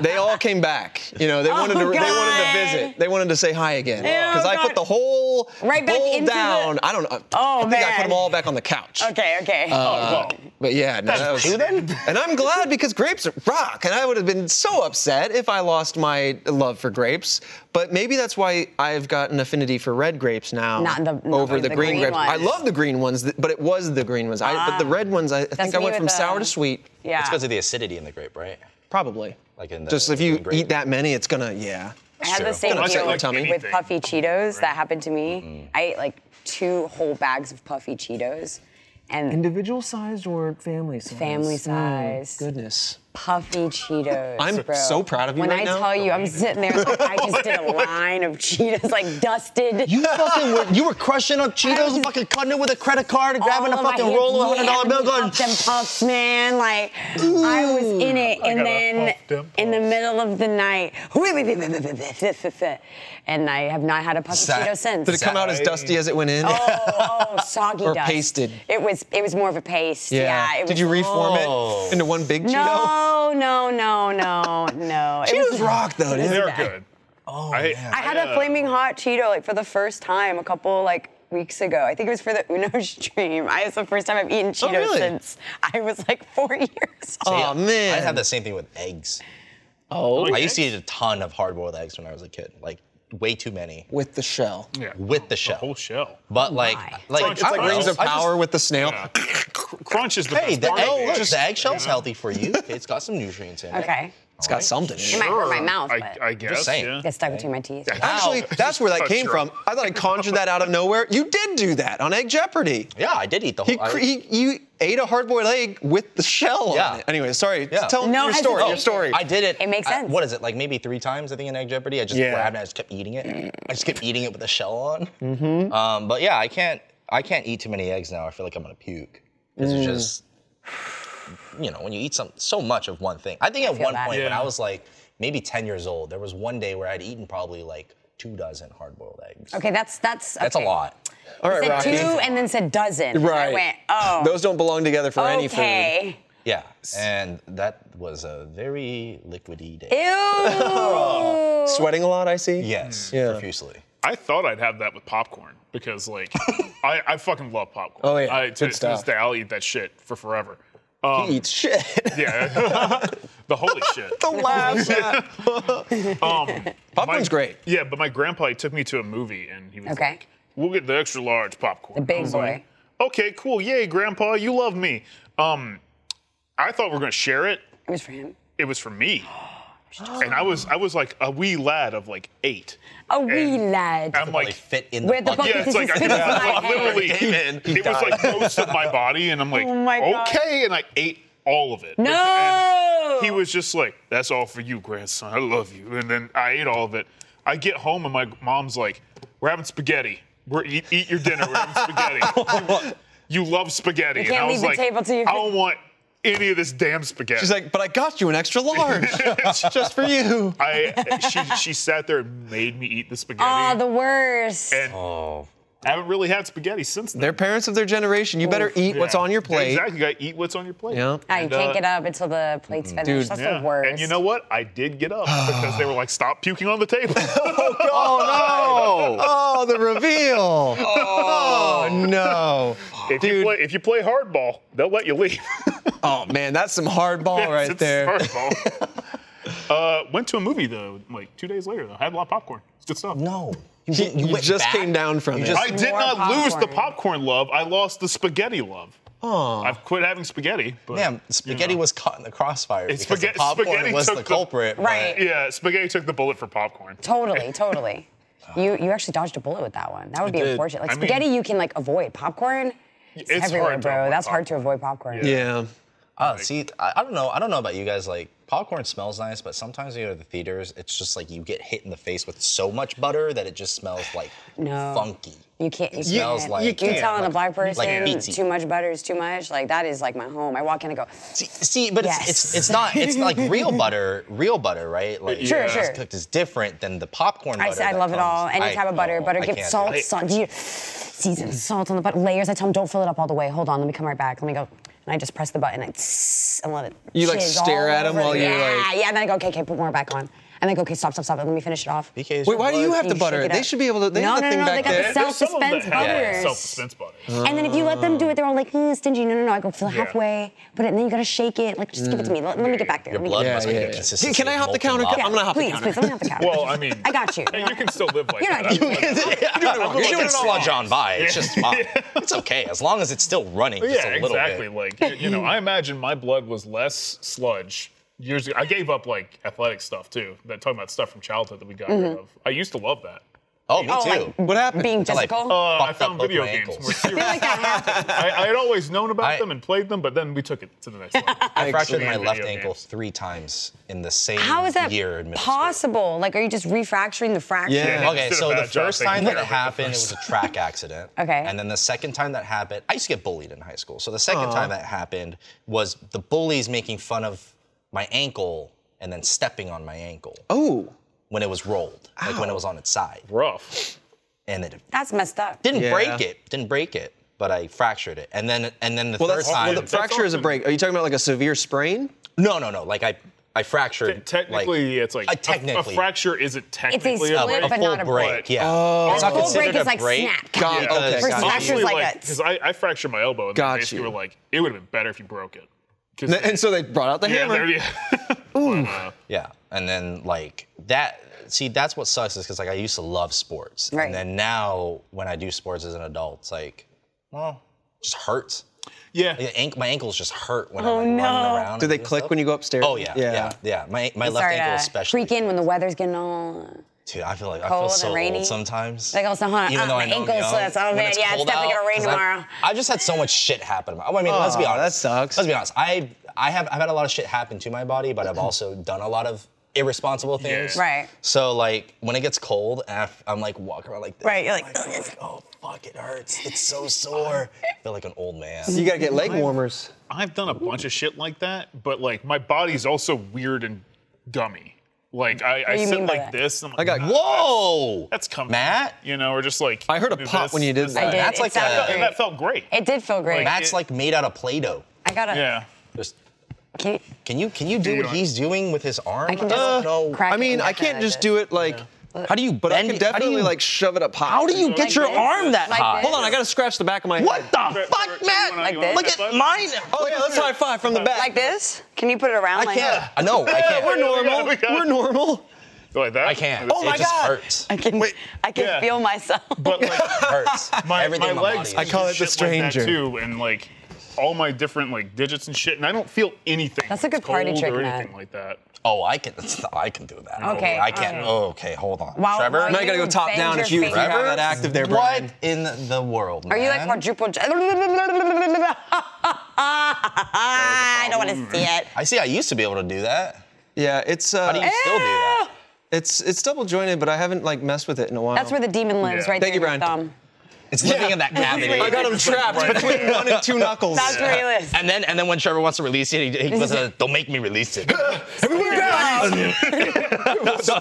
Speaker 3: they all came back. You know, they wanted to they wanted
Speaker 6: Oh, God.
Speaker 3: to visit. They wanted to say hi again
Speaker 6: Oh,
Speaker 3: because I put
Speaker 6: God.
Speaker 3: the whole
Speaker 6: Right back
Speaker 3: bowl
Speaker 6: into the-
Speaker 3: down. I don't know.
Speaker 6: Oh,
Speaker 3: I think I put
Speaker 6: man.
Speaker 3: them all back on the couch.
Speaker 6: Okay, okay.
Speaker 3: Uh,
Speaker 6: Oh,
Speaker 5: Well,
Speaker 3: But yeah, no, that was, and I'm glad because grapes rock, and I would have been so upset if I lost my love for grapes. But maybe that's why I've got an affinity for red grapes now
Speaker 6: Not the- not
Speaker 3: over the,
Speaker 6: the
Speaker 3: green,
Speaker 6: green
Speaker 3: grapes. I
Speaker 6: ones. Ah.
Speaker 3: love the green ones, th- but it was the green ones. I, but the red ones, I, I think I
Speaker 6: me
Speaker 3: went
Speaker 6: with
Speaker 3: from
Speaker 6: the-
Speaker 3: sour to sweet,
Speaker 6: yeah.
Speaker 2: It's because of the acidity in the grape, right?
Speaker 3: probably.
Speaker 2: Like in the
Speaker 3: Just if you
Speaker 2: green grape.
Speaker 3: eat that many, it's gonna yeah.
Speaker 6: I had the
Speaker 2: It's true.
Speaker 6: same
Speaker 3: Gonna upset
Speaker 6: deal
Speaker 3: my
Speaker 6: with
Speaker 3: tummy.
Speaker 6: with puffy Cheetos. That happened to me. I ate like two whole bags of puffy Cheetos, and
Speaker 3: Individual sized or family size?
Speaker 6: Family size.
Speaker 3: Mm, goodness.
Speaker 6: puffy Cheetos.
Speaker 3: I'm
Speaker 6: bro.
Speaker 3: so proud of you
Speaker 6: When
Speaker 3: right
Speaker 6: I
Speaker 3: now.
Speaker 6: tell you, I'm sitting there like I just did a line of Cheetos, like dusted.
Speaker 2: You fucking were, you were crushing up
Speaker 6: I was-
Speaker 2: Cheetos, fucking cutting it with a credit card, grabbing a
Speaker 6: all of my
Speaker 2: fucking
Speaker 6: hands-
Speaker 2: roll of
Speaker 6: yeah,
Speaker 2: hundred dollar bill, going.
Speaker 6: puffed and puffs, man. Like I was in it, and
Speaker 5: gotta
Speaker 6: then
Speaker 5: puff them
Speaker 6: in the
Speaker 5: puffs.
Speaker 6: middle of the night, and I have not had a puffy
Speaker 2: Zach,
Speaker 6: Cheeto since.
Speaker 3: Did it come out as dusty as it went in?
Speaker 6: Oh, oh, soggy
Speaker 3: Or
Speaker 6: dust.
Speaker 3: pasted.
Speaker 6: It was. It was more of a paste. Yeah. it was,
Speaker 3: Did you reform
Speaker 2: Oh.
Speaker 3: it into one big Cheeto?
Speaker 6: No, no, no, no, no. It
Speaker 3: Cheetos
Speaker 6: was-
Speaker 3: rock though, dude.
Speaker 5: they're good. Oh, I,
Speaker 6: I had a flaming hot Cheeto like for the first time a couple like weeks ago. I think it was for the Uno stream. I it's the first time I've
Speaker 5: Oh,
Speaker 6: eaten Cheetos
Speaker 3: really?
Speaker 6: since I was like four years old.
Speaker 3: Oh man.
Speaker 2: I had the same thing with eggs.
Speaker 3: Oh,
Speaker 2: I used to eat a ton of hard-boiled eggs when I was a kid, like way too many
Speaker 3: with the shell.
Speaker 5: Yeah.
Speaker 2: with the shell.
Speaker 5: whole shell.
Speaker 2: But like,
Speaker 6: my.
Speaker 2: like
Speaker 5: It's
Speaker 2: I
Speaker 5: like
Speaker 2: don't know,
Speaker 5: rings of
Speaker 2: Oh. I just-
Speaker 3: Power with the snail.
Speaker 5: Crunch is the
Speaker 2: Hey,
Speaker 5: best
Speaker 2: the,
Speaker 5: part
Speaker 3: oh,
Speaker 5: of
Speaker 2: egg,
Speaker 5: it.
Speaker 2: look, the eggshell's healthy for you. It's got some nutrients in it.
Speaker 6: Okay.
Speaker 3: It's got something. in it.
Speaker 6: It might hurt my mouth,
Speaker 5: I,
Speaker 6: but
Speaker 5: I guess.
Speaker 2: saying.
Speaker 5: Yeah.
Speaker 6: get stuck between my teeth.
Speaker 3: Actually, that's where that
Speaker 5: Touch
Speaker 3: came
Speaker 5: your-
Speaker 3: from. I thought I conjured that out of nowhere. You did do that on Egg Jeopardy.
Speaker 2: Yeah, I did eat the whole.
Speaker 3: He,
Speaker 2: I-
Speaker 3: cre- he, you ate a hard-boiled egg with the shell
Speaker 2: Yeah.
Speaker 3: on it. Anyway, sorry.
Speaker 2: Yeah.
Speaker 3: Tell
Speaker 6: No
Speaker 3: your story.
Speaker 6: hesitation.
Speaker 3: Your story.
Speaker 2: Oh, I did it.
Speaker 6: It makes
Speaker 2: I-
Speaker 6: sense.
Speaker 2: what is it? Like maybe three times I think in Egg Jeopardy. I just
Speaker 3: Yeah.
Speaker 2: grabbed it. I just kept eating it. I just kept eating it with the shell on. Mm-hmm. Um, but yeah, I can't. I can't eat too many eggs now. I feel like I'm gonna puke. 'Cause it's just, you know, when you eat some so much of one thing. I think at
Speaker 6: feel
Speaker 2: one
Speaker 6: that.
Speaker 2: point when
Speaker 5: Yeah.
Speaker 2: I was like maybe 10 years old, there was one day where I'd eaten probably like two dozen hard-boiled eggs.
Speaker 6: Okay, that's that's.
Speaker 2: That's
Speaker 6: okay.
Speaker 2: a lot.
Speaker 3: All
Speaker 6: I
Speaker 3: right,
Speaker 6: said
Speaker 3: Rocky.
Speaker 6: two and then said dozen.
Speaker 3: Right.
Speaker 6: I went, oh.
Speaker 3: Those don't belong together for any food.
Speaker 6: okay.
Speaker 2: Yeah, and that was a very liquidy day.
Speaker 6: Ew.
Speaker 3: Sweating a lot, I see.
Speaker 2: Yes,
Speaker 3: Yeah.
Speaker 2: profusely.
Speaker 5: I thought I'd have that with popcorn because, like, I, I fucking love popcorn.
Speaker 3: Oh, yeah.
Speaker 5: I, to,
Speaker 3: Good
Speaker 5: to this
Speaker 3: stuff.
Speaker 5: day, I'll eat that shit for forever. Um,
Speaker 3: He eats shit.
Speaker 5: Yeah. the holy shit.
Speaker 3: the laughs. at- Popcorn's
Speaker 5: Um, My-
Speaker 3: great.
Speaker 5: Yeah, but my grandpa he took me to a movie and he was
Speaker 6: Okay.
Speaker 5: like, "We'll get the extra large popcorn."
Speaker 6: The
Speaker 5: I
Speaker 6: big
Speaker 5: was
Speaker 6: boy.
Speaker 5: like, okay, cool. Yay, grandpa, you love me. Um, I thought we were gonna share it.
Speaker 6: It was for him.
Speaker 5: It was for me. And I was I was like a wee lad of like eight.
Speaker 6: A wee
Speaker 5: And
Speaker 6: lad.
Speaker 5: I'm
Speaker 2: Like,
Speaker 5: like
Speaker 2: fit in the
Speaker 6: Where the
Speaker 2: bucket.
Speaker 5: yeah,
Speaker 6: bucket
Speaker 5: it's like I
Speaker 6: This is
Speaker 5: yeah,
Speaker 6: my
Speaker 5: like,
Speaker 6: head.
Speaker 5: literally
Speaker 3: Came in, he
Speaker 5: it was like
Speaker 3: died.
Speaker 5: most of my body, and I'm like,
Speaker 6: Oh my God.
Speaker 5: okay, and I ate all of it.
Speaker 6: No!
Speaker 5: And he was just like, that's all for you, grandson. I love you. And then I ate all of it. I get home and my mom's like, we're having spaghetti. We're eat, eat your dinner. We're having spaghetti. you love spaghetti.
Speaker 6: You can't
Speaker 5: and I
Speaker 6: leave
Speaker 5: was
Speaker 6: the
Speaker 5: like,
Speaker 6: table till you-
Speaker 5: I don't want any of this damn spaghetti.
Speaker 3: She's like, but I got you an extra large just for you.
Speaker 5: I she she sat there and made me eat the spaghetti.
Speaker 6: Ah, the worst.
Speaker 5: and I haven't really had spaghetti since then.
Speaker 3: They're parents of their generation. You better eat what's
Speaker 5: Yeah.
Speaker 3: on your
Speaker 5: Yeah,
Speaker 3: plate.
Speaker 5: Exactly. You gotta eat what's on your plate.
Speaker 3: Yeah.
Speaker 6: Ah, you
Speaker 5: And,
Speaker 6: can't
Speaker 5: uh,
Speaker 6: get up until the plate's finished.
Speaker 3: Mm. Dude.
Speaker 6: That's
Speaker 5: Yeah.
Speaker 6: the worst.
Speaker 5: And you know what? I did get up because they were like, stop puking on the table.
Speaker 4: Oh
Speaker 3: Oh, the reveal. oh no.
Speaker 5: if, you play, if you play hardball, they'll let you leave.
Speaker 3: Oh man, that's some hard ball right
Speaker 5: It's
Speaker 3: there.
Speaker 5: Hardball. uh, went to a movie though, like two days later though. Had a lot of popcorn. It's good stuff.
Speaker 4: no! You,
Speaker 3: You,
Speaker 4: didn't- you
Speaker 3: you
Speaker 4: went
Speaker 3: just
Speaker 4: back?
Speaker 3: came down from it.
Speaker 5: I did
Speaker 6: More
Speaker 5: not lose the
Speaker 6: popcorn.
Speaker 5: popcorn love. I lost the spaghetti love. Oh. I've quit having spaghetti. But,
Speaker 4: Damn,
Speaker 5: you
Speaker 4: spaghetti
Speaker 5: know.
Speaker 4: was caught in the crossfire.
Speaker 5: It's
Speaker 4: because the
Speaker 5: spaghetti-
Speaker 4: popcorn
Speaker 5: spaghetti
Speaker 4: was
Speaker 5: took
Speaker 4: the
Speaker 5: the-
Speaker 4: culprit. but-
Speaker 6: Right.
Speaker 5: Yeah, spaghetti took the bullet for popcorn.
Speaker 6: Totally, totally. You you actually dodged a bullet with that one. That would be
Speaker 4: did.
Speaker 6: unfortunate. Like
Speaker 5: I mean-
Speaker 6: spaghetti, you can like avoid popcorn. It's,
Speaker 5: it's
Speaker 6: everywhere,
Speaker 5: hard to
Speaker 6: bro.
Speaker 5: avoid
Speaker 6: That's hard to avoid popcorn.
Speaker 3: yeah.
Speaker 4: Oh, see, I, I don't know. I don't know about you guys. Like popcorn smells nice, but sometimes you go to the theaters, it's just like you get hit in the face with so much butter that it just smells like
Speaker 6: No.
Speaker 4: funky.
Speaker 6: You can't. You,
Speaker 4: It smells
Speaker 6: can't.
Speaker 4: like-
Speaker 6: you
Speaker 4: You
Speaker 6: are
Speaker 4: can't.
Speaker 6: telling a black person
Speaker 4: Like pizza.
Speaker 6: too much butter is too much. Like that is like my home. I walk in and go,
Speaker 4: See, see but it's,
Speaker 6: Yes.
Speaker 4: it's it's not it's like real butter, real butter, right? Like
Speaker 6: Sure,
Speaker 4: it's
Speaker 6: sure.
Speaker 4: cooked is different than the popcorn
Speaker 6: I,
Speaker 4: butter.
Speaker 6: I
Speaker 4: that
Speaker 6: love it all.
Speaker 4: comes-
Speaker 6: Any
Speaker 4: I-
Speaker 6: type of butter,
Speaker 4: no,
Speaker 6: butter.
Speaker 4: I
Speaker 6: Give
Speaker 4: can't do
Speaker 6: salt,
Speaker 4: it.
Speaker 6: salt. Do you season salt on the butter layers? I tell them don't fill it up all the way. Hold on, let me come right back. Let me go. And I just press the button. I tss, and let it.
Speaker 3: You, like,
Speaker 6: chiz
Speaker 3: stare
Speaker 6: all
Speaker 3: at 'em
Speaker 6: over.
Speaker 3: while you're,
Speaker 6: yeah,
Speaker 3: like-
Speaker 6: yeah. And then I go, okay, okay, put more back on. And I go, okay, stop, stop, stop. Let me finish it off.
Speaker 4: BK is
Speaker 3: Wait,
Speaker 4: your
Speaker 3: why do you
Speaker 4: blood.
Speaker 3: have to
Speaker 6: You
Speaker 3: butter
Speaker 6: shake
Speaker 3: it?
Speaker 6: it
Speaker 3: They
Speaker 6: up.
Speaker 3: should be able to. They have
Speaker 6: No, no,
Speaker 3: the thing
Speaker 6: no, they
Speaker 3: back
Speaker 6: got the
Speaker 3: there.
Speaker 6: cell- Self-suspense butters.
Speaker 5: Self suspense butters.
Speaker 6: And then if you let them do it, they're all like mm, stingy. No, no, no. I go fill it
Speaker 5: Yeah.
Speaker 6: halfway, put it, and then you gotta shake it. Like just give it to me. Let, let me get back there.
Speaker 4: Your
Speaker 6: Let me
Speaker 4: blood
Speaker 6: get
Speaker 3: Yeah,
Speaker 6: back
Speaker 4: must
Speaker 6: there.
Speaker 4: be
Speaker 3: yeah,
Speaker 4: the
Speaker 3: yeah.
Speaker 4: consistency
Speaker 3: Hey, can I
Speaker 4: of
Speaker 3: hop the
Speaker 4: molten
Speaker 3: counter?
Speaker 4: lava.
Speaker 3: I'm gonna hop the
Speaker 6: please,
Speaker 3: counter.
Speaker 6: Please, let me have the counter.
Speaker 5: Well, I mean,
Speaker 6: I got you.
Speaker 5: You can still live like
Speaker 6: You're
Speaker 5: that.
Speaker 6: not
Speaker 5: I
Speaker 6: doing
Speaker 5: wouldn't-
Speaker 4: I'm
Speaker 3: You're doing
Speaker 4: gonna
Speaker 3: it wrong.
Speaker 4: sludge on by. It's just fine. It's okay as long as it's still running just
Speaker 5: yeah,
Speaker 4: a little
Speaker 5: exactly.
Speaker 4: bit.
Speaker 5: Like you, you know, I imagine my blood was less sludge years ago. I gave up like athletic stuff too. That talking about stuff from childhood that we got
Speaker 6: Mm-hmm.
Speaker 5: rid of. I used to love that.
Speaker 4: Oh, me
Speaker 6: Oh,
Speaker 4: too.
Speaker 6: like,
Speaker 3: What happened?
Speaker 6: Being
Speaker 4: Until I-
Speaker 6: physical.
Speaker 5: Uh, I
Speaker 4: Fucked up
Speaker 5: found
Speaker 4: both
Speaker 5: video
Speaker 4: my
Speaker 5: games
Speaker 4: ankles.
Speaker 5: more serious.
Speaker 6: I feel like that happened.
Speaker 5: I, I had always known about
Speaker 4: I-
Speaker 5: them and played them, but then we took it to the next level.
Speaker 4: I fractured my
Speaker 5: Video
Speaker 4: left
Speaker 5: games.
Speaker 4: ankle three times in the same
Speaker 6: How is that
Speaker 4: year in middle school.
Speaker 6: possible? Like, are you just refracturing the fracture?
Speaker 3: Yeah.
Speaker 5: Yeah.
Speaker 4: Okay,
Speaker 5: Did a
Speaker 4: so the
Speaker 5: bad job
Speaker 4: first
Speaker 5: taking
Speaker 4: time
Speaker 5: care
Speaker 4: that it
Speaker 5: of it
Speaker 4: happened, it was a track accident.
Speaker 6: Okay.
Speaker 4: And then the second time that happened, I used to get bullied in high school. So the second time that happened was the bullies making fun of my ankle and then stepping on my ankle
Speaker 3: Oh,
Speaker 4: when it was rolled, like
Speaker 6: Oh.
Speaker 4: when it was on its side.
Speaker 5: Rough.
Speaker 4: And it
Speaker 6: That's messed up.
Speaker 4: didn't
Speaker 3: Yeah.
Speaker 4: break it, didn't break it, but I fractured it. And then and then the
Speaker 3: well,
Speaker 4: third
Speaker 3: that's well,
Speaker 4: time,
Speaker 3: the
Speaker 5: That's
Speaker 3: fracture is a
Speaker 5: often-
Speaker 3: break. Are you talking about like a severe sprain?
Speaker 4: no, no, no, like I I fractured. like-
Speaker 5: Technically, it's like
Speaker 4: I
Speaker 5: a-
Speaker 4: technically.
Speaker 5: a, fracture isn't technically
Speaker 6: split,
Speaker 5: break.
Speaker 4: a
Speaker 6: but
Speaker 4: full
Speaker 6: not a
Speaker 4: break.
Speaker 6: break.
Speaker 4: Yeah. Oh. It's not
Speaker 6: Full break
Speaker 4: considered a
Speaker 6: is like
Speaker 4: break.
Speaker 6: snap.
Speaker 3: Got
Speaker 5: Yeah.
Speaker 3: okay. got
Speaker 6: Versus fracture
Speaker 3: it.
Speaker 6: fracture's
Speaker 5: Honestly,
Speaker 6: like
Speaker 5: like,
Speaker 6: a-
Speaker 5: because I, I fractured my elbow, and
Speaker 3: Got
Speaker 5: they basically
Speaker 3: you.
Speaker 5: were like, it would have been better if you broke it. 'Cause-
Speaker 3: And- And so they brought out the
Speaker 5: yeah,
Speaker 3: hammer.
Speaker 5: there you But, uh,
Speaker 4: Yeah, and then like that. See, that's what sucks is because like I used to love sports,
Speaker 6: Right.
Speaker 4: and then now when I do sports as an adult, it's like, well, it just hurts.
Speaker 5: yeah.
Speaker 4: The ank- my ankles just hurt when I'm like, running around.
Speaker 3: Do
Speaker 4: and
Speaker 3: they
Speaker 4: doing
Speaker 3: click
Speaker 4: stuff.
Speaker 3: when you go upstairs?
Speaker 4: Oh yeah, yeah, yeah. My my left
Speaker 6: Sorry
Speaker 4: ankle
Speaker 6: to
Speaker 4: especially.
Speaker 6: freak in when the weather's getting all
Speaker 4: Dude, I feel like I
Speaker 6: cold
Speaker 4: feel
Speaker 6: and
Speaker 4: so
Speaker 6: rainy.
Speaker 4: old sometimes.
Speaker 6: Like, also, huh,
Speaker 4: Even
Speaker 6: uh,
Speaker 4: though
Speaker 6: my
Speaker 4: I know I'm
Speaker 6: ankles,
Speaker 4: young,
Speaker 6: so it's all
Speaker 4: when
Speaker 6: bad. Yeah, it's
Speaker 4: cold
Speaker 6: definitely gonna
Speaker 4: out,
Speaker 6: rain
Speaker 4: 'cause I've-
Speaker 6: tomorrow.
Speaker 4: I just had so much shit happen. to my- I mean, let's be
Speaker 3: Aw,
Speaker 4: honest.
Speaker 3: that sucks.
Speaker 4: Let's be honest. I I have I've had a lot of shit happen to my body, but I've also done a lot of irresponsible things.
Speaker 6: Right.
Speaker 4: So like when it gets cold, and I f- I'm like walking around like this.
Speaker 6: Right, you're like,
Speaker 4: I'm like oh fuck, it hurts. It's so sore. I feel like an old man.
Speaker 3: You gotta get leg warmers.
Speaker 5: I've done a bunch of shit like that, but like my body's also weird and gummy. Like I, I
Speaker 6: do you
Speaker 5: sit
Speaker 6: mean by
Speaker 5: like
Speaker 6: that?
Speaker 5: this. And I'm
Speaker 3: I got-
Speaker 5: like, "Nah,
Speaker 4: Whoa.
Speaker 5: That's comfy.
Speaker 4: Matt.
Speaker 5: You know, or just like
Speaker 3: I heard a
Speaker 5: do
Speaker 3: pop
Speaker 5: this,
Speaker 3: when you did
Speaker 5: this,
Speaker 3: that.
Speaker 6: I did.
Speaker 4: Uh, That's
Speaker 6: it
Speaker 4: like
Speaker 6: sounded
Speaker 4: a-
Speaker 5: And
Speaker 6: great.
Speaker 5: that felt great.
Speaker 6: It did feel great.
Speaker 4: Matt's like made out of Play-Doh.
Speaker 6: I gotta.
Speaker 5: yeah.
Speaker 4: Just
Speaker 6: Can you,
Speaker 4: can you can you do what
Speaker 5: on.
Speaker 4: he's doing with his arm?
Speaker 6: I can just
Speaker 4: no.
Speaker 6: crack
Speaker 3: I mean,
Speaker 6: it
Speaker 3: I can't just
Speaker 6: it.
Speaker 3: do it like.
Speaker 4: How do you
Speaker 3: But I
Speaker 4: bend-
Speaker 3: can
Speaker 4: how do
Speaker 3: definitely
Speaker 4: you-
Speaker 3: like shove it up high.
Speaker 4: How do you get your
Speaker 6: this?
Speaker 4: arm that
Speaker 6: Like
Speaker 4: high?
Speaker 6: this?
Speaker 3: Hold on, I gotta scratch the back of my
Speaker 4: What
Speaker 3: head.
Speaker 4: the
Speaker 5: Right, right,
Speaker 4: fuck,
Speaker 5: you
Speaker 4: Matt?
Speaker 5: wanna- you
Speaker 6: Like
Speaker 5: wanna
Speaker 4: Look
Speaker 6: this?
Speaker 5: high
Speaker 4: at
Speaker 5: five?
Speaker 4: mine.
Speaker 3: Oh yeah, let's high five from the back.
Speaker 6: Like this? Can you put it around?
Speaker 4: I
Speaker 6: like
Speaker 4: can't. I know. I can't.
Speaker 3: we're normal.
Speaker 5: we got it.
Speaker 3: We're normal.
Speaker 5: Like that.
Speaker 4: I can't.
Speaker 3: Oh
Speaker 4: it
Speaker 3: my
Speaker 4: just
Speaker 3: God.
Speaker 4: hurts.
Speaker 6: I can. I can
Speaker 5: yeah.
Speaker 6: feel myself.
Speaker 5: But like.
Speaker 4: hurts.
Speaker 5: my,
Speaker 4: Everything
Speaker 5: my
Speaker 4: in my
Speaker 5: legs.
Speaker 4: body
Speaker 3: I
Speaker 4: is-
Speaker 3: call it the
Speaker 5: shit like that,
Speaker 3: stranger.
Speaker 5: too, and like all my different like digits and shit, and I don't feel anything.
Speaker 6: That's
Speaker 5: when
Speaker 6: a
Speaker 5: it's
Speaker 6: good party
Speaker 5: cold
Speaker 6: trick,
Speaker 5: or
Speaker 6: Matt.
Speaker 5: anything like that.
Speaker 4: Oh, I can. it's not- I can do that.
Speaker 6: Okay,
Speaker 4: I can't.
Speaker 6: alright.
Speaker 4: Oh, okay, hold on.
Speaker 6: While-
Speaker 4: Trevor.
Speaker 6: while
Speaker 3: Now you gotta go
Speaker 6: You
Speaker 3: top
Speaker 6: bend
Speaker 3: down
Speaker 6: your
Speaker 3: if you, if you have
Speaker 6: fingers.
Speaker 3: that active there,
Speaker 4: what
Speaker 3: Brian.
Speaker 4: in the world?
Speaker 6: Are you like
Speaker 4: man?
Speaker 6: quadruple? J- I don't want to see it.
Speaker 4: I see. I used to be able to do that.
Speaker 3: Yeah, it's
Speaker 4: How do
Speaker 3: uh,
Speaker 6: Eh?
Speaker 4: you still do that?
Speaker 3: it's it's double jointed, but I haven't like messed with it in a while.
Speaker 6: That's where the demon lives,
Speaker 5: Yeah.
Speaker 6: right
Speaker 3: Thank
Speaker 6: there.
Speaker 3: you, Brian.
Speaker 6: in your Thumb.
Speaker 4: It's living in that cavity.
Speaker 3: I got him trapped between one and two knuckles.
Speaker 6: That's where he lives.
Speaker 4: And then, and then when Trevor wants to release it, he, he goes, uh, "Don't make me release it."
Speaker 9: Everyone down!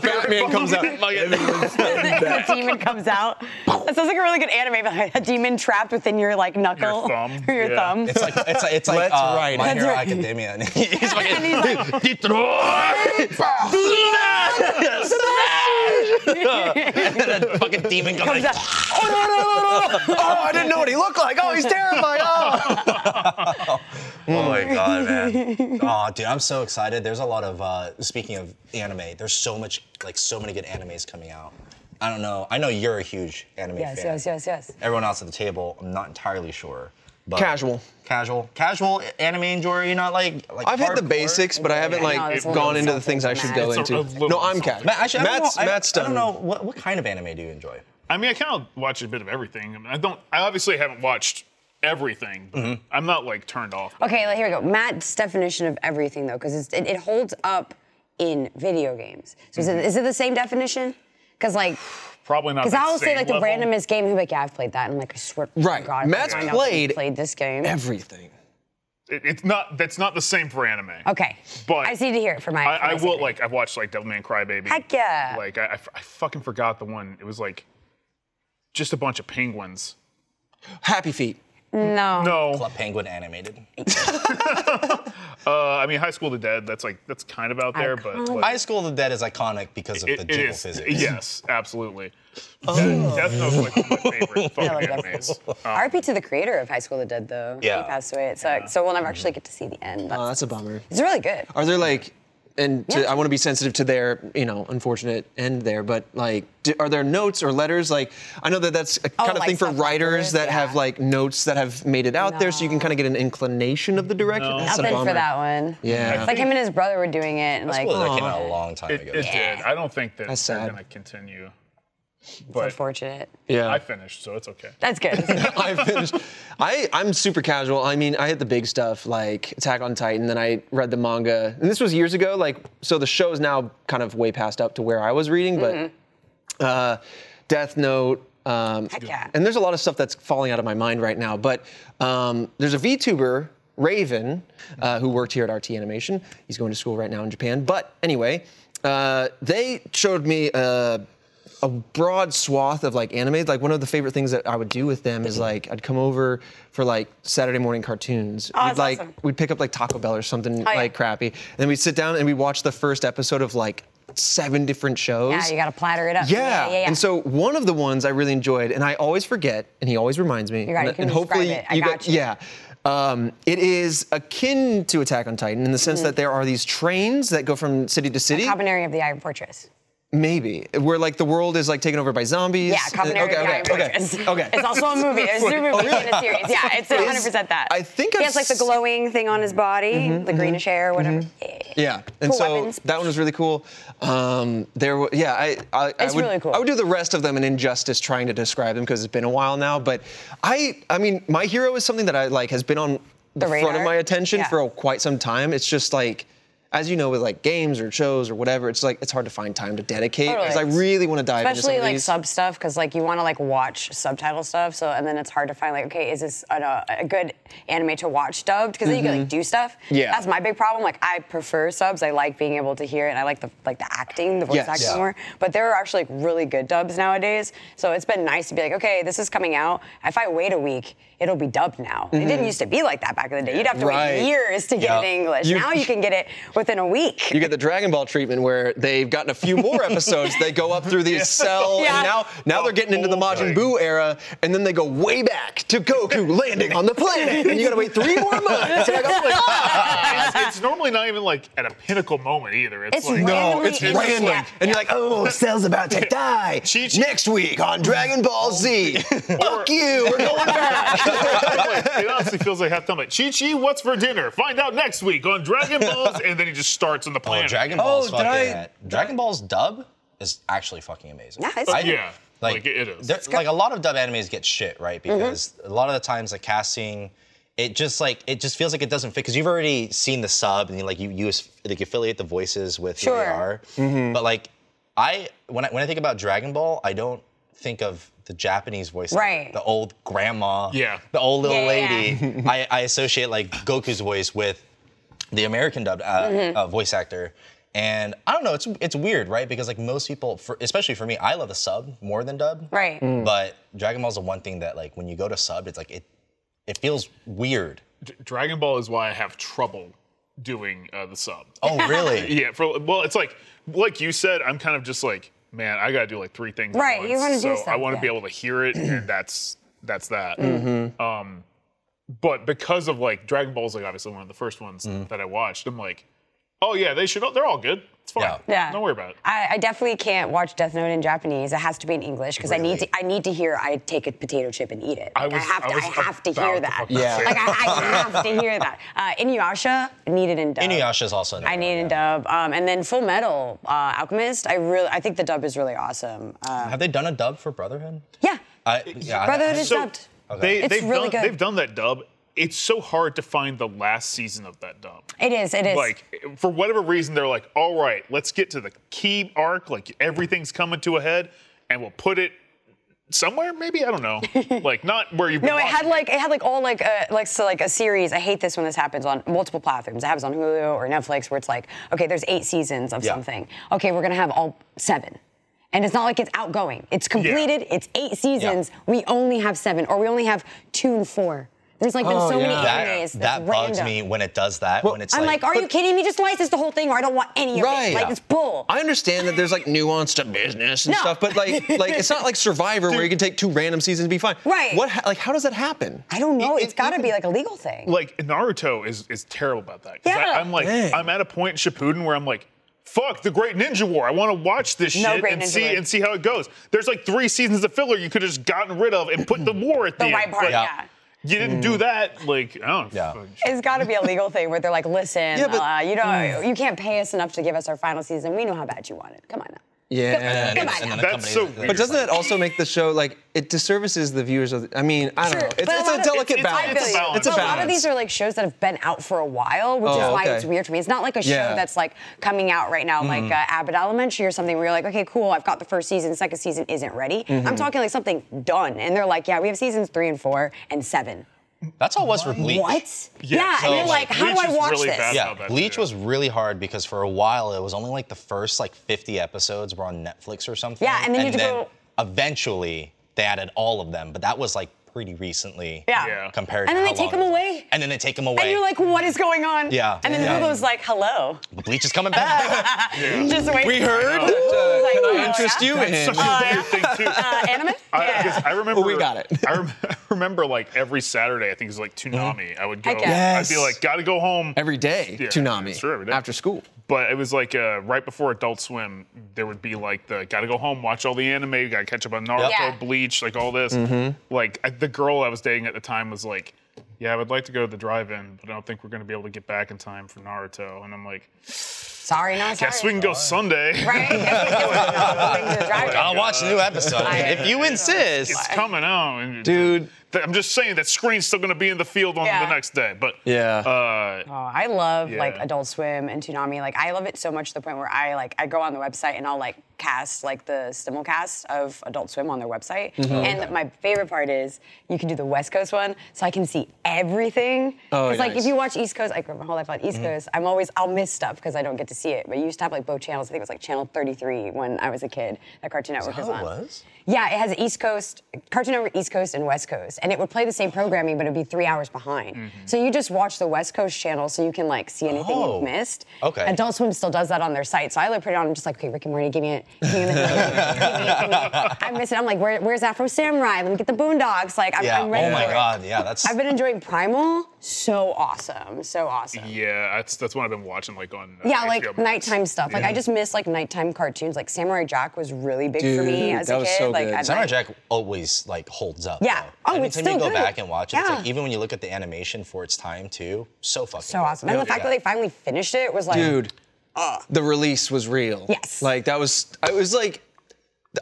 Speaker 3: Batman comes out.
Speaker 6: the demon comes out. That sounds like a really good anime, but like a demon trapped within your like knuckle
Speaker 5: Your thumb,
Speaker 6: or your
Speaker 5: yeah.
Speaker 6: thumb.
Speaker 4: It's like it's like, it's like
Speaker 3: Let's
Speaker 4: uh,
Speaker 3: write
Speaker 4: My
Speaker 3: it.
Speaker 4: Hero Academia. And he's fucking
Speaker 6: And he's like-
Speaker 4: Detroit, Smash! Smash! and then that fucking demon comes.
Speaker 6: Comes out.
Speaker 4: like,
Speaker 3: Oh, no, no, no, no, no. Oh, I didn't know what he looked like. Oh, he's terrifying. Oh.
Speaker 4: Oh my god, man! Oh, dude, I'm so excited. There's a lot of uh, speaking of anime. There's so much, like, so many good animes coming out. I don't know. I know you're a huge anime
Speaker 6: yes,
Speaker 4: fan.
Speaker 6: yes, yes, yes.
Speaker 4: Everyone else at the table, I'm not entirely sure. But
Speaker 3: Casual.
Speaker 4: casual, casual anime enjoyer. You're not like like.
Speaker 3: I've hit the
Speaker 4: hardcore?
Speaker 3: basics, but I haven't
Speaker 6: No,
Speaker 3: like
Speaker 6: it's a little
Speaker 3: gone into the
Speaker 6: something
Speaker 3: things I should go
Speaker 5: It's a-
Speaker 3: into.
Speaker 5: a little
Speaker 3: no, I'm
Speaker 5: something.
Speaker 3: cat.
Speaker 4: Matt, actually,
Speaker 3: Matt's
Speaker 4: I don't know, I-
Speaker 3: Matt's
Speaker 4: I,
Speaker 3: done.
Speaker 4: don't know what, what kind of anime do you enjoy.
Speaker 5: I mean, I kind of watch a bit of everything. I, mean, I don't. I obviously haven't watched everything. But I'm not like turned off. by
Speaker 6: Okay, like, here we go. Matt's definition of everything, though, because it, it holds up in video games. So is, it, is it the same definition? Because like,
Speaker 5: Probably not.
Speaker 6: because
Speaker 5: that
Speaker 6: I'll say
Speaker 5: same
Speaker 6: like
Speaker 5: level.
Speaker 6: the randomest game. Who like, yeah, I've played that, and like I swear, to
Speaker 3: Right.
Speaker 6: God, if I
Speaker 3: Matt's
Speaker 6: find out that you
Speaker 3: played
Speaker 6: played this game.
Speaker 3: everything.
Speaker 5: It- it's not. That's not the same for anime.
Speaker 6: okay,
Speaker 5: But
Speaker 6: I just need to hear it for my.
Speaker 5: I,
Speaker 6: for my
Speaker 5: I will
Speaker 6: segment.
Speaker 5: like. I've watched like Devilman Crybaby.
Speaker 6: Heck yeah.
Speaker 5: Like I, I f- I fucking forgot the one. It was like just a bunch of penguins.
Speaker 3: Happy feet.
Speaker 6: Oh, No.
Speaker 5: No.
Speaker 4: Club Penguin animated.
Speaker 5: Uh, I mean, High School of the Dead. That's like that's kind of out there, but like,
Speaker 4: High School of the Dead is iconic because of
Speaker 5: it-
Speaker 4: the
Speaker 5: it
Speaker 4: jiggle
Speaker 5: is.
Speaker 4: physics.
Speaker 5: Yes, absolutely. That, Death Note's like one of my favorite fucking
Speaker 6: Death
Speaker 5: animes.
Speaker 6: RP to the creator of High School of the Dead, though.
Speaker 4: Yeah.
Speaker 6: He passed away. It sucks. So we'll never actually get to see the end.
Speaker 3: Oh,
Speaker 6: That's,
Speaker 3: that's a bummer.
Speaker 6: it's really good.
Speaker 3: Are there like, and to, I want to be sensitive to their, you know, unfortunate end there, but like, do, are there notes or letters? Like, I know that that's a kind of
Speaker 6: Oh, like
Speaker 3: thing for
Speaker 6: stuff
Speaker 3: writers
Speaker 6: afterwards,
Speaker 3: that have
Speaker 6: yeah.
Speaker 3: like notes that have made it out there, so you can kind of get an inclination of the direction. That's a
Speaker 6: Nothing
Speaker 3: bummer.
Speaker 6: for that one.
Speaker 3: Yeah.
Speaker 6: Like him and his brother were doing it, and
Speaker 4: High
Speaker 6: like.
Speaker 4: School of the Dead came
Speaker 10: Oh,
Speaker 4: out a long time
Speaker 5: It,
Speaker 4: ago.
Speaker 5: it did. I don't think that
Speaker 3: That's
Speaker 5: they're
Speaker 3: sad.
Speaker 5: gonna continue.
Speaker 6: oh, It's
Speaker 5: But
Speaker 6: unfortunate.
Speaker 3: Yeah.
Speaker 5: I finished, so it's okay.
Speaker 6: That's good.
Speaker 3: I finished. I I'm super casual. I mean, I hit the big stuff like Attack on Titan. Then I read the manga, and this was years ago. Like, so the show is now kind of way past up to where I was reading, but
Speaker 6: Mm-hmm.
Speaker 3: uh, Death Note. Um,
Speaker 6: Heck yeah.
Speaker 3: And there's a lot of stuff that's falling out of my mind right now. But um, there's a VTuber, Raven, uh, who worked here at RT Animation. He's going to school right now in Japan. But anyway, uh, they showed me. Uh, a broad swath of like anime. Like one of the favorite things that I would do with them is like I'd come over for like Saturday morning cartoons.
Speaker 6: Oh,
Speaker 3: we'd
Speaker 6: that's
Speaker 3: like
Speaker 6: awesome. Oh,
Speaker 3: we'd pick up like Taco Bell or something
Speaker 6: yeah.
Speaker 3: like crappy, and then we'd sit down and we'd watch the first episode of like seven different shows.
Speaker 6: yeah, you gotta platter it up.
Speaker 3: Yeah.
Speaker 6: yeah, yeah.
Speaker 3: And so one of the ones I really enjoyed, and I always forget, and he always reminds me.
Speaker 6: right,
Speaker 3: and,
Speaker 6: you can
Speaker 3: and
Speaker 6: describe
Speaker 3: hopefully
Speaker 6: it. I got you.
Speaker 3: Yeah. Um, it is akin to Attack on Titan in the
Speaker 6: Mm-hmm.
Speaker 3: sense that there are these trains that go from city to city.
Speaker 6: Cabaneri of the Iron Fortress.
Speaker 3: Maybe where like the world is like taken over by zombies.
Speaker 6: Yeah,
Speaker 3: Uh,
Speaker 6: Cabaneri of the Iron Fortress.
Speaker 3: okay, okay.
Speaker 6: It's also a movie. It's a movie in a series. Yeah, it's 100 percent that.
Speaker 3: I think
Speaker 6: he
Speaker 3: I've
Speaker 6: has like the
Speaker 3: s- Mm-hmm,
Speaker 6: glowing thing on his body, the greenish hair, whatever. Yeah.
Speaker 3: Yeah, and
Speaker 6: Cool
Speaker 3: so
Speaker 6: weapons.
Speaker 3: that one was really cool. Um, there, were, yeah, I, I, I
Speaker 6: It's
Speaker 3: would,
Speaker 6: really cool.
Speaker 3: I would do the rest of them an injustice trying to describe them because it's been a while now. But I, I mean, my hero is something that I like has been on the,
Speaker 6: The
Speaker 3: front of
Speaker 6: radar?
Speaker 3: my attention
Speaker 6: Yeah.
Speaker 3: for a, quite some time. It's just like. As you know, with like games or shows or whatever, it's like it's hard to find time to dedicate because
Speaker 6: Totally.
Speaker 3: I really want to dive into some
Speaker 6: Especially
Speaker 3: of
Speaker 6: like
Speaker 3: these.
Speaker 6: sub stuff, because like you want to like watch subtitle stuff. So and then it's hard to find like, okay, is this an, uh, a good anime to watch dubbed? Because then you can like do stuff.
Speaker 3: Mm-hmm. Yeah.
Speaker 6: That's my big problem. Like I prefer subs. I like being able to hear it. And I like the like the acting, the voice
Speaker 3: Yes.
Speaker 6: acting
Speaker 3: Yeah.
Speaker 6: more. But there are actually like really good dubs nowadays. So it's been nice to be like, okay, this is coming out. If I wait a week, it'll be dubbed now. It didn't used to be like that back in the day. You'd have to
Speaker 3: Mm-hmm. Right.
Speaker 6: wait years to get
Speaker 4: Yeah.
Speaker 6: it in English.
Speaker 3: You-
Speaker 6: now you can get it within a week.
Speaker 3: you get the Dragon Ball treatment where they've gotten a few more episodes. they go up through the cell,
Speaker 6: Yeah. Oh,
Speaker 3: and now now they're getting into the Majin Buu era, and then they go way back to Goku landing on the planet, and you gotta wait three more months. And I go, like, ah.
Speaker 5: Uh, it's, it's normally not even like at a pinnacle moment either. It's,
Speaker 6: It's
Speaker 5: like
Speaker 3: No,
Speaker 6: randomly
Speaker 3: it's
Speaker 6: in-
Speaker 3: random,
Speaker 6: Yeah.
Speaker 3: and you're like, oh, Cell's about to die.
Speaker 5: Chi-Chi.
Speaker 3: Next week on Dragon Ball Z, fuck you, we're going back.
Speaker 5: it honestly feels like half time. Like Chi Chi, what's for dinner? Find out next week on Dragon Balls, and then he just starts on the
Speaker 4: Oh,
Speaker 5: planet.
Speaker 4: Dragon Ball's
Speaker 10: Oh, did
Speaker 4: fucking.
Speaker 10: I-
Speaker 4: Dragon Ball's dub is actually fucking amazing.
Speaker 6: Yeah, it's-
Speaker 5: Yeah, like, it is.
Speaker 4: there- Like a lot of dub animes get shit right
Speaker 6: Mm-hmm.
Speaker 4: because a lot of the times the casting, it just like it just feels like it doesn't fit because you've already seen the sub and you like you use like affiliate the voices with who they
Speaker 6: Sure. Mm-hmm.
Speaker 4: are. But like I when I when I think about Dragon Ball, I don't think of the Japanese voice, actor,
Speaker 6: Right.
Speaker 4: The old grandma,
Speaker 5: Yeah.
Speaker 4: the old little
Speaker 6: Yeah, yeah,
Speaker 4: lady. I, I associate like Goku's voice with the American dubbed uh,
Speaker 6: Mm-hmm.
Speaker 4: uh, voice actor. And I don't know, it's it's weird, right? Because like most people, for, especially for me, I love the sub more than dub.
Speaker 6: Right. Mm.
Speaker 4: But Dragon Ball's the one thing that like when you go to sub, it's like it it feels weird.
Speaker 5: D- Dragon Ball is why I have trouble doing uh, the sub.
Speaker 4: Oh really?
Speaker 5: Yeah, for well, it's like like you said, I'm kind of just like, man, I gotta do like three things.
Speaker 6: Right,
Speaker 5: at
Speaker 6: you
Speaker 5: once,
Speaker 6: wanna do
Speaker 5: so I want to
Speaker 6: something.
Speaker 5: be able to hear it, and that's that's that. Um, but because of like Dragon Ball's like obviously one of the first ones that I watched, I'm like, oh yeah, they should. They're all good. It's fine.
Speaker 4: Yeah.
Speaker 6: Yeah.
Speaker 5: Don't worry about it.
Speaker 6: I, I definitely can't watch Death Note in Japanese. It has to be in English because I need to. I need to hear. I take a potato chip and eat it.
Speaker 5: I
Speaker 6: Like,
Speaker 5: was-
Speaker 6: have
Speaker 5: I
Speaker 6: to.
Speaker 5: was
Speaker 6: have to
Speaker 5: about
Speaker 6: hear
Speaker 5: to
Speaker 6: that.
Speaker 5: fucking Yeah. say
Speaker 6: Like I, I have to hear that. Uh, Inuyasha needed in dub.
Speaker 4: Inuyasha's also.
Speaker 6: I need a dub. Um, and then Full Metal uh, Alchemist. I really. I think the dub is really awesome. Uh,
Speaker 4: Have they done a dub for Brotherhood?
Speaker 6: yeah.
Speaker 4: I, yeah, I-
Speaker 6: Brotherhood
Speaker 4: I-
Speaker 6: is
Speaker 5: So
Speaker 6: dubbed.
Speaker 5: They,
Speaker 6: It's
Speaker 5: they've
Speaker 6: really
Speaker 5: done,
Speaker 6: good.
Speaker 5: They've done that dub. It's so hard to find the last season of that dub.
Speaker 6: It is. It is.
Speaker 5: like for whatever reason they're like all right let's get to the key arc like everything's coming to a head and we'll put it somewhere maybe i don't know like not where you
Speaker 6: No, it had like it had like all like uh, like so like a series. I hate this when this happens on multiple platforms. It happens on Hulu or Netflix where it's like, okay, there's eight seasons of
Speaker 4: Yeah.
Speaker 6: something. Okay, we're gonna have all seven. And it's not like it's outgoing. It's completed. It's eight seasons. We only have seven, or we only have two and four. There's like been so many
Speaker 4: Oh, That,
Speaker 6: animes. Oh,
Speaker 4: that
Speaker 6: that's
Speaker 4: bugs
Speaker 6: random.
Speaker 4: me when it does that. when it's
Speaker 6: I'm
Speaker 4: like,
Speaker 6: like, are you kidding me? Just license the whole thing, or I don't want any of
Speaker 3: Right.
Speaker 6: it. Like
Speaker 3: Yeah.
Speaker 6: it's bull.
Speaker 3: I understand that there's like nuance to business and
Speaker 6: No.
Speaker 3: stuff, but like, like it's not like Survivor where you can take two random seasons and be fine.
Speaker 6: Right.
Speaker 3: What? ha- Like, how does that happen?
Speaker 6: I don't know.
Speaker 5: It-
Speaker 6: it's
Speaker 5: it-
Speaker 6: got to be like a legal thing.
Speaker 5: like naruto is is terrible about that 'Cause
Speaker 6: Yeah.
Speaker 5: I, am like
Speaker 3: Dang.
Speaker 5: i'm at a point in shippuden where i'm like Fuck the Great Ninja War! I want to watch this
Speaker 6: No
Speaker 5: shit
Speaker 6: Great
Speaker 5: and
Speaker 6: Ninja
Speaker 5: see
Speaker 6: War.
Speaker 5: and see how it goes. There's like three seasons of filler you could have just gotten rid of and put the war at
Speaker 6: the
Speaker 5: the, end.
Speaker 6: right part,
Speaker 5: Like,
Speaker 6: yeah.
Speaker 5: You didn't do that. Like I don't.
Speaker 4: Yeah.
Speaker 5: fucking-
Speaker 6: It's got to be a legal thing where they're like, listen,
Speaker 3: Yeah, but- mm.
Speaker 6: uh, you don't, you can't pay us enough to give us our final season. We know how bad you want it. Come on now.
Speaker 3: Yeah.
Speaker 4: and,
Speaker 6: Come on
Speaker 4: it's- and then
Speaker 6: now.
Speaker 4: the
Speaker 5: That's
Speaker 4: company's
Speaker 5: so
Speaker 4: like,
Speaker 5: weird.
Speaker 4: they're
Speaker 3: But
Speaker 4: just
Speaker 3: doesn't
Speaker 4: like-
Speaker 3: that also make the show like it disservices the viewers of? The, I mean, I don't know. It's,
Speaker 6: but
Speaker 3: it's
Speaker 6: lot
Speaker 3: a
Speaker 6: of-
Speaker 3: delicate
Speaker 5: it's-
Speaker 3: balance.
Speaker 5: it's a balance.
Speaker 3: It's a
Speaker 6: But lot of
Speaker 3: balance.
Speaker 6: these are like shows that have been out for a while, which is
Speaker 3: Oh,
Speaker 6: why
Speaker 3: okay.
Speaker 6: it's weird to me. It's not like a show
Speaker 3: Yeah. Mm.
Speaker 6: that's like coming out right now, like uh, Abbott Elementary or something, where you're like, okay, cool, I've got the first season, second season isn't ready.
Speaker 3: Mm-hmm.
Speaker 6: I'm talking like something done, and they're like, yeah, we have seasons three and four and seven.
Speaker 4: That's how it was for Bleach.
Speaker 6: What? Yeah,
Speaker 5: so,
Speaker 6: and you're like,
Speaker 5: like,
Speaker 6: how do
Speaker 5: Bleach
Speaker 6: I
Speaker 5: is
Speaker 6: watch
Speaker 5: really
Speaker 6: this?
Speaker 5: bad.
Speaker 4: Yeah,
Speaker 5: how bad
Speaker 4: Bleach
Speaker 5: it is.
Speaker 4: was really hard because for a while it was only like the first like 50 episodes were on Netflix or something.
Speaker 6: Yeah, and then you had to go-
Speaker 4: eventually they added all of them, but that was like pretty recently.
Speaker 6: Yeah.
Speaker 5: Yeah.
Speaker 4: Compared
Speaker 6: And
Speaker 4: to
Speaker 6: then
Speaker 4: how
Speaker 6: they take
Speaker 4: long
Speaker 6: them
Speaker 4: it was.
Speaker 6: away.
Speaker 4: And then they take them away.
Speaker 6: And you're like, what is going on?
Speaker 4: Yeah.
Speaker 6: And then
Speaker 4: Yeah.
Speaker 6: Hulu's like, hello.
Speaker 4: Bleach is coming back.
Speaker 6: Just wait.
Speaker 3: We heard. That,
Speaker 6: It's
Speaker 3: uh,
Speaker 6: like,
Speaker 3: can
Speaker 6: oh,
Speaker 3: I
Speaker 6: yeah?
Speaker 3: interest you in?
Speaker 5: Such a weird thing too.
Speaker 6: Uh, anime?
Speaker 5: I, 'cause I remember.
Speaker 3: we got it. Mm-hmm.
Speaker 5: I, rem- I remember like every Saturday. I think it was like Toonami. I would go.
Speaker 6: I guess.
Speaker 5: I'd be like, gotta go home.
Speaker 3: Every day,
Speaker 5: Yeah,
Speaker 3: Toonami.
Speaker 5: it's true, every day.
Speaker 3: After school.
Speaker 5: but it was like uh, right before Adult Swim. There would be like the gotta go home, watch all the anime, gotta catch up on Naruto,
Speaker 6: Yeah.
Speaker 5: Bleach, like all this.
Speaker 3: Mm-hmm.
Speaker 5: Like I, the girl I was dating at the time was like, yeah, I would like to go to the drive-in, but I don't think we're gonna be able to get back in time for Naruto. And I'm like,
Speaker 6: Sorry, not sorry.
Speaker 5: guess we can go Sunday.
Speaker 6: Right?
Speaker 4: Gotta watch the new episode. if you insist.
Speaker 5: It's coming out, And-
Speaker 3: Dude.
Speaker 5: Th- I'm just saying that screen's still gonna be in the field on
Speaker 6: Yeah.
Speaker 5: the next day. But
Speaker 3: Yeah.
Speaker 5: uh,
Speaker 6: Oh, I love like
Speaker 5: Yeah.
Speaker 6: Adult Swim and Toonami. Like I love it so much to the point where I like I go on the website and I'll like cast like the simulcast of Adult Swim on their website. And my favorite part is you can do the West Coast one, so I can see everything.
Speaker 3: Oh,
Speaker 6: It's like
Speaker 3: nice.
Speaker 6: if you watch East Coast, I grew up my whole life on East Coast. I'm always I'll miss stuff because I don't get to see it. But you used to have like both channels. I think it was like channel 33 when I was a kid. That Cartoon Network was
Speaker 4: how it
Speaker 6: on.
Speaker 4: was?
Speaker 6: Yeah, it has East Coast, Cartoon Network East Coast and West Coast, and it would play the same programming, but it'd be three hours behind. So you just watch the West Coast channel, so you can like see anything
Speaker 4: Mm-hmm. Oh.
Speaker 6: you've missed.
Speaker 4: Okay.
Speaker 6: Adult Swim still does that on their site, so I look pretty on. I'm just like, okay, Rick and Morty, give me it. Give me it, give me it, give me it, give me it. I miss it. I'm like, Where, where's Afro Samurai? Let me get the Boondocks. Like, I'm,
Speaker 4: Yeah.
Speaker 6: I'm ready.
Speaker 4: Oh my
Speaker 6: for it.
Speaker 4: god, yeah, that's
Speaker 6: I've been enjoying Primal. So awesome. So awesome.
Speaker 5: yeah, that's that's what I've been watching like on. Uh,
Speaker 6: Yeah,
Speaker 5: HBO
Speaker 6: like
Speaker 5: Max.
Speaker 6: nighttime stuff. Like I just miss like nighttime cartoons. Like Samurai Jack was really big for me
Speaker 3: Dude,
Speaker 6: as
Speaker 3: that
Speaker 6: a
Speaker 3: was
Speaker 6: kid.
Speaker 3: so
Speaker 6: like
Speaker 3: good.
Speaker 6: I'd
Speaker 4: Samurai
Speaker 6: like-
Speaker 4: Jack always like holds up.
Speaker 6: Yeah.
Speaker 4: Though.
Speaker 6: Oh,
Speaker 4: Every
Speaker 6: it's
Speaker 4: time
Speaker 6: still
Speaker 4: you go
Speaker 6: good.
Speaker 4: back and watch it, it's like
Speaker 6: Yeah.
Speaker 4: even when you look at the animation for its time too, so fucking
Speaker 6: so
Speaker 4: good.
Speaker 6: awesome. And the fact that they finally finished it was like
Speaker 3: dude the release was real
Speaker 6: Ah. Yes.
Speaker 3: like that was i was like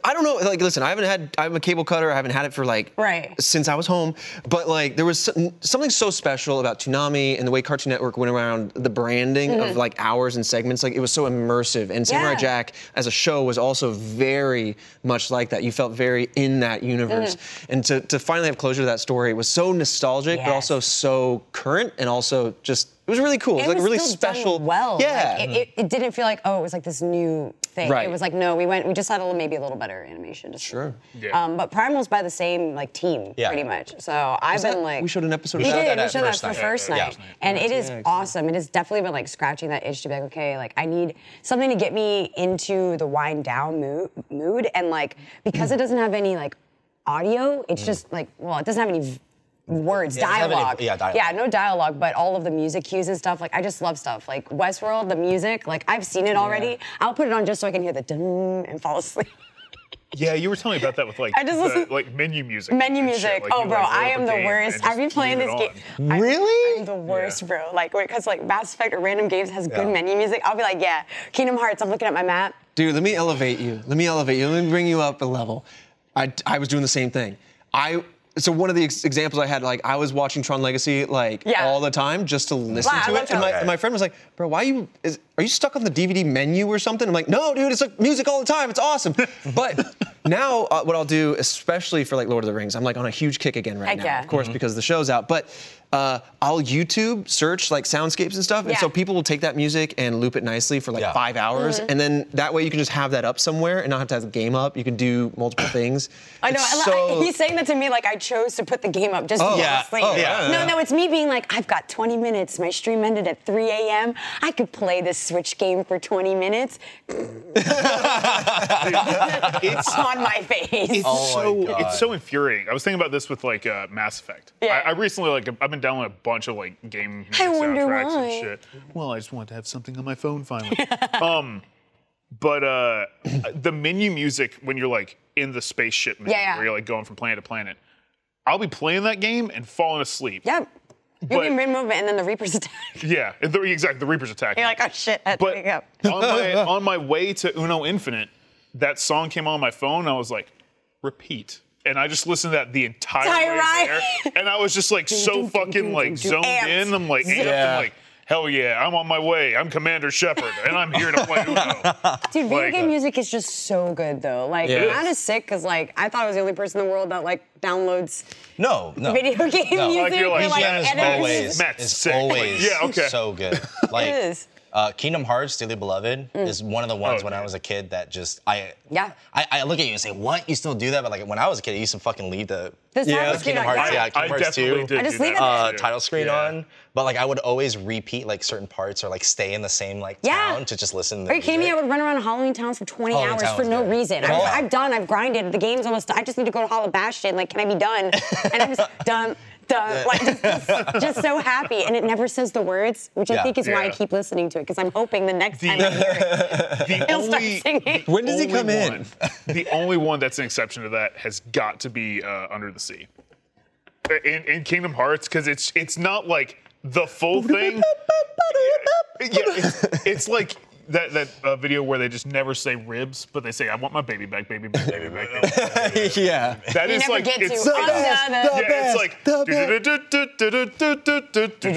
Speaker 3: I don't know. Like, listen, I haven't had. I'm a cable cutter. I haven't had it for like
Speaker 6: Right.
Speaker 3: since I was home. But like, there was some- something so special about Toonami and the way Cartoon Network went around the branding of like hours and segments. Like, it was so immersive. And Samurai
Speaker 6: Mm. Yeah.
Speaker 3: Jack as a show was also very much like that. You felt very in that universe. And to to finally have closure to that story was so nostalgic, but
Speaker 6: Mm. Yes.
Speaker 3: also so current, and also just it was really cool. It was, like a really
Speaker 6: still done
Speaker 3: special.
Speaker 6: well.
Speaker 3: Yeah.
Speaker 6: Like, it, it, it didn't feel like oh, it was like this new thing.
Speaker 3: Right.
Speaker 6: It was like no, we went. We just had a little, maybe a little better animation. Just
Speaker 3: Sure.
Speaker 5: Yeah.
Speaker 6: Um, but Primal's by the same like team,
Speaker 2: Yeah.
Speaker 6: pretty much. So I've
Speaker 3: that-
Speaker 6: been like
Speaker 3: we showed an episode
Speaker 6: We
Speaker 3: of that?
Speaker 6: did.
Speaker 2: Yeah,
Speaker 6: we showed that
Speaker 2: first
Speaker 6: for
Speaker 2: night.
Speaker 6: first
Speaker 2: Yeah.
Speaker 6: night, and it is awesome. It has definitely been like scratching that itch to be like, okay, like I need something to get me into the wind down mood, mood, and like because
Speaker 3: Hmm.
Speaker 6: it doesn't have any like audio, it's just like well, it doesn't have any. v- Words,
Speaker 2: it doesn't have any-
Speaker 6: dialogue.
Speaker 2: yeah, dialogue.
Speaker 6: Yeah, no dialogue, but all of the music cues and stuff. Like, I just love stuff. Like, Westworld, the music, like, I've seen it already. I'll put it on just so I can hear the dun and fall asleep.
Speaker 5: Yeah, you were telling me about that with like
Speaker 6: I just
Speaker 5: the-
Speaker 6: listen-
Speaker 5: like menu music.
Speaker 6: Menu
Speaker 5: and shit.
Speaker 6: music.
Speaker 5: Like,
Speaker 6: oh,
Speaker 5: you,
Speaker 6: bro,
Speaker 5: like, load
Speaker 6: I
Speaker 5: up
Speaker 6: am
Speaker 5: a
Speaker 6: the
Speaker 5: game
Speaker 6: worst.
Speaker 5: and
Speaker 6: I've been
Speaker 5: just
Speaker 6: playing
Speaker 5: leave
Speaker 6: this
Speaker 5: it
Speaker 6: game.
Speaker 5: on.
Speaker 6: I-
Speaker 3: Really?
Speaker 6: I'm the worst,
Speaker 5: Yeah.
Speaker 6: bro. Like, because like Mass Effect or random games has
Speaker 2: Yeah.
Speaker 6: good menu music. I'll be like, yeah, Kingdom Hearts. I'm looking at my map.
Speaker 3: Dude, let me elevate you. Let me elevate you. Let me bring you up a level. I, I was doing the same thing. I so one of the ex- examples I had, like I was watching Tron Legacy like
Speaker 6: Yeah.
Speaker 3: all the time just to listen
Speaker 6: Wow, I
Speaker 3: to
Speaker 6: love
Speaker 3: it. And my,
Speaker 6: Tron.
Speaker 3: and my friend was like, "Bro, why you is, are you stuck on the DVD menu or something?" I'm like, "No, dude, it's like music all the time. It's awesome." but now uh, what I'll do, especially for like Lord of the Rings, I'm like on a huge kick again right
Speaker 6: Heck
Speaker 3: now.
Speaker 6: yeah. Mm-hmm.
Speaker 3: Of course, because the show's out, but. Uh, I'll YouTube search like soundscapes and stuff, and
Speaker 6: Yeah.
Speaker 3: so people will take that music and loop it nicely for like
Speaker 2: Yeah.
Speaker 3: five hours,
Speaker 6: Mm-hmm.
Speaker 3: and then that way you can just have that up somewhere and not have to have the game up. You can do multiple things.
Speaker 6: I know.
Speaker 3: It's
Speaker 6: I-
Speaker 3: so-
Speaker 6: I, he's saying that to me like I chose to put the game up just
Speaker 3: Oh,
Speaker 6: to fall
Speaker 3: yeah.
Speaker 6: asleep.
Speaker 3: Oh, yeah.
Speaker 6: No, no, it's me being like, I've got 20 minutes. My stream ended at 3 a.m. I could play this Switch game for 20 minutes. it's on my face.
Speaker 2: Oh my
Speaker 5: so
Speaker 2: God.
Speaker 5: it's so infuriating. I was thinking about this with like uh, Mass Effect.
Speaker 6: Yeah.
Speaker 5: I, I recently like I've been downloading a bunch of like game music
Speaker 6: I wonder
Speaker 5: soundtracks
Speaker 6: why.
Speaker 5: and shit. Well, I just wanted to have something on my phone finally. um, but uh, the menu music when you're like in the spaceship menu,
Speaker 6: Yeah, yeah.
Speaker 5: where you're like going from planet to planet. I'll be playing that game and falling asleep.
Speaker 6: Yep. You're
Speaker 5: But-
Speaker 6: in mid movement and then the Reaper's attack.
Speaker 5: Yeah, and the, exactly. The Reaper's attack.
Speaker 6: You're like, oh shit, I have to
Speaker 5: But
Speaker 6: wake up.
Speaker 5: on my on my way to Uno Infinite, that song came on my phone. I was like, repeat. And I just listened to that the entire
Speaker 6: Entire
Speaker 5: way
Speaker 6: ride.
Speaker 5: there. And I was just like so
Speaker 6: dun, dun, dun,
Speaker 5: fucking like
Speaker 6: dun, dun.
Speaker 5: zoned
Speaker 6: Amped.
Speaker 5: in. I'm like, amped.
Speaker 6: Yeah.
Speaker 5: I'm like, hell yeah, I'm on my way. I'm Commander Shepard, and I'm here to play Uno.
Speaker 6: Dude, video
Speaker 5: Like- uh,
Speaker 6: game music is just so good though. Like,
Speaker 3: Yeah.
Speaker 6: kind of sick because like I thought I was the only person in the world that like downloads
Speaker 2: No, no.
Speaker 6: video game
Speaker 2: No.
Speaker 6: music.
Speaker 5: Like, you're like,
Speaker 6: and,
Speaker 5: like,
Speaker 2: BGM is
Speaker 6: editors.
Speaker 5: editors.
Speaker 2: always,
Speaker 5: Matt's
Speaker 2: is
Speaker 5: sick. Like,
Speaker 2: always
Speaker 5: yeah, okay.
Speaker 2: so good. Like
Speaker 6: is.
Speaker 2: Uh, Kingdom Hearts, Dearly Beloved, is one of the ones
Speaker 5: Oh,
Speaker 2: when I
Speaker 5: yeah.
Speaker 2: was a kid that just I
Speaker 6: Yeah.
Speaker 2: I, I look at you and say, "What? You still do that?" But like when I was a kid, I used to fucking leave the
Speaker 6: This
Speaker 3: Yeah.
Speaker 6: happens to me,
Speaker 2: Kingdom
Speaker 6: like,
Speaker 2: Hearts,
Speaker 6: that.
Speaker 2: yeah, Kingdom
Speaker 5: I
Speaker 2: Hearts
Speaker 5: definitely
Speaker 2: 2
Speaker 5: did.
Speaker 6: I just
Speaker 5: do
Speaker 6: leave it
Speaker 5: that.
Speaker 2: uh,
Speaker 5: too.
Speaker 2: title screen
Speaker 5: Yeah.
Speaker 2: on. But like I would always repeat like certain parts or like stay in the same like
Speaker 6: Yeah.
Speaker 2: town to just listen. To the
Speaker 6: Are you kidding me? I
Speaker 2: music.
Speaker 6: would run around Halloween Towns for 20
Speaker 2: Halloween
Speaker 6: hours
Speaker 2: Town
Speaker 6: for
Speaker 2: was
Speaker 6: no
Speaker 2: good.
Speaker 6: reason.
Speaker 2: Yeah.
Speaker 6: I'm, I'm done. I've grinded. The game's almost done. I just need to go to Hall of Bastion. Like, can I be done? And I'm just done. Done. Like, just, just- just so happy. And it never says the words, which I
Speaker 2: Yeah.
Speaker 6: think is why I
Speaker 5: Yeah.
Speaker 6: keep listening to it, because I'm hoping the next time I hear it,
Speaker 5: The
Speaker 6: it'll start
Speaker 5: only,
Speaker 6: singing.
Speaker 3: when does he
Speaker 5: only
Speaker 3: come in?
Speaker 5: one- the only one that's an exception to that has got to be uh, Under the Sea. Uh, In, in Kingdom Hearts, because it's it's not like the full thing. yeah, it's, it's like that that uh, video where they just never say ribs, but they say, "I want my baby back, baby back, baby back." baby back."
Speaker 3: yeah.
Speaker 5: That
Speaker 6: You
Speaker 5: is
Speaker 6: never
Speaker 5: like
Speaker 6: get to.
Speaker 5: it's,
Speaker 6: Under
Speaker 5: it's-
Speaker 6: the-
Speaker 3: the
Speaker 5: yeah, it's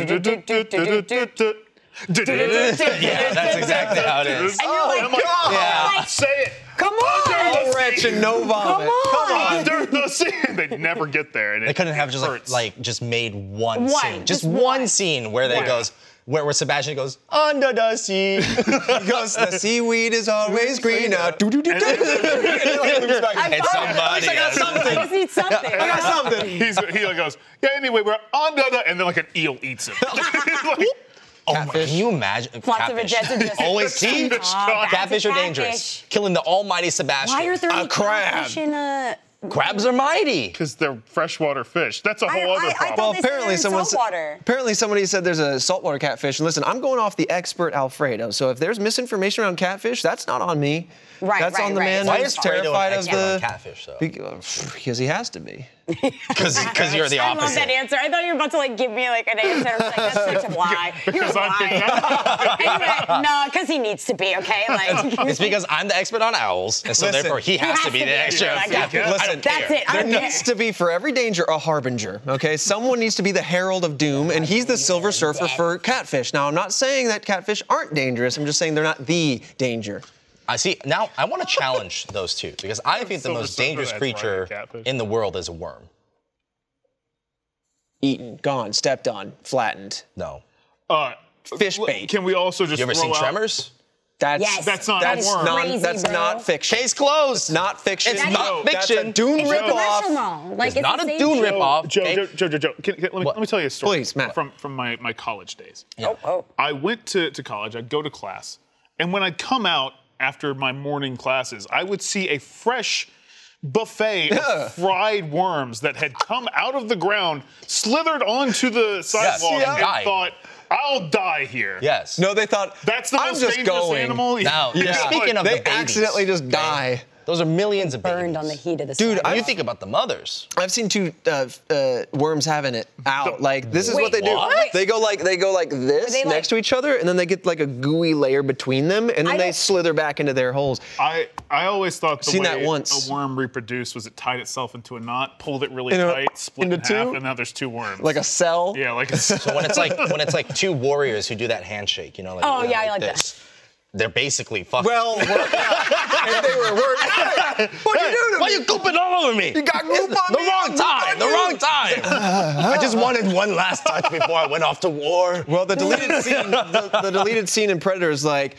Speaker 3: best,
Speaker 5: like
Speaker 3: the best.
Speaker 2: Yeah, that's exactly how it is.
Speaker 6: And you're like,
Speaker 5: I'm like,
Speaker 6: God.
Speaker 5: "Oh, say it.
Speaker 6: Come on!
Speaker 5: Under the
Speaker 3: Wretch
Speaker 5: sea.
Speaker 3: and no vomit.
Speaker 6: Come on.
Speaker 5: Under the sea. They never get there. And
Speaker 2: They couldn't have just like,
Speaker 5: hurts.
Speaker 2: like just made one,
Speaker 6: One,
Speaker 2: scene, just,
Speaker 6: just
Speaker 2: one,
Speaker 6: one.
Speaker 2: scene where they
Speaker 5: One.
Speaker 2: goes where, where Sebastian goes under the sea. he goes
Speaker 3: The seaweed is always greener.
Speaker 5: And then-
Speaker 2: it's somebody. else."
Speaker 6: I just need something. you know?
Speaker 5: He's, he like goes, yeah. Anyway, we're under the, and then like an eel eats him. He's like,
Speaker 2: Oh my, can you imagine?
Speaker 6: Lots of
Speaker 2: Catfish.
Speaker 6: adjectives.
Speaker 2: Always see.
Speaker 5: Catfish, God.
Speaker 2: Catfish are
Speaker 6: That's a
Speaker 2: dangerous.
Speaker 6: catfish.
Speaker 2: Killing the almighty Sebastian.
Speaker 6: Why are there
Speaker 2: a
Speaker 6: any uh,
Speaker 2: crab?
Speaker 6: catfish in a?
Speaker 2: Crabs are mighty.
Speaker 5: Because they're freshwater fish. That's a
Speaker 6: I-
Speaker 5: whole
Speaker 6: I-
Speaker 5: other
Speaker 6: I
Speaker 5: problem.
Speaker 6: thought
Speaker 3: Well,
Speaker 6: they said
Speaker 3: apparently
Speaker 6: they're in
Speaker 3: someone said-
Speaker 6: saltwater.
Speaker 3: apparently somebody said there's a saltwater catfish. And listen, I'm going off the expert Alfredo. So if there's misinformation around catfish, that's not on me.
Speaker 6: Right,
Speaker 3: That's
Speaker 6: right,
Speaker 3: on the
Speaker 6: right.
Speaker 3: man
Speaker 6: Why
Speaker 2: Why
Speaker 3: who's
Speaker 2: is
Speaker 6: Fredo
Speaker 2: Fredo
Speaker 3: terrified
Speaker 2: an
Speaker 3: of
Speaker 2: expert on
Speaker 3: the
Speaker 2: catfish though?
Speaker 3: Because he has to be.
Speaker 4: Because you're the
Speaker 6: I love
Speaker 4: opposite.
Speaker 6: that answer. I thought you were about to like give me like an answer. I was like, that's such a lie. You're
Speaker 5: Because I'm
Speaker 6: lying. And you're like, no, because he needs to be okay. Like,
Speaker 4: It's because I'm the expert on owls, and so
Speaker 3: Listen.
Speaker 4: therefore he has, to be the expert.
Speaker 6: expert.
Speaker 4: Yeah,
Speaker 6: Okay.
Speaker 4: I don't
Speaker 6: that's
Speaker 4: care.
Speaker 6: it. I'm
Speaker 3: There
Speaker 6: there.
Speaker 3: needs to be for every danger a harbinger. Okay, someone needs to be the herald of doom, and he's the Silver Surfer for catfish. Now, I'm not saying that catfish aren't dangerous. I'm just saying they're not the danger.
Speaker 4: I see. Now I want to challenge those two because I think the
Speaker 5: Silver
Speaker 4: most
Speaker 5: Surfer,
Speaker 4: dangerous
Speaker 5: that's right,
Speaker 4: creature
Speaker 5: catfish.
Speaker 4: in the world is a worm.
Speaker 3: Eaten, gone, stepped on, flattened,
Speaker 4: No.
Speaker 5: Uh,
Speaker 3: fish bait.
Speaker 5: can we also just
Speaker 4: You ever
Speaker 5: throw
Speaker 4: seen
Speaker 5: out-
Speaker 4: Tremors?
Speaker 3: That's
Speaker 6: Yes.
Speaker 5: That's not
Speaker 3: that's
Speaker 5: a worm.
Speaker 3: non-
Speaker 6: Crazy,
Speaker 3: that's
Speaker 6: bro.
Speaker 3: not fiction.
Speaker 4: Case closed.
Speaker 3: not fiction.
Speaker 4: It's
Speaker 2: That
Speaker 4: not
Speaker 2: is-
Speaker 3: That's a
Speaker 4: fiction.
Speaker 3: Dune
Speaker 2: It's a
Speaker 3: ripoff.
Speaker 2: commercial mall. Like,
Speaker 4: It's
Speaker 2: it's
Speaker 4: not
Speaker 2: the
Speaker 4: a
Speaker 2: same
Speaker 4: Dune
Speaker 2: thing.
Speaker 4: ripoff.
Speaker 5: Joe,
Speaker 4: okay?
Speaker 5: Joe, Joe, Joe, Joe, can, can, let, me,
Speaker 4: What?
Speaker 5: let me tell you a story.
Speaker 3: Please, Matt.
Speaker 5: From, from my, my college days.
Speaker 6: oh, oh.
Speaker 5: I went to, to college, I'd go to class, and when I'd come out after my morning classes, I would see a fresh buffet of fried worms that had come out of the ground, slithered onto the sidewalk,
Speaker 4: Yeah.
Speaker 5: and
Speaker 4: Died.
Speaker 5: thought, I'll die here.
Speaker 4: Yes.
Speaker 3: No, they thought
Speaker 5: That's the
Speaker 3: I'm
Speaker 5: most
Speaker 3: just
Speaker 5: dangerous
Speaker 3: going.
Speaker 5: animal.
Speaker 4: Now, you're speaking of
Speaker 3: They
Speaker 4: the babies,
Speaker 3: accidentally just die.
Speaker 4: Those are millions of babies.
Speaker 6: Burned on the heat of the
Speaker 3: Dude,
Speaker 6: sun.
Speaker 4: When you think about the mothers.
Speaker 3: I've seen two uh, f- uh, worms having it out. Like this is what they
Speaker 6: Wait,
Speaker 3: do.
Speaker 4: what?
Speaker 3: They go like they go like this
Speaker 6: they, like-
Speaker 3: next to each other, and then they get like a gooey layer between them, and then
Speaker 6: I
Speaker 3: they
Speaker 6: don't-
Speaker 3: slither back into their holes.
Speaker 5: I, I always thought the
Speaker 3: Seen
Speaker 5: way
Speaker 3: that once.
Speaker 5: a worm reproduced was it tied itself into a knot, pulled it really
Speaker 3: In a-
Speaker 5: tight, split
Speaker 3: into
Speaker 5: it in half,
Speaker 3: two?
Speaker 5: and now there's two worms.
Speaker 3: Like a cell.
Speaker 5: yeah, like a,
Speaker 4: So when it's like when it's like two warriors who do that handshake, you know, like
Speaker 6: Oh,
Speaker 4: you know,
Speaker 6: yeah, I like that.
Speaker 4: this. They're basically fucking.
Speaker 3: Well, worm- if they were worm, Hey, what'd you do to
Speaker 4: why
Speaker 3: me?
Speaker 4: you gooping all over me?
Speaker 3: You got goop on
Speaker 4: the
Speaker 3: me?
Speaker 4: wrong time. The wrong time. I just wanted one last touch before I went off to war.
Speaker 3: Well, the deleted scene, the, the deleted scene in Predator is like,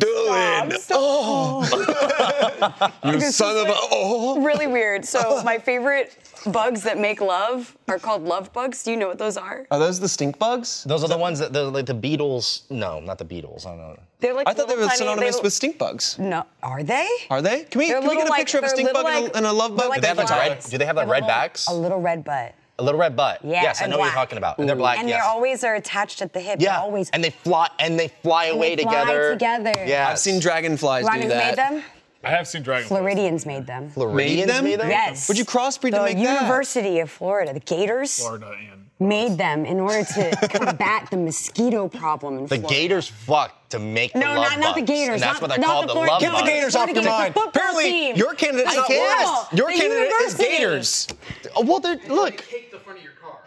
Speaker 3: Dylan, you son of a, oh.
Speaker 6: Really weird. So my favorite bugs that make love are called love bugs. Do you know what those are?
Speaker 3: Are those the stink bugs?
Speaker 4: Those are the ones that the, like the Beatles. No, not the Beatles. I don't know.
Speaker 6: They're like
Speaker 3: I thought they
Speaker 6: little
Speaker 3: were
Speaker 6: tiny-
Speaker 3: synonymous
Speaker 6: they-
Speaker 3: with stink bugs.
Speaker 6: No, are they?
Speaker 3: Are they? Can we,
Speaker 6: They're
Speaker 3: can we get a
Speaker 6: little like-
Speaker 3: picture of a
Speaker 6: they're
Speaker 3: stink bug
Speaker 6: little
Speaker 3: and,
Speaker 6: like-
Speaker 3: a, and a love bug?
Speaker 6: they're like
Speaker 4: Do they have like
Speaker 6: flies.
Speaker 4: red? Do they have like
Speaker 6: a
Speaker 4: red
Speaker 6: little-
Speaker 4: backs?
Speaker 6: A little red butt.
Speaker 4: A little red butt.
Speaker 6: Yeah,
Speaker 4: Yes, I
Speaker 6: and
Speaker 4: know what you're
Speaker 6: black.
Speaker 4: talking about. And they're black.
Speaker 6: And
Speaker 4: yes.
Speaker 6: they're always are attached at the hip.
Speaker 4: yeah.
Speaker 6: They're always.
Speaker 4: and they fly and they fly away
Speaker 6: they fly
Speaker 4: together.
Speaker 6: together.
Speaker 4: Yeah.
Speaker 3: I've seen dragonflies
Speaker 6: Ronnie's
Speaker 3: do that.
Speaker 6: made them.
Speaker 5: I have seen dragonflies.
Speaker 6: Floridians made them.
Speaker 3: Made them?
Speaker 6: Yes.
Speaker 3: Would you crossbreed to
Speaker 6: the
Speaker 3: make that?
Speaker 6: University of Florida, the Gators,
Speaker 5: Florida and
Speaker 6: made them in order to combat the mosquito problem in
Speaker 4: The
Speaker 6: Florida.
Speaker 4: Gators fuck to make the
Speaker 6: No,
Speaker 4: love
Speaker 6: not, not the
Speaker 4: bugs,
Speaker 6: Gators.
Speaker 4: And that's
Speaker 6: not,
Speaker 4: what they're
Speaker 6: not
Speaker 4: called, the,
Speaker 6: the Florida
Speaker 4: love
Speaker 6: Gators.
Speaker 4: bugs.
Speaker 3: the Gators off your
Speaker 6: Florida
Speaker 3: mind.
Speaker 6: Gators, the football
Speaker 3: Apparently,
Speaker 6: team.
Speaker 3: your candidate's
Speaker 6: The
Speaker 3: not
Speaker 6: football,
Speaker 3: West. Your
Speaker 6: the
Speaker 3: candidate
Speaker 6: university.
Speaker 3: is Gators.
Speaker 4: Oh, well, they're look.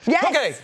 Speaker 6: Yes.
Speaker 3: Okay.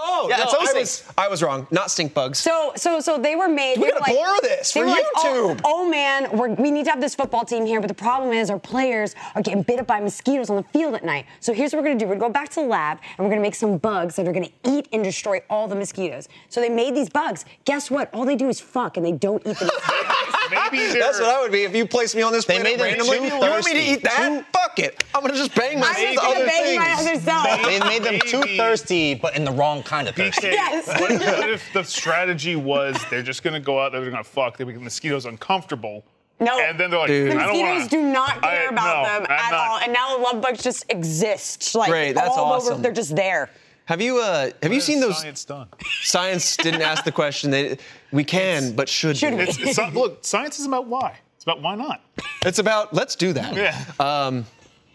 Speaker 3: Oh,
Speaker 4: Yeah,
Speaker 3: no,
Speaker 4: it's those
Speaker 3: I was, I was wrong. Not stink bugs.
Speaker 6: So, so, so they were made.
Speaker 3: We
Speaker 6: they were
Speaker 3: gotta borrow this
Speaker 6: they
Speaker 3: for
Speaker 6: were like,
Speaker 3: YouTube.
Speaker 6: oh, oh, man, we're, we need to have this football team here, but the problem is our players are getting bit up by mosquitoes on the field at night. So here's what we're gonna do: we're gonna go back to the lab and we're gonna make some bugs that are gonna eat and destroy all the mosquitoes. So they made these bugs. Guess what? All they do is fuck and they don't eat the mosquitoes.
Speaker 5: maybe they're-
Speaker 3: That's what I would be if you placed me on this planet
Speaker 4: made them
Speaker 3: randomly.
Speaker 4: too
Speaker 3: You want me to
Speaker 4: thirsty.
Speaker 3: eat that? Fuck it. I'm gonna just bang myself
Speaker 6: I'm
Speaker 3: with
Speaker 6: just gonna
Speaker 3: other
Speaker 6: bang
Speaker 3: things.
Speaker 6: my other self.
Speaker 4: They made them too
Speaker 5: Maybe.
Speaker 4: thirsty, but in the wrong kind of thirsty.
Speaker 5: BK,
Speaker 6: Yes.
Speaker 5: what, what if the strategy was they're just gonna go out there, they're gonna fuck, they make the mosquitoes uncomfortable.
Speaker 6: No.
Speaker 5: And then they're like,
Speaker 3: Dude.
Speaker 5: I don't
Speaker 6: Mosquitoes
Speaker 5: wanna,
Speaker 6: do not care
Speaker 5: I-
Speaker 6: about
Speaker 5: no,
Speaker 6: them
Speaker 5: I'm
Speaker 6: at
Speaker 5: not-
Speaker 6: all, and now the love bugs just exist. Like
Speaker 3: Great, that's
Speaker 6: all
Speaker 3: awesome.
Speaker 6: over, they're just there.
Speaker 3: Have you uh have you seen those
Speaker 5: Science done.
Speaker 3: science didn't ask the question that we can but should,
Speaker 6: Should
Speaker 3: do.
Speaker 6: we?
Speaker 5: It's, it's not- look, science is about why. It's about why not.
Speaker 3: It's about let's do that.
Speaker 5: Yeah.
Speaker 3: Um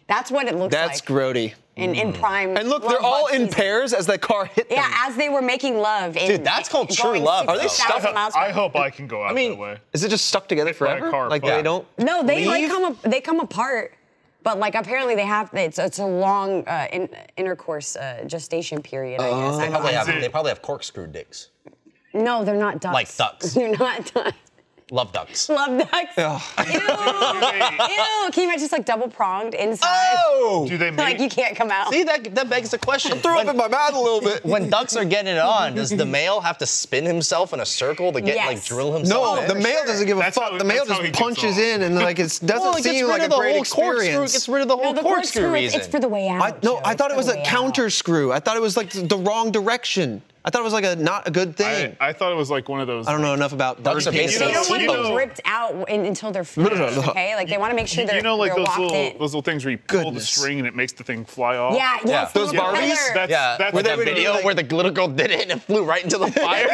Speaker 6: That's what it looks
Speaker 3: that's
Speaker 6: like.
Speaker 3: grody.
Speaker 6: in,
Speaker 4: Mm.
Speaker 6: in prime.
Speaker 3: And look,
Speaker 6: love
Speaker 3: they're all
Speaker 6: bug
Speaker 3: in
Speaker 6: season.
Speaker 3: pairs as that car hit them.
Speaker 6: Yeah, as they were making love. In,
Speaker 4: Dude, that's called true
Speaker 6: going
Speaker 4: love, though. Are they
Speaker 6: 6,000
Speaker 4: stuck-
Speaker 6: miles
Speaker 5: I
Speaker 6: per-
Speaker 5: hope I can go out
Speaker 4: mean-
Speaker 5: that way.
Speaker 3: Is it just stuck together
Speaker 5: by a
Speaker 3: forever?
Speaker 5: car,
Speaker 3: like
Speaker 5: yeah.
Speaker 3: they don't
Speaker 6: No, they like
Speaker 3: leave?
Speaker 6: come up, they come apart, but like apparently they have it's it's a long uh, in, intercourse uh, gestation period. I guess. I
Speaker 4: They
Speaker 6: don't
Speaker 4: probably,
Speaker 6: know.
Speaker 4: have, they probably have corkscrew dicks.
Speaker 6: no, they're not ducks.
Speaker 4: Like ducks.
Speaker 6: they're not ducks.
Speaker 4: Love ducks.
Speaker 6: Love ducks. Ew. Ew. Can you imagine just like double pronged inside?
Speaker 3: Oh!
Speaker 5: Do they make
Speaker 6: Like you can't come out.
Speaker 4: See, that, that begs the question.
Speaker 3: Throw up
Speaker 4: When-
Speaker 3: in my mouth a little bit.
Speaker 4: when ducks are getting it on, does the male have to spin himself in a circle to get like
Speaker 6: Yes.
Speaker 4: drill himself?
Speaker 3: No,
Speaker 4: in?
Speaker 3: the male doesn't give a
Speaker 5: That's
Speaker 3: fuck.
Speaker 5: how-
Speaker 3: the male
Speaker 5: that's how he
Speaker 3: just
Speaker 5: gets
Speaker 3: punches
Speaker 5: off.
Speaker 3: in and like it doesn't
Speaker 4: Well, it gets
Speaker 3: seem
Speaker 4: rid
Speaker 3: like
Speaker 4: of
Speaker 3: a
Speaker 4: the
Speaker 3: great
Speaker 4: whole corkscrew.
Speaker 3: experience.
Speaker 4: Gets rid of the whole
Speaker 6: no, the corkscrew,
Speaker 4: corkscrew
Speaker 6: it's-
Speaker 4: reason.
Speaker 6: It's for the way out.
Speaker 3: I, no,
Speaker 6: Joe.
Speaker 3: I thought it
Speaker 6: It's
Speaker 3: was
Speaker 6: for the
Speaker 3: a
Speaker 6: way out.
Speaker 3: counter screw. I thought it was like the wrong direction. I thought it was like a not a good
Speaker 5: I,
Speaker 3: thing. I,
Speaker 5: I thought it was like one of those.
Speaker 3: don't know enough about
Speaker 4: Ducks
Speaker 3: bird
Speaker 4: are
Speaker 3: people.
Speaker 4: basically
Speaker 6: They don't want to
Speaker 5: You know-
Speaker 6: be ripped out in, until they're finished,
Speaker 3: no.
Speaker 6: okay? Like, they want to make sure
Speaker 5: You-
Speaker 6: they're,
Speaker 5: you know, like
Speaker 6: they're
Speaker 5: those
Speaker 6: locked
Speaker 5: little
Speaker 6: in.
Speaker 5: those little things where you pull the
Speaker 3: Goodness.
Speaker 5: string and it makes the thing fly off.
Speaker 6: yeah, yeah.
Speaker 4: Yeah.
Speaker 6: it's the
Speaker 3: Those
Speaker 6: little
Speaker 3: Barbies?
Speaker 6: feather.
Speaker 5: That's,
Speaker 4: Yeah,
Speaker 5: that's
Speaker 4: with that
Speaker 5: definitely-
Speaker 4: video where the little girl did it and it flew right into the fire.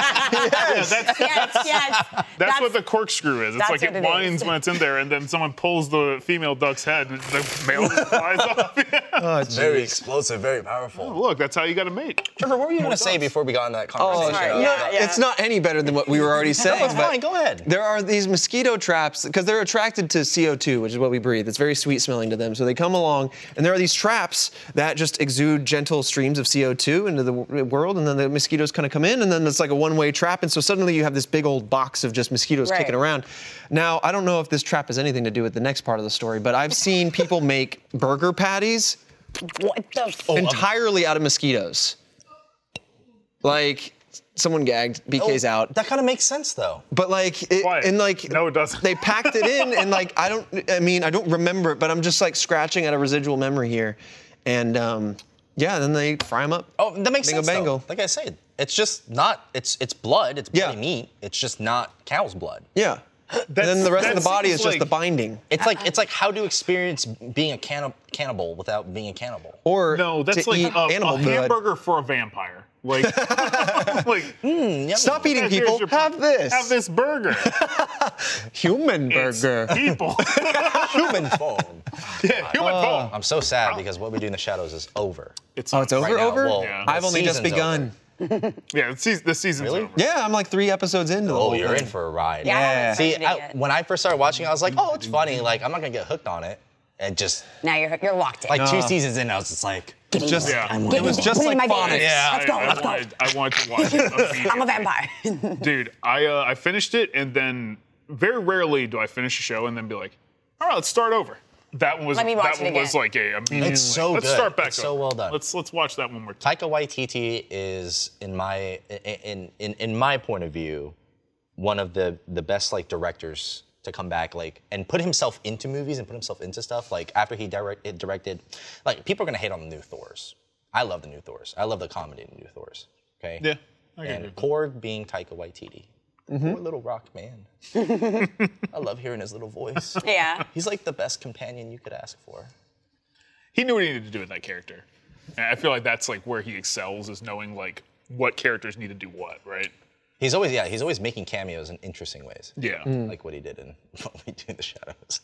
Speaker 6: yes, yes. That's,
Speaker 5: That's, what the corkscrew is. It's
Speaker 6: that's
Speaker 5: like it,
Speaker 6: what it
Speaker 5: winds
Speaker 6: is.
Speaker 5: when it's in there, and then someone pulls the female duck's head, and the male flies off.
Speaker 4: very explosive, very powerful.
Speaker 5: Look, that's how you got to mate.
Speaker 4: Trevor, what were you gonna say before we got in that
Speaker 3: Oh,
Speaker 4: conversation?
Speaker 3: no,
Speaker 6: Sorry, yeah, yeah.
Speaker 3: it's not any better than what we were already saying.
Speaker 4: it's
Speaker 3: but
Speaker 4: fine, go ahead.
Speaker 3: There are these mosquito traps because they're attracted to CO2, which is what we breathe. It's very sweet smelling to them, so they come along, and there are these traps that just exude gentle streams of CO2 into the w- world, and then the mosquitoes kind of come in, and then it's like a one-way trap, and so suddenly you have this big old box of just mosquitoes
Speaker 6: Right.
Speaker 3: kicking around. Now, I don't know if this trap has anything to do with the next part of the story, but I've seen people make burger patties
Speaker 6: What the f-
Speaker 5: Oh,
Speaker 3: Oh. entirely out of mosquitoes. Like someone gagged, BK's out.
Speaker 4: That kind of makes sense though.
Speaker 3: But like, it,
Speaker 5: Why?
Speaker 3: and like,
Speaker 5: Oh, No, it doesn't.
Speaker 3: They packed it in, and like, I don't. I mean, I don't remember it, but I'm just like scratching at a residual memory here, and um, yeah, then they fry them up.
Speaker 4: Oh, that makes
Speaker 3: Bingo
Speaker 4: sense. though.
Speaker 3: bango.
Speaker 4: Like I said, it's just not. It's it's blood. It's bloody
Speaker 3: Yeah.
Speaker 4: meat. It's just not cow's blood.
Speaker 3: yeah. And then the rest of
Speaker 5: that
Speaker 3: the body is
Speaker 5: seems
Speaker 3: just the
Speaker 5: like-
Speaker 3: binding,
Speaker 4: It's like it's like how to experience being a cannib- cannibal without being a cannibal.
Speaker 3: or
Speaker 5: No, that's
Speaker 3: to
Speaker 5: like
Speaker 3: eat
Speaker 5: a,
Speaker 3: animal
Speaker 5: a
Speaker 3: blood.
Speaker 5: hamburger for a vampire. Like, like
Speaker 3: Stop eating
Speaker 5: here's
Speaker 3: people.
Speaker 5: your-
Speaker 3: have this.
Speaker 5: Have this burger.
Speaker 3: human
Speaker 5: It's
Speaker 3: burger.
Speaker 5: People.
Speaker 4: Human phone.
Speaker 5: yeah, human bone.
Speaker 4: I'm so sad because what we do in the shadows is oh, over.
Speaker 3: Oh, it's over.
Speaker 4: Right now,
Speaker 3: over.
Speaker 4: well,
Speaker 5: Yeah.
Speaker 3: I've only just
Speaker 4: season's
Speaker 3: begun.
Speaker 4: over.
Speaker 5: Yeah, the season, the season's
Speaker 4: Really?
Speaker 5: over.
Speaker 3: Yeah, I'm like three episodes into the
Speaker 4: Oh,
Speaker 3: whole
Speaker 4: you're
Speaker 3: thing.
Speaker 4: in for a ride.
Speaker 6: Yeah, I haven't
Speaker 4: See,
Speaker 6: started it
Speaker 4: I,
Speaker 6: yet.
Speaker 4: when I first started watching, I was like, oh, it's funny. Like I'm not gonna get hooked on it. And just
Speaker 6: now you're, you're locked in.
Speaker 4: like two seasons in, I was just like,
Speaker 3: It's just,
Speaker 5: Yeah.
Speaker 3: it was just
Speaker 6: Give me
Speaker 3: like
Speaker 6: my
Speaker 3: phonics.
Speaker 6: baby.
Speaker 4: Yeah,
Speaker 6: Let's go,
Speaker 5: I, I
Speaker 6: let's go.
Speaker 5: wanted, I wanted to watch it.
Speaker 6: I'm a
Speaker 5: immediately.
Speaker 6: vampire.
Speaker 5: Dude, I uh, I finished it, and then very rarely do I finish a show and then be like, all right, let's start over. That one was
Speaker 6: Let me
Speaker 5: that
Speaker 6: watch it
Speaker 5: one was
Speaker 6: again.
Speaker 5: like a immediately.
Speaker 4: It's so
Speaker 5: let's
Speaker 4: good.
Speaker 5: start back
Speaker 4: It's
Speaker 5: up.
Speaker 4: so well done.
Speaker 5: Let's let's watch that one more time.
Speaker 4: Taika Waititi is in my in in in my point of view one of the the best like directors to come back like and put himself into movies and put himself into stuff like after he directed directed like people are gonna hate on the new Thors. I love the new Thors. I love the comedy in the new Thors. Okay.
Speaker 5: Yeah, I agree
Speaker 4: And
Speaker 5: with
Speaker 4: Korg being Taika Waititi. Poor little rock man. I love hearing his little voice.
Speaker 6: yeah.
Speaker 4: He's like the best companion you could ask for.
Speaker 5: He knew what he needed to do with that character. And I feel like that's like where he excels is knowing like what characters need to do what, right?
Speaker 4: He's always yeah. He's always making cameos in interesting ways.
Speaker 5: Yeah.
Speaker 3: Hmm.
Speaker 4: like what he did in what we do in the shadows.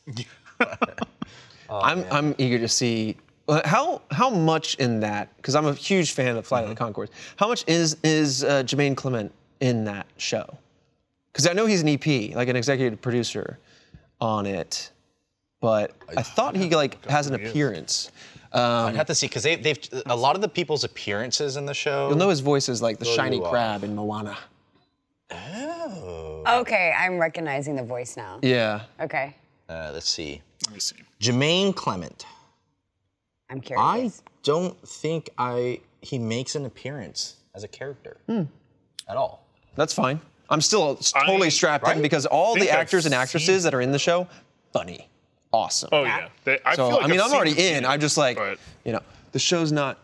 Speaker 3: I'm I'm eager to see uh, how how much in that because I'm a huge fan of Flight of
Speaker 5: Mm-hmm.
Speaker 3: the Concords. How much is is uh, Jermaine Clement in that show? Because I know he's an EP, like an executive producer on it, but I thought he like has an appearance.
Speaker 4: I'd have to see because they, they've a lot of the people's appearances in the show.
Speaker 3: I know his voice is like the
Speaker 5: Oh,
Speaker 3: shiny
Speaker 4: are.
Speaker 3: crab in Moana.
Speaker 6: Okay, I'm recognizing the voice now.
Speaker 3: Yeah.
Speaker 6: Okay.
Speaker 4: Uh, let's see,
Speaker 5: Let me see.
Speaker 4: Jermaine Clement.
Speaker 6: I'm
Speaker 4: I
Speaker 6: curious.
Speaker 4: don't think I he makes an appearance as a character at all.
Speaker 3: That's fine. I'm still s-
Speaker 5: I-
Speaker 3: totally strapped in
Speaker 5: right?
Speaker 3: because all
Speaker 5: Think
Speaker 3: the
Speaker 5: I've
Speaker 3: actors and actresses that are in the show, funny, awesome.
Speaker 5: Oh yeah. They- I
Speaker 3: So
Speaker 5: feel like
Speaker 3: I mean,
Speaker 5: I've
Speaker 3: I'm
Speaker 5: seen
Speaker 3: already
Speaker 5: him in
Speaker 3: in.
Speaker 5: it,
Speaker 3: I'm just like,
Speaker 5: but-
Speaker 3: you know, the show's not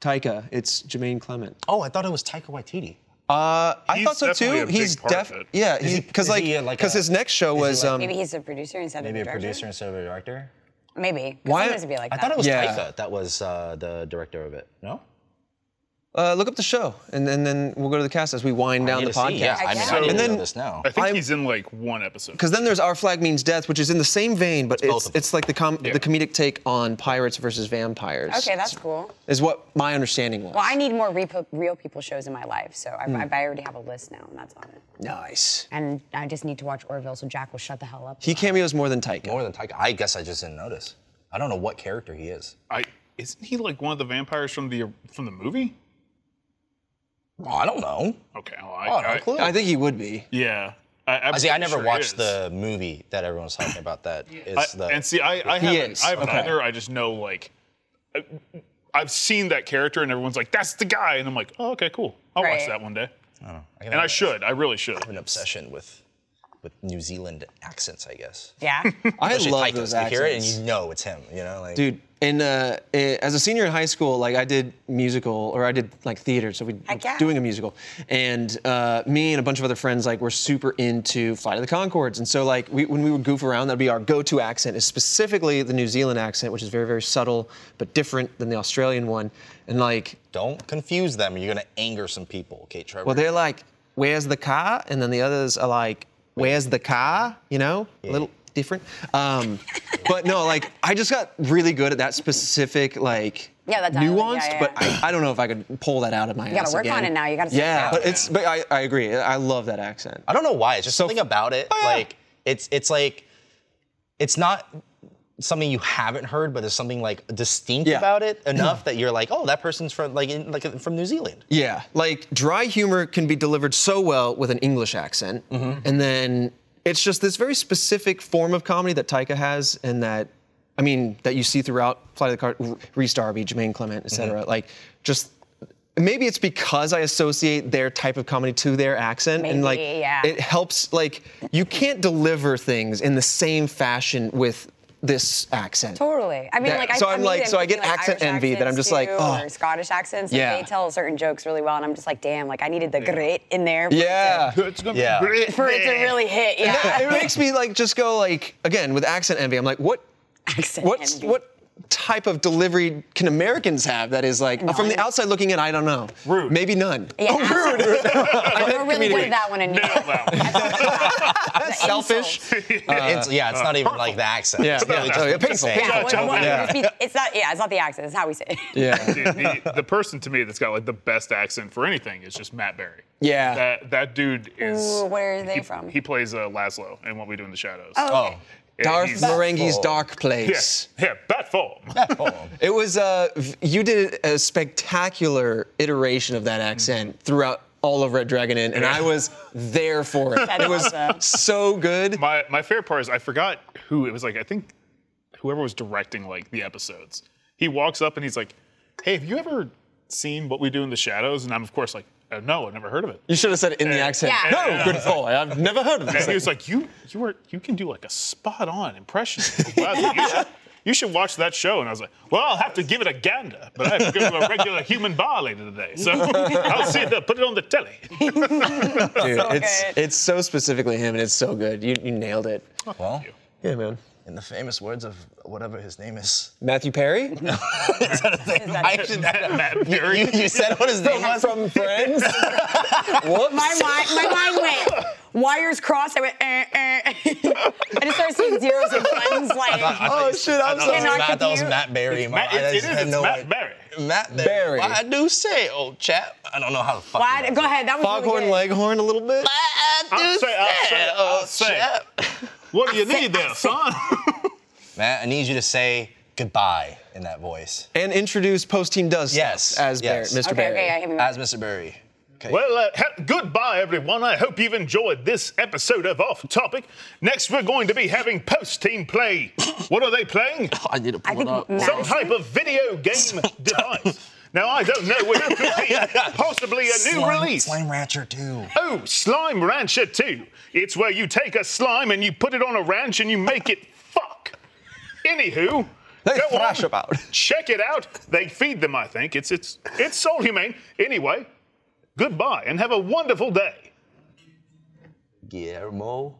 Speaker 3: Taika, it's Jermaine Clement.
Speaker 4: Oh, I thought it was Taika Waititi.
Speaker 3: I
Speaker 5: He's
Speaker 3: thought so
Speaker 5: definitely a
Speaker 3: too.
Speaker 5: big
Speaker 3: He's
Speaker 5: part of
Speaker 3: def,
Speaker 5: it.
Speaker 3: yeah,
Speaker 4: Is he-
Speaker 3: because
Speaker 4: is
Speaker 3: like,
Speaker 4: he, uh,
Speaker 3: because
Speaker 4: like a-
Speaker 3: his next show
Speaker 4: he
Speaker 3: was
Speaker 4: like-
Speaker 3: um,
Speaker 6: Maybe he's a producer instead
Speaker 4: Maybe a
Speaker 6: of a director.
Speaker 4: producer instead of a director.
Speaker 6: Maybe. 'cause
Speaker 3: Why-
Speaker 6: Sometimes it'd be like
Speaker 4: I
Speaker 6: that.
Speaker 4: thought it was
Speaker 3: Yeah.
Speaker 4: Taika that was uh, the director of it. No.
Speaker 3: uh, look up the show, and, and then we'll go to the cast as we wind down
Speaker 4: Need
Speaker 3: the
Speaker 4: to see,
Speaker 3: podcast.
Speaker 4: Yeah, I mean,
Speaker 6: So-
Speaker 4: I didn't
Speaker 5: And
Speaker 4: know
Speaker 5: then-
Speaker 4: this now.
Speaker 5: I think
Speaker 3: I'm-
Speaker 5: he's in like one episode.
Speaker 3: Because then there's Our Flag Means Death, which is in the same vein, but
Speaker 4: both
Speaker 3: it's
Speaker 4: of them.
Speaker 3: it's like the com- the comedic take on pirates versus vampires.
Speaker 6: Okay, that's cool.
Speaker 3: is what my understanding was.
Speaker 6: Well, I need more repo- real people shows in my life, so I, I, I already have a list now, and that's on it.
Speaker 3: Nice.
Speaker 6: And I just need to watch Orville, so Jack will shut the hell up.
Speaker 3: He cameos more than Taika.
Speaker 4: More than Taika. I guess I just didn't notice. I don't know what character he is.
Speaker 5: I isn't he like one of the vampires from the from the movie?
Speaker 4: Oh, I don't know.
Speaker 5: Okay, well,
Speaker 4: Oh,
Speaker 5: I,
Speaker 4: no
Speaker 5: I,
Speaker 4: clue.
Speaker 3: I think he would be.
Speaker 5: yeah.
Speaker 4: I
Speaker 5: I
Speaker 4: see. I never watched the movie that everyone's talking about. That is
Speaker 5: I,
Speaker 4: the
Speaker 5: and see, I, I haven't.
Speaker 3: is,
Speaker 5: I haven't
Speaker 3: okay.
Speaker 5: either. I just know like I, I've seen that character, and everyone's like, "That's the guy," and I'm like, "Oh, okay, cool. I'll
Speaker 6: Right.
Speaker 5: watch that one day."
Speaker 4: I don't know. I can
Speaker 5: And I
Speaker 4: have
Speaker 5: should. I really should.
Speaker 4: an obsession with
Speaker 2: with New Zealand accents, I guess.
Speaker 6: Yeah.
Speaker 3: I
Speaker 2: Especially
Speaker 3: love
Speaker 2: Taika's.
Speaker 3: those
Speaker 2: You hear it and
Speaker 3: accents.
Speaker 2: you know it's him. You know, like
Speaker 3: dude. And uh, eh, as a senior in high school, like I did musical or I did like theater, so we were
Speaker 6: Heck yeah.
Speaker 3: doing a musical. And uh, me and a bunch of other friends like were super into Flight of the Concords. And so like we, when we would goof around, that'd be our go-to accent is specifically the New Zealand accent, which is very very subtle but different than the Australian one. And like
Speaker 2: don't confuse them. You're gonna anger some people. Okay, Trevor.
Speaker 3: well, they're like, "Where's the car?" And then the others are like, "Where's the car?" You know, a little different. Um, but no, like I just got really good at that specific like
Speaker 6: Yeah, that dialect,
Speaker 3: nuanced.
Speaker 6: yeah,
Speaker 3: But
Speaker 6: yeah.
Speaker 3: I, I don't know if I could pull that out of my. You
Speaker 6: gotta work on it now, you gotta
Speaker 3: Yeah,
Speaker 6: start
Speaker 3: but it's. But I, I agree. I love that accent.
Speaker 2: I don't know why. It's just
Speaker 3: So-
Speaker 2: something about it.
Speaker 3: Oh, yeah.
Speaker 2: Like it's it's like it's not something you haven't heard, but there's something like distinct
Speaker 3: Yeah.
Speaker 2: about it enough that you're like, oh, that person's from like in, like from New Zealand.
Speaker 3: Yeah, like dry humor can be delivered so well with an English accent, and then it's just this very specific form of comedy that Taika has, and that I mean that you see throughout Flight of the Car, R- Reese Darby, Jermaine Clement, etc. Like just. Maybe it's because I associate their type of comedy to their accent, and like
Speaker 6: Maybe, yeah.
Speaker 3: it helps. Like you can't deliver things in the same fashion with this accent.
Speaker 6: Totally. I mean,
Speaker 3: That-
Speaker 6: like, I,
Speaker 3: so
Speaker 6: I'm
Speaker 3: I'm like-
Speaker 6: even
Speaker 3: so I get
Speaker 6: thinking, like,
Speaker 3: accent
Speaker 6: Irish
Speaker 3: envy that I'm just like,
Speaker 6: accents,
Speaker 3: oh.
Speaker 6: too, or Scottish accents.
Speaker 3: Yeah.
Speaker 6: Yeah. They tell certain jokes really well, and I'm just like, damn, like I needed the grit in there. for it to-
Speaker 3: Yeah.
Speaker 5: It's gonna
Speaker 2: Yeah.
Speaker 5: be great.
Speaker 6: For it to really hit, yeah.
Speaker 3: it makes me like just go like again with accent envy. I'm like, what
Speaker 6: Accent
Speaker 3: What's
Speaker 6: envy.
Speaker 3: what type of delivery can Americans have that is like from the
Speaker 6: None.
Speaker 3: outside looking in? I don't know.
Speaker 5: Rude.
Speaker 3: Maybe none.
Speaker 6: Yeah.
Speaker 3: Oh, rude. I
Speaker 6: We're really good at that one in New York.
Speaker 5: Wow.
Speaker 3: That's selfish.
Speaker 2: it's, yeah,
Speaker 5: uh,
Speaker 2: it's not even like the accent.
Speaker 3: Uh, Yeah,
Speaker 2: It's
Speaker 3: yeah,
Speaker 2: really
Speaker 3: it's-
Speaker 2: just
Speaker 3: yeah,
Speaker 2: what you're
Speaker 3: painful,
Speaker 2: saying.
Speaker 3: painful.
Speaker 6: Yeah, what- what-
Speaker 5: Yeah.
Speaker 6: it's be- It's not, yeah, it's not the accent. It's how we say it.
Speaker 3: Yeah.
Speaker 5: Dude, the, the person to me that's got like the best accent for anything is just Matt Berry.
Speaker 3: Yeah.
Speaker 5: That that dude is.
Speaker 6: Ooh, where are they
Speaker 5: he-
Speaker 6: from?
Speaker 5: He plays uh, Laszlo in What We Do in the Shadows.
Speaker 2: Oh,
Speaker 5: Yeah,
Speaker 3: Darth
Speaker 5: he's-
Speaker 3: Marenghi's
Speaker 2: Oh.
Speaker 3: dark place.
Speaker 5: Yeah, yeah, bat foam.
Speaker 3: It was uh, v- you did a spectacular iteration of that accent
Speaker 5: Mm.
Speaker 3: throughout all of Red Dragon Inn, and I was there for it.
Speaker 6: That's
Speaker 3: It was
Speaker 6: awesome.
Speaker 3: so good.
Speaker 5: My my favorite part is I forgot who it was. Like I think whoever was directing like the episodes. He walks up and he's like, "Hey, have you ever seen What We Do in the Shadows?" And I'm of course like, "Uh, "No, I've never heard of it."
Speaker 3: You should have said it in the
Speaker 5: Yeah.
Speaker 3: accent.
Speaker 6: Yeah.
Speaker 3: No,
Speaker 5: Yeah.
Speaker 3: good boy. I've never heard of
Speaker 5: And
Speaker 3: this.
Speaker 5: he was like, "You you were you can do like a spot on impression. Wow, you, should, you should watch that show." And I was like, "Well, I'll have to give it a gander, but I have to go to a regular human bar later today, so I'll see if they'll put it on the telly."
Speaker 3: Dude, it's
Speaker 6: good.
Speaker 3: it's so specifically him, and it's so good. You you nailed it.
Speaker 2: well,
Speaker 3: Yeah, man.
Speaker 2: in the famous words of whatever his name is.
Speaker 3: Matthew Perry
Speaker 2: Is that his name?
Speaker 6: that-
Speaker 2: I should-
Speaker 5: Matt
Speaker 2: you,
Speaker 5: Berry.
Speaker 2: you said what his name was.
Speaker 3: from Friends. Whoops.
Speaker 6: My mind, my mind went wires crossed. I went. Eh, eh. I just started seeing zeros and ones. Like,
Speaker 3: oh shit, I'm
Speaker 2: I thought it was
Speaker 6: Cannot
Speaker 3: sorry.
Speaker 2: Matt, that was
Speaker 6: compute.
Speaker 2: Matt Berry. My-
Speaker 5: Matt-
Speaker 2: I
Speaker 5: it-
Speaker 2: just
Speaker 5: it is,
Speaker 2: had
Speaker 5: it's
Speaker 2: no
Speaker 5: Matt
Speaker 2: idea.
Speaker 5: Berry.
Speaker 2: Matt
Speaker 3: Berry.
Speaker 2: Berry. Well, I do say, old chap. I don't know how to fuck.
Speaker 6: why, go ahead. That was really
Speaker 3: Foghorn
Speaker 6: good.
Speaker 3: Leghorn a little bit.
Speaker 2: I, I do
Speaker 5: I'll say, I'll say, I'll
Speaker 2: old
Speaker 5: say.
Speaker 2: chap.
Speaker 5: What do you need there, son?
Speaker 2: Matt, I need you to say goodbye in that voice.
Speaker 3: And introduce post team does Stuff
Speaker 2: Yes,
Speaker 3: as
Speaker 2: yes.
Speaker 3: Barry, Mr.
Speaker 6: Okay,
Speaker 3: Barry.
Speaker 6: okay, I hear me.
Speaker 2: As Mr. Berry. Okay.
Speaker 5: Well, uh, he- goodbye, everyone. I hope you've enjoyed this episode of Off Topic. Next, we're going to be having post team play. What are they playing?
Speaker 2: I need to
Speaker 6: I
Speaker 2: pull it
Speaker 6: think
Speaker 2: up.
Speaker 6: Matt-
Speaker 5: Some type of video game device. Now, I don't know what it could be. Possibly a new
Speaker 2: Slime-
Speaker 5: release.
Speaker 2: Slime Rancher 2.
Speaker 5: Oh, Slime Rancher 2. It's where you take a slime and you put it on a ranch and you make it fuck. Anywho,
Speaker 3: They
Speaker 5: go
Speaker 3: thrash
Speaker 5: on,
Speaker 3: about.
Speaker 5: Check it out. They feed them, I think. It's it's it's so humane. Anyway, goodbye and have a wonderful day.
Speaker 2: Guillermo.